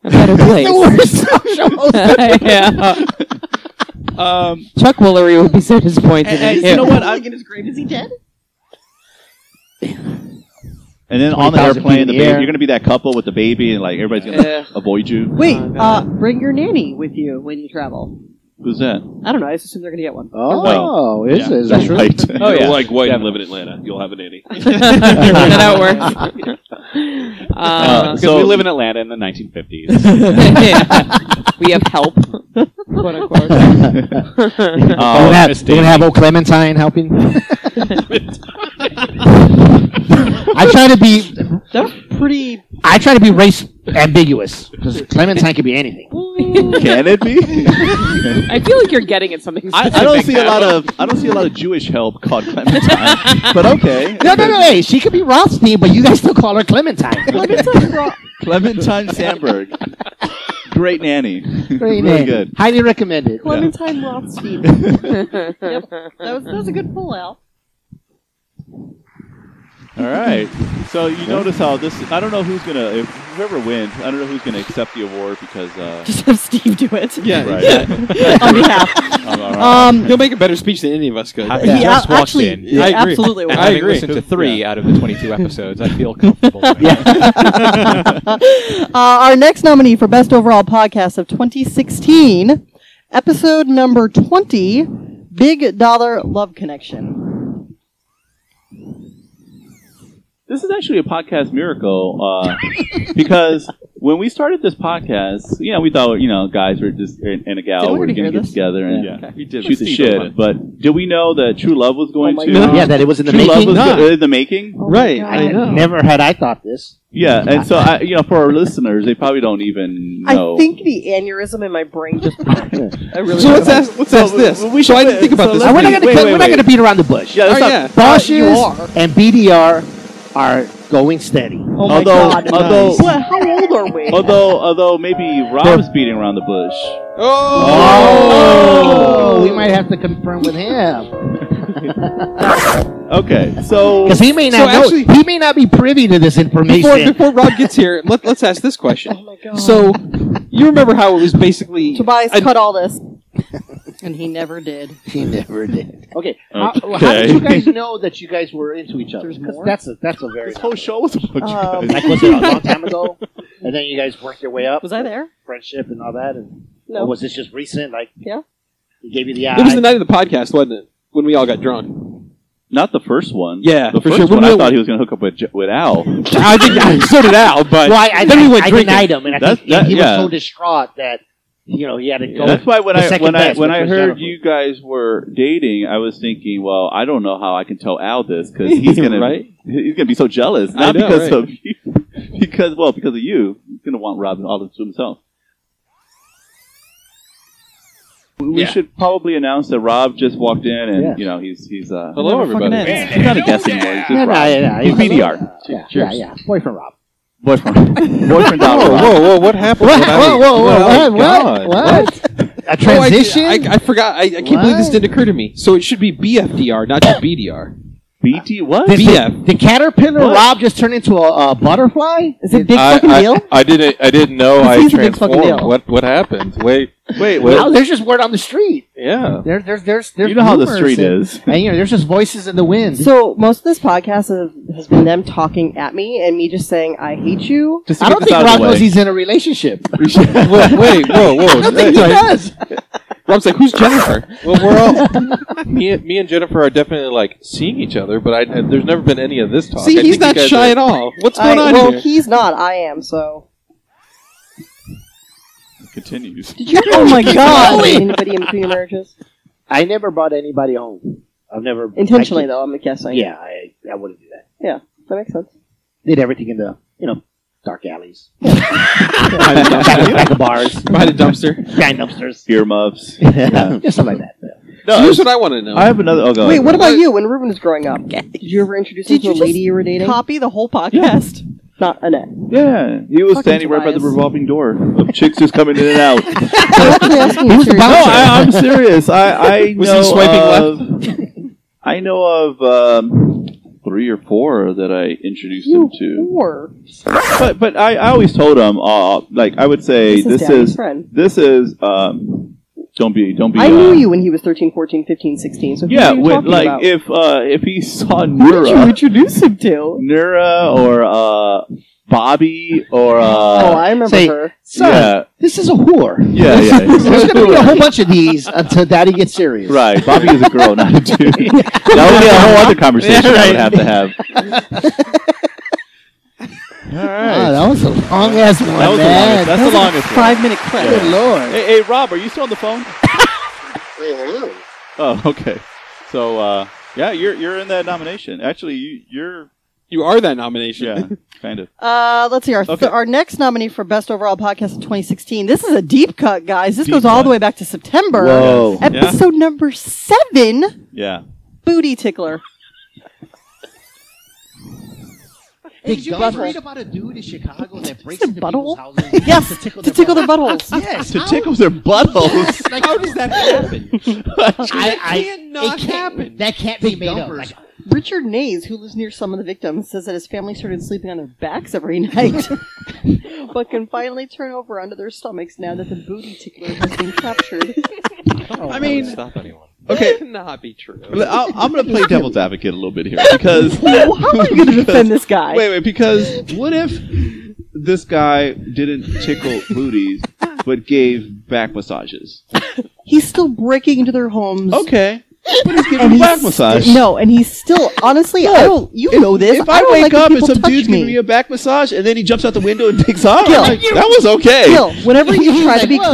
Speaker 11: A better place.
Speaker 5: The worst social host.
Speaker 11: yeah.
Speaker 3: Um,
Speaker 11: Chuck Woolery would be so disappointed.
Speaker 3: And- and
Speaker 11: in
Speaker 3: you know what?
Speaker 2: Like in his grave, is he dead?
Speaker 3: and then on
Speaker 5: 20,000
Speaker 3: the
Speaker 5: feet
Speaker 3: airplane,
Speaker 5: in
Speaker 3: the
Speaker 5: the
Speaker 3: baby,
Speaker 5: air.
Speaker 3: you're going to be that couple with the baby, and like everybody's going to
Speaker 2: Yeah.
Speaker 3: avoid you.
Speaker 2: Wait, uh, bring your nanny with you when you travel.
Speaker 3: Who's that?
Speaker 2: I don't know. I just assume they're gonna get one.
Speaker 10: Oh, is it? Is that true?
Speaker 3: Oh, yeah.
Speaker 16: like white and live in Atlanta. You'll have a nanny.
Speaker 11: that works.
Speaker 5: Uh,
Speaker 11: Uh,
Speaker 5: because we live in Atlanta in the 1950s.
Speaker 11: we have help. Quote unquote.
Speaker 3: Oh,
Speaker 5: We're gonna have, we're gonna have old Clementine helping. I try to be.
Speaker 2: That's pretty.
Speaker 5: I try to be race ambiguous because Clementine could be anything.
Speaker 3: Can it be?
Speaker 11: I feel like you're getting at something.
Speaker 3: I, I don't see a lot of I don't see a lot of Jewish help called Clementine, but okay.
Speaker 5: No, no, no. Hey, she could be Rothstein, but you guys still call her Clementine.
Speaker 3: Clementine Sandberg, great nanny,
Speaker 5: Great
Speaker 3: really
Speaker 5: name.
Speaker 3: good.
Speaker 5: Highly recommended.
Speaker 2: Clementine Rothstein. yep, that was, that was a good pull out.
Speaker 3: All right. So you notice how this? I don't know who's gonna if whoever wins. I don't know who's gonna accept the award because uh,
Speaker 2: Just have Steve do it.
Speaker 1: Yeah,
Speaker 3: Right.
Speaker 1: yeah.
Speaker 2: On behalf.
Speaker 3: I'm all right.
Speaker 2: Um,
Speaker 1: He'll make a better speech than any of us could.
Speaker 2: Having Yeah. just Yeah, walked actually, in. yeah,
Speaker 1: I agree.
Speaker 2: absolutely.
Speaker 1: I
Speaker 2: Having
Speaker 1: agree.
Speaker 2: listened
Speaker 5: to
Speaker 1: three
Speaker 16: out of the 22 episodes, I feel comfortable.
Speaker 2: uh, our next nominee for Best Overall Podcast of 2016, episode number 20, Big Dollar Love Connection.
Speaker 3: this is actually a podcast miracle uh, because when we started this podcast, you know, we thought you know guys were just and, and a gal were
Speaker 2: already
Speaker 3: gonna
Speaker 2: hear
Speaker 3: get
Speaker 2: this?
Speaker 3: together and
Speaker 1: Yeah, we did.
Speaker 3: shoot the shit. But did we know that uh, True Love was
Speaker 2: Oh
Speaker 3: going
Speaker 5: my
Speaker 3: to?
Speaker 5: God. Yeah, that it was in the
Speaker 3: True Love
Speaker 5: making?
Speaker 3: was
Speaker 5: Nah.
Speaker 3: go- uh, in the making.
Speaker 1: right.
Speaker 5: I, never had I thought this.
Speaker 3: Yeah, and so I, you know, for our listeners, they probably don't even know.
Speaker 2: I think the aneurysm in my brain just. I really
Speaker 1: So
Speaker 2: do.
Speaker 1: let's ask, let's ask this. so I didn't think about this.
Speaker 5: we're not gonna, cut- we're not gonna beat around the bush.
Speaker 1: Yeah, let's Oh, not- yeah.
Speaker 5: Bosches
Speaker 1: Uh, you are.
Speaker 5: and BDR are going steady.
Speaker 2: Oh
Speaker 3: my Although- God. although-
Speaker 2: Well, how old are we?
Speaker 3: Although, although maybe Rob's beating around the bush.
Speaker 6: Oh!
Speaker 5: Oh, we might have to confirm with him
Speaker 3: Okay, so
Speaker 5: because he may not
Speaker 1: So
Speaker 5: know.
Speaker 1: actually-
Speaker 5: he may not be privy to this
Speaker 1: before,
Speaker 5: information.
Speaker 1: before Rob gets here, let, let's ask this question. So, you remember how it was basically
Speaker 2: Tobias,
Speaker 1: I-
Speaker 2: cut all this. And he never did.
Speaker 6: He never did.
Speaker 5: Okay. How, how did you guys know that you guys were into each other?
Speaker 6: There's
Speaker 5: 'Cause
Speaker 6: more?
Speaker 5: That's a that's a very
Speaker 6: This whole show was about you
Speaker 5: Um,
Speaker 6: guys.
Speaker 5: like was it a long time ago? And then you guys worked your way up. Was
Speaker 2: I there?
Speaker 5: Friendship and all that, and
Speaker 2: No.
Speaker 5: or was this just recent? Like
Speaker 2: yeah,
Speaker 5: he gave you the eye.
Speaker 1: It was the night of the podcast, wasn't it? When we all got drunk.
Speaker 3: Not the first one.
Speaker 1: Yeah,
Speaker 3: the
Speaker 1: for
Speaker 3: first
Speaker 1: sure.
Speaker 3: one.
Speaker 1: When
Speaker 3: I
Speaker 1: we-
Speaker 3: thought he was going to hook up with J- with Al.
Speaker 1: I think so did Al, but
Speaker 5: well, I, I,
Speaker 3: then we
Speaker 5: I-
Speaker 3: went
Speaker 5: I
Speaker 3: drinking.
Speaker 5: denied him, and I
Speaker 3: That's-
Speaker 5: think he-
Speaker 3: that-
Speaker 5: he
Speaker 3: yeah.
Speaker 5: was so distraught that you know he had to go.
Speaker 3: That's why when
Speaker 5: the
Speaker 3: I
Speaker 5: second
Speaker 3: when I
Speaker 5: best,
Speaker 3: when
Speaker 5: which
Speaker 3: I
Speaker 5: was
Speaker 3: heard
Speaker 5: Jennifer.
Speaker 3: you guys were dating, I was thinking, well, I don't know how I can tell Al this because he's gonna
Speaker 21: Right?
Speaker 3: he's gonna be so jealous,
Speaker 21: I
Speaker 3: not
Speaker 21: know,
Speaker 3: because
Speaker 21: right.
Speaker 3: of you, because well, because of you, he's gonna want Robin all to himself. We we
Speaker 21: Yeah.
Speaker 3: should probably announce that Rob just walked in, and
Speaker 21: Yeah.
Speaker 3: you know he's he's uh,
Speaker 21: Hello, Hello, everybody. fucking is.
Speaker 3: He's not a guest anymore. He's just
Speaker 21: Yeah,
Speaker 3: Rob.
Speaker 21: yeah, yeah,
Speaker 3: He's
Speaker 21: yeah.
Speaker 3: BDR.
Speaker 5: Yeah,
Speaker 3: Cheers.
Speaker 5: yeah, yeah. Boyfriend Rob.
Speaker 3: Boyfriend. Boyfriend Rob.
Speaker 21: Whoa, whoa, whoa, what happened?
Speaker 1: What?
Speaker 21: What happened?
Speaker 1: Whoa, whoa, whoa,
Speaker 21: Oh,
Speaker 1: what?
Speaker 21: God.
Speaker 1: What?
Speaker 21: A
Speaker 1: Oh, I, I, I forgot. I, I can't believe this didn't occur to me. So it should be BFDR, not just BDR.
Speaker 3: BT what?
Speaker 1: This BF.
Speaker 5: The caterpillar
Speaker 1: What?
Speaker 5: Rob just turned into a, a butterfly. Is it
Speaker 12: I, I, I didn't. I didn't know I
Speaker 5: He's a big fucking
Speaker 12: transformed.
Speaker 5: deal.
Speaker 12: What What happened? Wait. Wait.
Speaker 5: Well,
Speaker 12: What?
Speaker 5: there's just word on the street.
Speaker 12: yeah.
Speaker 5: There, there's, there's, there's
Speaker 12: You know how the
Speaker 5: rumors
Speaker 12: street
Speaker 5: and-
Speaker 12: is.
Speaker 5: and you know, there's just voices in the wind.
Speaker 17: So most of this podcast has- has been them talking at me and me just saying I hate you.
Speaker 5: I don't think Rob knows he's in a relationship.
Speaker 12: wait, wait, whoa, whoa.
Speaker 5: I don't think he
Speaker 12: Hey,
Speaker 5: does.
Speaker 1: Rob's like, who's Jennifer?
Speaker 12: Well, we're all me. and- Me and Jennifer are definitely like seeing each other, but I, there's never been any of this talk.
Speaker 1: See,
Speaker 12: I
Speaker 1: he's
Speaker 12: think you
Speaker 1: not
Speaker 12: guys
Speaker 1: shy
Speaker 12: are-
Speaker 1: at all. What's
Speaker 17: I-
Speaker 1: going on
Speaker 17: well,
Speaker 1: here?
Speaker 17: he's not. I am. So
Speaker 3: continues.
Speaker 17: oh my god,
Speaker 5: Really?
Speaker 17: anybody in between your marriages
Speaker 5: I never brought anybody home. I've never
Speaker 17: intentionally
Speaker 5: I keep-
Speaker 17: though. I'm guessing.
Speaker 5: Yeah, I, I wouldn't do that.
Speaker 17: yeah, that makes sense.
Speaker 5: Did everything in the you know dark alleys,
Speaker 3: Behind the dumpster.
Speaker 5: back of bars,
Speaker 1: behind a dumpster,
Speaker 5: behind dumpsters,
Speaker 3: earmuffs,
Speaker 5: yeah. just stuff like that.
Speaker 1: So here's what I want to know.
Speaker 3: I have another. Oh, go
Speaker 17: Wait,
Speaker 3: ahead.
Speaker 17: what about you? When Ruben was growing up, did you ever introduce him
Speaker 2: Did
Speaker 17: to a
Speaker 2: you just
Speaker 17: lady you were dating?
Speaker 2: Copy the whole podcast.
Speaker 17: Not Annette.
Speaker 3: Yeah, he was
Speaker 2: Fucking
Speaker 3: standing right by the
Speaker 2: Tobias.
Speaker 3: revolving door of chicks just coming in and out.
Speaker 17: asking
Speaker 3: no,
Speaker 17: you serious-
Speaker 3: I, I'm serious. I, I
Speaker 1: Was
Speaker 3: know
Speaker 1: he swiping
Speaker 3: of, I know of um, three or four that I introduced him to.
Speaker 17: Or
Speaker 3: But but I, I always told him, uh, like I would say,
Speaker 17: This is
Speaker 3: this
Speaker 17: Daddy's
Speaker 3: is
Speaker 17: friend.
Speaker 3: this is um, don't be don't be.
Speaker 17: I knew
Speaker 3: uh,
Speaker 17: you when he was 13, 14, 15, 16. So who
Speaker 3: Yeah,
Speaker 17: are you
Speaker 3: when,
Speaker 17: talking
Speaker 3: like
Speaker 17: about?
Speaker 3: if uh, if he saw
Speaker 17: who did you
Speaker 3: Nura,
Speaker 17: introduce him to?
Speaker 3: Nura or uh, Bobby or uh,
Speaker 17: oh, I remember
Speaker 5: say-
Speaker 17: her.
Speaker 5: Son,
Speaker 3: Yeah.
Speaker 5: this is a whore.
Speaker 3: yeah yeah.
Speaker 5: There's going to be a whole bunch of these until Daddy gets serious.
Speaker 3: Right, Bobby is a girl, not a dude. that would be a whole other conversation I would have to have. All
Speaker 5: Wow, Oh, Ah, that was a long ass one,
Speaker 3: That was the
Speaker 5: man.
Speaker 3: longest- that's the longest one.
Speaker 2: Five minute clip.
Speaker 5: Good lord.
Speaker 3: Hey, hey, Rob, are you still on the phone? Oh, okay. So, uh, yeah, you're you're in that nomination. Actually, you you're
Speaker 1: you are that nomination.
Speaker 3: Yeah, kind of.
Speaker 2: Uh, let's see. Our,
Speaker 3: Okay.
Speaker 2: our next nominee for Best Overall Podcast of 2016. This is a deep cut, guys. This
Speaker 3: Deep
Speaker 2: goes all
Speaker 3: cut.
Speaker 2: the way back to September.
Speaker 3: Whoa. Yeah.
Speaker 2: Episode number seven
Speaker 3: Yeah.
Speaker 2: Booty Tickler.
Speaker 5: Hey,
Speaker 2: Big
Speaker 5: did you guys
Speaker 2: butthole.
Speaker 5: read about a dude in Chicago that breaks into people's
Speaker 2: butthole?
Speaker 5: houses
Speaker 2: Yes,
Speaker 5: to tickle
Speaker 2: to
Speaker 5: their
Speaker 2: tickle their
Speaker 5: buttholes?
Speaker 2: buttholes.
Speaker 5: Yes.
Speaker 3: To
Speaker 5: how-
Speaker 3: tickle their buttholes.
Speaker 5: Like, how does that happen? I, I,
Speaker 2: It cannot
Speaker 5: it can't-
Speaker 2: happen.
Speaker 5: That can't be made up. Like,
Speaker 2: Richard Nays, who lives near some of the victims, says that his family started sleeping on their backs every night,
Speaker 17: but can finally turn over onto their stomachs now that the booty tickler has been captured.
Speaker 5: Oh,
Speaker 1: I mean,
Speaker 12: Stop anyone.
Speaker 1: okay, cannot be true.
Speaker 3: I'll, I'm going to play devil's advocate a little bit here because
Speaker 2: Well, how am I going to defend this guy?
Speaker 3: Wait, wait, because what if this guy didn't tickle booties but gave back massages?
Speaker 2: he's still breaking into their homes.
Speaker 3: Okay. But he's
Speaker 2: And
Speaker 3: giving
Speaker 2: he's
Speaker 3: back massage.
Speaker 2: sti- no, and he's still honestly. I don't. You know this.
Speaker 3: If I,
Speaker 2: don't
Speaker 3: wake
Speaker 2: like when
Speaker 3: up and
Speaker 2: people
Speaker 3: some
Speaker 2: touch
Speaker 3: dude's
Speaker 2: me.
Speaker 3: giving me a back massage and then he jumps out the window and takes off,
Speaker 2: Gil.
Speaker 3: I'm like, that was okay.
Speaker 2: Gil, whenever you
Speaker 17: He's
Speaker 2: try to
Speaker 17: like,
Speaker 2: be
Speaker 17: "Whoa."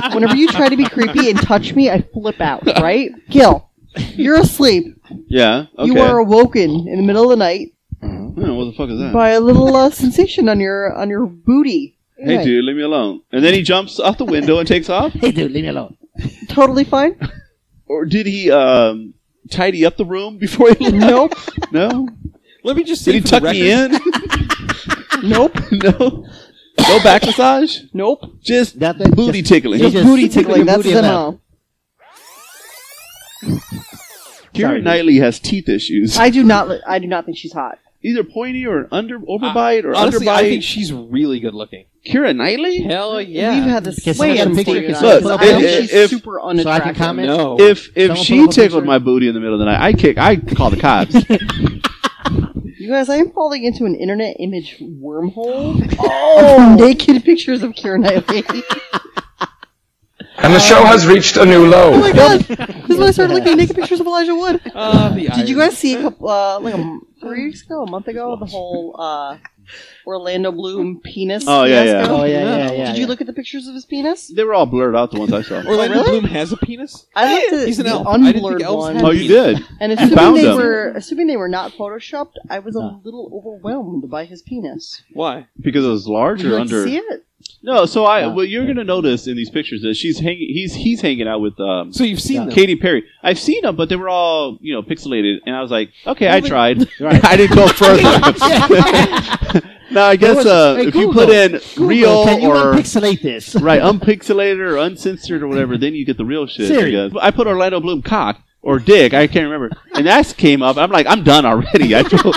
Speaker 2: creepy, whenever you try to be creepy and touch me, I flip out. Right, Gil, you're asleep.
Speaker 3: Yeah. Okay.
Speaker 2: You are awoken in the middle of the night
Speaker 3: Yeah, what the fuck is that?
Speaker 2: by a little uh, sensation on your on your booty.
Speaker 3: Hey, dude, leave me alone. And then he jumps out the window and takes off.
Speaker 5: hey, dude, leave me alone.
Speaker 2: Totally fine.
Speaker 3: Or did he um, tidy up the room before he left?
Speaker 2: Nope.
Speaker 3: No.
Speaker 1: Let me just say
Speaker 3: Did he
Speaker 1: for
Speaker 3: tuck
Speaker 1: the
Speaker 3: me
Speaker 1: record-
Speaker 3: in?
Speaker 2: nope.
Speaker 3: No. No back massage.
Speaker 2: Nope.
Speaker 3: Just booty tickling.
Speaker 2: Just booty tickling. That's
Speaker 5: booty
Speaker 2: them
Speaker 5: left.
Speaker 2: all.
Speaker 3: Karen Knightley has teeth issues.
Speaker 2: I do not. Li- I do not think she's hot.
Speaker 5: Uh,
Speaker 3: Either pointy or an under overbite or
Speaker 1: Honestly,
Speaker 3: underbite.
Speaker 1: I think she's really good looking.
Speaker 22: Kira Knightley?
Speaker 17: Hell yeah. We've had this
Speaker 22: Because
Speaker 17: way
Speaker 22: I got a picture,
Speaker 17: unfortunate-
Speaker 22: because
Speaker 17: Look,
Speaker 22: I-
Speaker 17: I think
Speaker 22: if-
Speaker 17: she's
Speaker 22: if-
Speaker 17: super unattractive.
Speaker 22: If if she tickled my booty in the middle of the night, I kick. I call the cops.
Speaker 17: You guys, I am falling into an internet image wormhole. Oh, naked pictures of Kira Knightley.
Speaker 23: And the show has reached a new low.
Speaker 17: Oh my god! This is when I started looking at naked pictures of Elijah Wood. Did
Speaker 2: uh,
Speaker 22: irony.
Speaker 17: you guys see a couple, uh, like a, m- three weeks ago, a month ago, the whole uh, Orlando Bloom penis?
Speaker 3: Oh, yeah, yeah.
Speaker 17: fiasco?
Speaker 3: Oh, yeah, yeah, yeah,
Speaker 17: Did you
Speaker 3: yeah.
Speaker 17: look at the pictures of his penis?
Speaker 3: They were all blurred out, the ones I saw.
Speaker 17: Orlando really? Bloom
Speaker 1: has a penis.
Speaker 17: I looked at
Speaker 1: He's an
Speaker 17: the
Speaker 1: elf. I didn't think
Speaker 17: unblurred
Speaker 1: elves
Speaker 17: one.
Speaker 1: had
Speaker 3: Oh, you did?
Speaker 17: And
Speaker 3: You
Speaker 17: assuming
Speaker 3: found
Speaker 17: they
Speaker 3: them.
Speaker 17: were assuming they were not photoshopped, I was a little overwhelmed by his penis.
Speaker 1: Why?
Speaker 3: Because it was large
Speaker 17: Would you like
Speaker 3: or under.
Speaker 17: to see it?
Speaker 3: No, so I well, you're gonna notice in these pictures that she's hanging. He's he's hanging out with. Um,
Speaker 1: so you've seen
Speaker 3: Katie
Speaker 1: them.
Speaker 3: Katy Perry. I've seen them, but they were all you know pixelated, and I was like, okay,
Speaker 22: Well,
Speaker 3: I
Speaker 22: they-
Speaker 3: tried. I didn't go further. now I guess
Speaker 22: was-
Speaker 3: uh,
Speaker 22: hey,
Speaker 3: if you
Speaker 22: Google-
Speaker 3: put in
Speaker 22: Google,
Speaker 3: real
Speaker 22: can you
Speaker 3: or
Speaker 22: unpixelate this?
Speaker 3: right, unpixelated or uncensored or whatever, then you get the real shit. I,
Speaker 22: Serious.
Speaker 3: guess. I put Orlando Bloom cock or dick, I can't remember, and that came up. I'm like, I'm done already. I feel,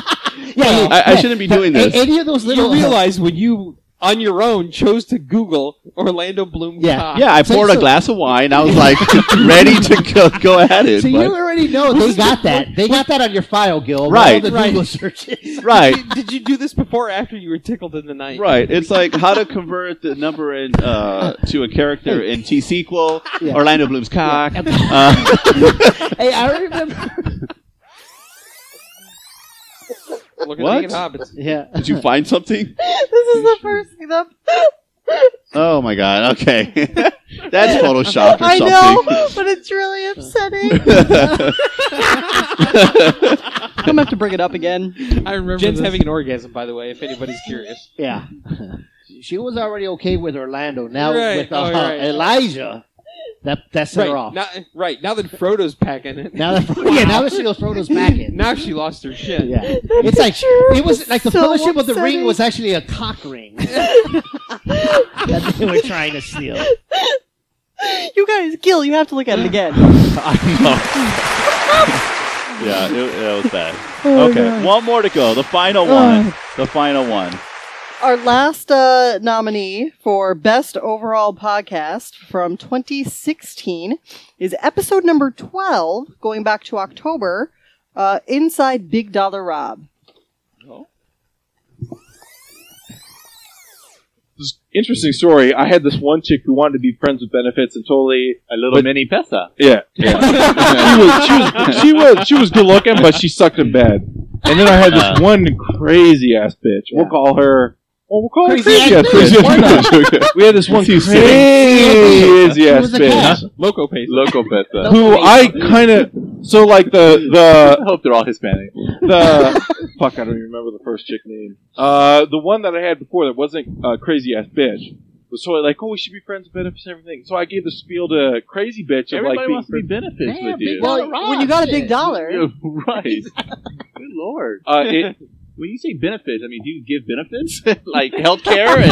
Speaker 1: Yeah,
Speaker 3: I, I shouldn't be doing this.
Speaker 1: You realize when you on your own chose to Google Orlando Bloom. cock.
Speaker 3: Yeah, I poured a glass of wine. I was like ready to go, go at it.
Speaker 5: So you
Speaker 3: but-
Speaker 5: already know they got that. They got that on your file, Gil.
Speaker 3: Right.
Speaker 5: All the
Speaker 3: Right.
Speaker 5: Google searches.
Speaker 3: Right.
Speaker 1: Did you do this before or after you were tickled in the night?
Speaker 3: Right. It's like how to convert the number in, uh, to a character in T sequel, Orlando Bloom's cock. Uh,
Speaker 5: Hey, I remember.
Speaker 1: Look
Speaker 3: What?
Speaker 1: naked hobbits.
Speaker 5: Yeah.
Speaker 3: did you find something?
Speaker 17: this is the first thing that
Speaker 3: Oh my god. Okay. That's photoshopped or
Speaker 17: I
Speaker 3: something.
Speaker 17: know, but it's really upsetting. I'm gonna have to bring it up again.
Speaker 1: I remember Jen's having an orgasm, by the way, if anybody's curious.
Speaker 5: Yeah. She was already okay with Orlando. Now
Speaker 1: Right,
Speaker 5: with uh,
Speaker 1: oh, right.
Speaker 5: Elijah, that that set
Speaker 1: right,
Speaker 5: her off.
Speaker 1: Now, right now that Frodo's packing it.
Speaker 5: Now that yeah, now that she goes Frodo's back in.
Speaker 1: Now she lost her shit.
Speaker 5: Yeah. It's like it was like the
Speaker 1: so
Speaker 5: fellowship of the ring
Speaker 1: upsetting.
Speaker 5: was actually a cock ring that they were trying to steal.
Speaker 17: you guys, Gil, you have to look at it again.
Speaker 3: yeah, it, it was bad.
Speaker 17: Oh,
Speaker 3: okay,
Speaker 17: God.
Speaker 3: one more to go. The final one. The final one.
Speaker 17: Our last uh, nominee for Best Overall Podcast from 2016 is episode number 12, going back to October, uh, Inside Big Dollar Rob.
Speaker 1: Oh.
Speaker 12: Interesting story. I had this one chick who wanted to be friends with benefits and totally a little
Speaker 3: mini pesa.
Speaker 12: Yeah, yeah. she was she was she was, she was good looking, but she sucked in bed. And then I had this
Speaker 3: Uh.
Speaker 12: one crazy ass bitch. We'll call her. Well, we'll call her
Speaker 3: Crazy
Speaker 12: crazy
Speaker 3: ass
Speaker 12: ass bitch.
Speaker 3: bitch. Why not?
Speaker 12: we had this one
Speaker 3: She's
Speaker 12: crazy
Speaker 3: sick. She
Speaker 12: ass
Speaker 3: was a cat.
Speaker 12: bitch.
Speaker 1: Loco Pesa.
Speaker 12: Loco Pesa. Who I kind of so like the the. I hope they're all Hispanic. The fuck, I don't even remember the first chick name. Uh, the one that I had before that wasn't uh, crazy ass bitch was totally like, oh, we should be friends with benefits and everything. So I gave the spiel to crazy bitch of like
Speaker 3: Everybody
Speaker 12: being
Speaker 3: wants to be benefits
Speaker 12: friends-
Speaker 3: with you.
Speaker 17: Well, when you got a big dollar,
Speaker 3: Yeah, right. Good lord.
Speaker 12: Uh, it-
Speaker 3: when you say benefits, I mean, do you give benefits like healthcare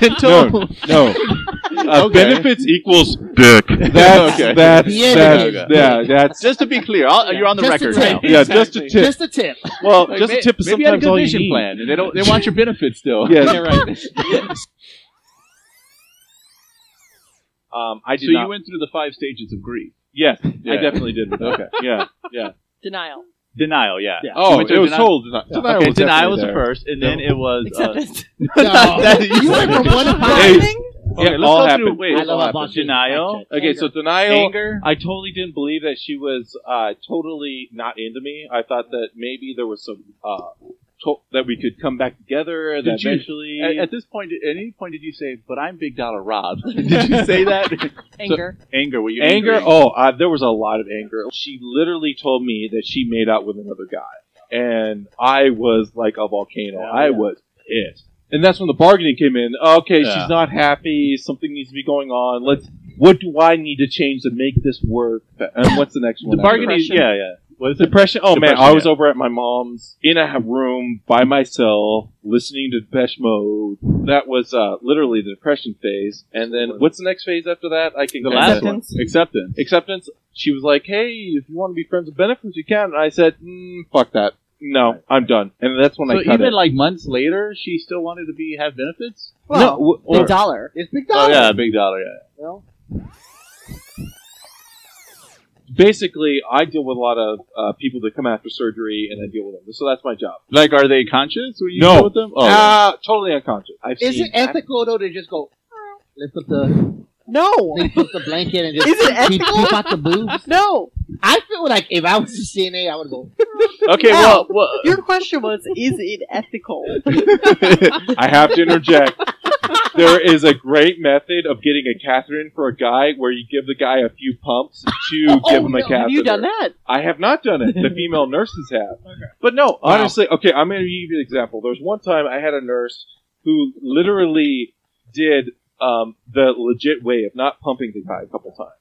Speaker 3: and dental?
Speaker 12: No, no. Uh,
Speaker 3: Okay.
Speaker 12: Benefits equals dick. That's
Speaker 3: Okay.
Speaker 12: that's,
Speaker 3: The
Speaker 12: that's
Speaker 3: end.
Speaker 12: yeah. That's
Speaker 3: Just to be clear, I'll, you're on the
Speaker 12: Just a
Speaker 3: record
Speaker 12: tip.
Speaker 3: now.
Speaker 12: Yeah, just a tip. Just
Speaker 5: a tip.
Speaker 12: Well,
Speaker 3: Like,
Speaker 12: just
Speaker 3: may-
Speaker 12: a tip is
Speaker 3: maybe I had a
Speaker 12: sometimes all
Speaker 3: good
Speaker 12: you
Speaker 3: vision
Speaker 12: need.
Speaker 3: plan, and they don't they want your benefits still.
Speaker 12: Yeah.
Speaker 3: Yeah, right.
Speaker 12: Um, I did
Speaker 3: so
Speaker 12: not.
Speaker 3: you went through the five stages of grief.
Speaker 12: yes, I
Speaker 3: Yeah.
Speaker 12: definitely didn't. Okay. Yeah. Yeah.
Speaker 17: denial.
Speaker 3: Denial, yeah.
Speaker 12: Yeah.
Speaker 3: You
Speaker 12: Oh,
Speaker 3: went through
Speaker 12: it was total deni- denial
Speaker 3: okay,
Speaker 12: was definitely
Speaker 3: denial was the
Speaker 12: there.
Speaker 3: first, and then
Speaker 12: No.
Speaker 3: it was
Speaker 12: Acceptance.
Speaker 3: Uh,
Speaker 12: No.
Speaker 3: you went from one to five.
Speaker 12: Yeah,
Speaker 3: okay, let's
Speaker 12: all
Speaker 3: go
Speaker 12: happened.
Speaker 3: through. Wait,
Speaker 12: I love how Bosch is
Speaker 3: denial.
Speaker 12: Okay, so denial.
Speaker 3: Anger.
Speaker 12: I totally didn't believe that she was uh, totally not into me. I thought that maybe there was some uh, to- that we could come back together.
Speaker 3: Did
Speaker 12: that
Speaker 3: you-
Speaker 12: eventually,
Speaker 3: At, at this point, at any point, did you say, "But I'm Big Dollar Rob"? did you say that?
Speaker 12: Anger.
Speaker 3: So, anger. Were you
Speaker 12: anger.
Speaker 3: angry?
Speaker 12: Oh, uh, there was a lot of anger. She literally told me that she made out with another guy, and I was like a volcano. I was pissed, and that's when the bargaining came in. Okay,
Speaker 3: Yeah.
Speaker 12: she's not happy. Something needs to be going on. Let's. What do I need to change to make this work? And what's the next one?
Speaker 3: The bargaining. Yeah, yeah. What is it?
Speaker 12: Depression. Oh man,
Speaker 3: Depression,
Speaker 12: I was
Speaker 3: yeah.
Speaker 12: over at my mom's in a room by myself, listening to Depeche Mode. That was uh, literally the depression phase. And then what's the next phase after that? I can
Speaker 3: The last one.
Speaker 12: acceptance. Acceptance. Acceptance. She was like, "Hey, if you want to be friends with benefits, you can." And I said, mm, "Fuck that." no, I'm done. And that's when
Speaker 3: So
Speaker 12: I cut
Speaker 3: even
Speaker 12: it.
Speaker 3: like months later, she still wanted to be have benefits.
Speaker 12: Well, No, w- big or- dollar.
Speaker 3: It's big
Speaker 12: dollar.
Speaker 3: Oh yeah, big dollar. Yeah.
Speaker 5: Well,
Speaker 12: Basically, I deal with a lot of uh, people that come after surgery, and I deal with them. So that's my job.
Speaker 3: Like, are they conscious when you
Speaker 12: No.
Speaker 3: deal with them?
Speaker 12: Ah, totally unconscious. I've
Speaker 5: is
Speaker 12: seen.
Speaker 5: it ethical though to just go? Lift up the
Speaker 2: no.
Speaker 5: Lift up the blanket and just
Speaker 3: Is it
Speaker 5: peep-
Speaker 3: ethical?
Speaker 5: peep out the boobs.
Speaker 2: No,
Speaker 5: I feel like if I was a CNA, I would go.
Speaker 3: okay,
Speaker 5: Ow.
Speaker 3: well, well,
Speaker 2: Your question was, is it ethical?
Speaker 12: I have to interject. there is a great method of getting a catheter in for a guy where you give the guy a few pumps to
Speaker 3: Oh,
Speaker 12: give him a catheter.
Speaker 2: Oh, Have you done that?
Speaker 12: I have not done it. The female nurses have. But no, honestly, okay, I'm going to give you an example. There was one time I had a nurse who literally did um, the legit way of not pumping the guy a couple times.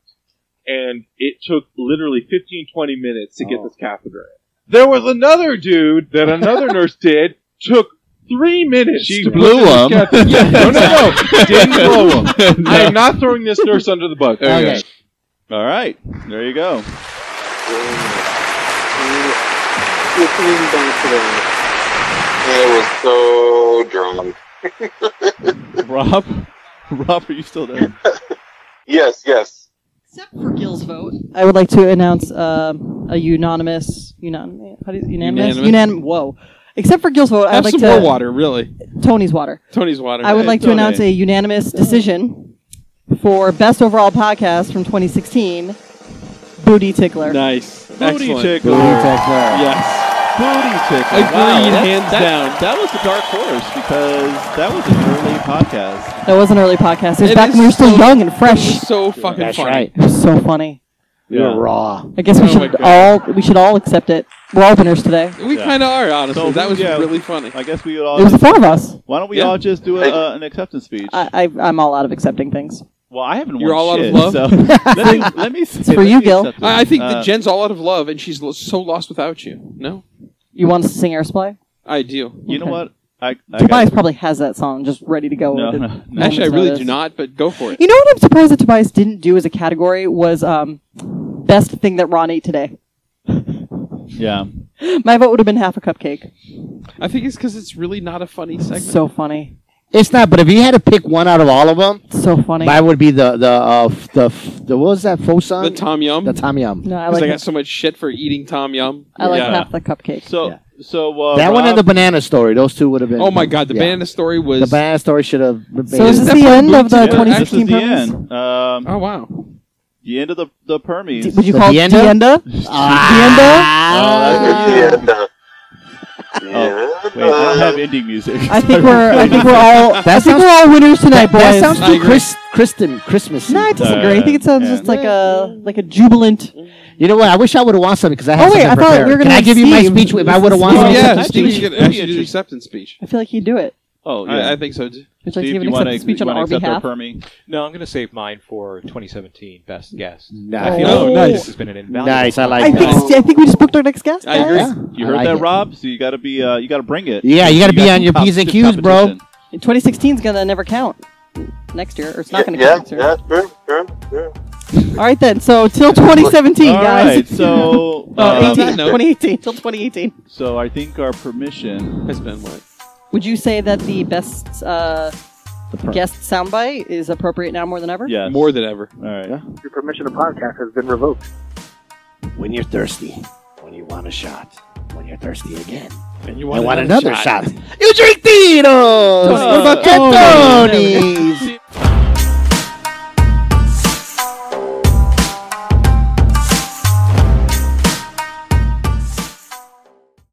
Speaker 12: And it took literally 15, 20 minutes to get this catheter in. There was another dude that another nurse did, took three minutes. She to put
Speaker 24: blew
Speaker 12: this
Speaker 24: him.
Speaker 12: catheter- no, no, no. Didn't blow him. I am not throwing this nurse under the bus.
Speaker 3: There you
Speaker 12: Okay.
Speaker 3: all right, there you go.
Speaker 4: I was so drunk.
Speaker 3: Rob, Rob, are you still there?
Speaker 4: Yes, yes.
Speaker 2: For Gil's vote. I would like to announce um a unanimous, unanimous, how do you, unanimous,
Speaker 1: Unanimous.
Speaker 2: unanimous. Whoa! Except for Gil's vote, I'd
Speaker 1: Have
Speaker 2: like
Speaker 1: some
Speaker 2: to
Speaker 1: more water, really.
Speaker 2: Tony's water.
Speaker 1: Tony's water.
Speaker 2: I would like to announce a unanimous decision for best overall podcast from 2016. Booty tickler.
Speaker 1: Nice.
Speaker 3: Booty
Speaker 1: Excellent.
Speaker 3: tickler.
Speaker 1: Booty tickler. Yes.
Speaker 3: Booty tickler.
Speaker 1: Agreed,
Speaker 3: that's-
Speaker 1: hands
Speaker 3: that-
Speaker 1: down.
Speaker 3: That was the dark horse because that was an early podcast.
Speaker 2: That was an early podcast. It was
Speaker 1: It
Speaker 2: back
Speaker 1: is
Speaker 2: when we were still
Speaker 1: so-
Speaker 2: young and fresh.
Speaker 1: So fucking funny.
Speaker 2: It was so funny.
Speaker 3: We were
Speaker 5: raw.
Speaker 2: I guess we
Speaker 1: Oh my
Speaker 2: should all we should all accept it. We're all winners today.
Speaker 1: We kind of are, honestly.
Speaker 3: So
Speaker 1: that
Speaker 3: who-
Speaker 1: was
Speaker 3: yeah,
Speaker 1: really funny.
Speaker 3: I guess we would all.
Speaker 2: It was the
Speaker 3: just-
Speaker 2: four of us.
Speaker 3: Why don't we
Speaker 1: Yeah.
Speaker 3: all just do a, uh, an acceptance speech?
Speaker 2: I, I I'm all out of accepting things.
Speaker 3: well, I haven't.
Speaker 1: You're
Speaker 3: won
Speaker 1: all out
Speaker 3: shit,
Speaker 1: of love.
Speaker 3: So let me. Let me say,
Speaker 2: for
Speaker 3: let
Speaker 2: you,
Speaker 3: me
Speaker 2: Gil.
Speaker 3: accept this.
Speaker 1: I, I think
Speaker 3: Uh,
Speaker 1: that Jen's all out of love, and she's lo- so lost without you. No,
Speaker 2: You want us to sing air supply?
Speaker 1: I do.
Speaker 3: You know
Speaker 2: Okay.
Speaker 3: what? I, I
Speaker 2: Tobias
Speaker 3: got-
Speaker 2: probably has that song just ready to go.
Speaker 3: No,
Speaker 2: with it.
Speaker 3: no, no.
Speaker 2: Moments
Speaker 1: Actually, I really
Speaker 2: notice.
Speaker 1: do not. But go for it.
Speaker 2: You know what I'm surprised that Tobias didn't do as a category was um, best thing that Ron ate today.
Speaker 3: Yeah.
Speaker 2: My vote would have been half a cupcake.
Speaker 1: I think it's because it's really not a funny segment.
Speaker 2: So funny.
Speaker 5: It's not, but if you had to pick one out of all of them,
Speaker 2: so funny.
Speaker 5: Mine would be the the uh, f- the f- the what was that faux song?
Speaker 1: the Tom Yum.
Speaker 5: The Tom Yum.
Speaker 2: No, I
Speaker 1: Because I,
Speaker 2: like
Speaker 1: got so much shit for eating Tom Yum.
Speaker 2: I like
Speaker 1: Yeah.
Speaker 2: half the cupcake.
Speaker 3: So so uh,
Speaker 5: that one
Speaker 3: Rob-
Speaker 5: and the banana story. Those two would have been.
Speaker 1: Oh my god, the
Speaker 5: yeah.
Speaker 1: banana story was.
Speaker 5: The banana story should have. been
Speaker 2: So is
Speaker 5: banned.
Speaker 2: this the end of the
Speaker 3: Yeah,
Speaker 2: 2016
Speaker 3: This is the
Speaker 2: Permies?
Speaker 3: end. Um,
Speaker 1: oh wow.
Speaker 3: the end of the the Permies.
Speaker 2: D- would you
Speaker 5: The
Speaker 2: call it
Speaker 5: Dienda?
Speaker 2: Dienda? Dienda?
Speaker 3: Oh, that's good. Oh, wait, I don't have ending music.
Speaker 2: I think we're I think we're all Oh, I think
Speaker 5: That sounds-
Speaker 2: we're all winners tonight,
Speaker 5: That,
Speaker 2: boys.
Speaker 5: that sounds
Speaker 1: I
Speaker 5: too
Speaker 1: agree. Uh,
Speaker 5: Chris, Kristen, Christmas.
Speaker 2: no, I disagree. I think it sounds just like a like a jubilant.
Speaker 5: You know what? I wish I would have won something because I had
Speaker 2: Oh, wait,
Speaker 5: something
Speaker 2: I thought
Speaker 5: prepared.
Speaker 2: we were gonna
Speaker 5: Can I
Speaker 2: have
Speaker 5: give you my
Speaker 2: Steve.
Speaker 5: speech if I would have won?
Speaker 2: Oh,
Speaker 1: Oh
Speaker 5: something?
Speaker 1: yeah,
Speaker 3: Steve,
Speaker 1: Steve,
Speaker 3: you
Speaker 1: you
Speaker 3: should-
Speaker 1: could
Speaker 3: you
Speaker 1: actually
Speaker 3: should-
Speaker 1: do the acceptance speech.
Speaker 2: I feel like you do it.
Speaker 3: Oh
Speaker 1: I,
Speaker 3: yeah.
Speaker 1: I think so. too.
Speaker 2: Would you like to
Speaker 3: Steve,
Speaker 2: give
Speaker 3: do
Speaker 2: an
Speaker 3: you wanna
Speaker 2: acceptance speech
Speaker 3: you
Speaker 2: on
Speaker 3: wanna
Speaker 2: our
Speaker 3: accept
Speaker 2: behalf?
Speaker 3: Our Permie?
Speaker 25: No, I'm going to save mine for 2017 best guest.
Speaker 5: Nice.
Speaker 25: I feel
Speaker 5: Oh,
Speaker 25: like
Speaker 5: nice.
Speaker 25: this has been an invaluable.
Speaker 5: Nice, I like
Speaker 2: I
Speaker 5: that.
Speaker 2: think I think we just booked our next guest.
Speaker 3: I agree.
Speaker 2: guys.
Speaker 3: You
Speaker 5: I
Speaker 3: heard
Speaker 5: like
Speaker 3: that,
Speaker 5: it.
Speaker 3: Rob? So you got to be, uh, you got to bring it.
Speaker 5: Yeah, you gotta be
Speaker 3: got
Speaker 5: on your
Speaker 3: some
Speaker 5: P's and
Speaker 3: comp-
Speaker 5: Q's,
Speaker 3: some
Speaker 5: bro.
Speaker 3: competition.
Speaker 2: 2016 is gonna never count next year, or it's not gonna
Speaker 4: yeah,
Speaker 2: count next year.
Speaker 4: yeah, sure, sure, sure.
Speaker 2: All right then. So till 2017,
Speaker 3: All
Speaker 2: guys.
Speaker 3: right, so
Speaker 2: Uh,
Speaker 3: um,
Speaker 2: 18,
Speaker 1: note-
Speaker 2: 2018 till 2018.
Speaker 3: so I think our permission.
Speaker 1: Has been what?
Speaker 2: Would you say that the best uh, guest soundbite is appropriate now more than ever?
Speaker 3: Yes.
Speaker 1: More than ever.
Speaker 3: All right.
Speaker 6: Your permission to podcast has been revoked.
Speaker 5: When you're thirsty, when you want a shot, when you're thirsty again,
Speaker 1: And you
Speaker 5: I want another shot. You drink Tito's.
Speaker 3: Tony.
Speaker 1: Oh,
Speaker 5: At Tony's.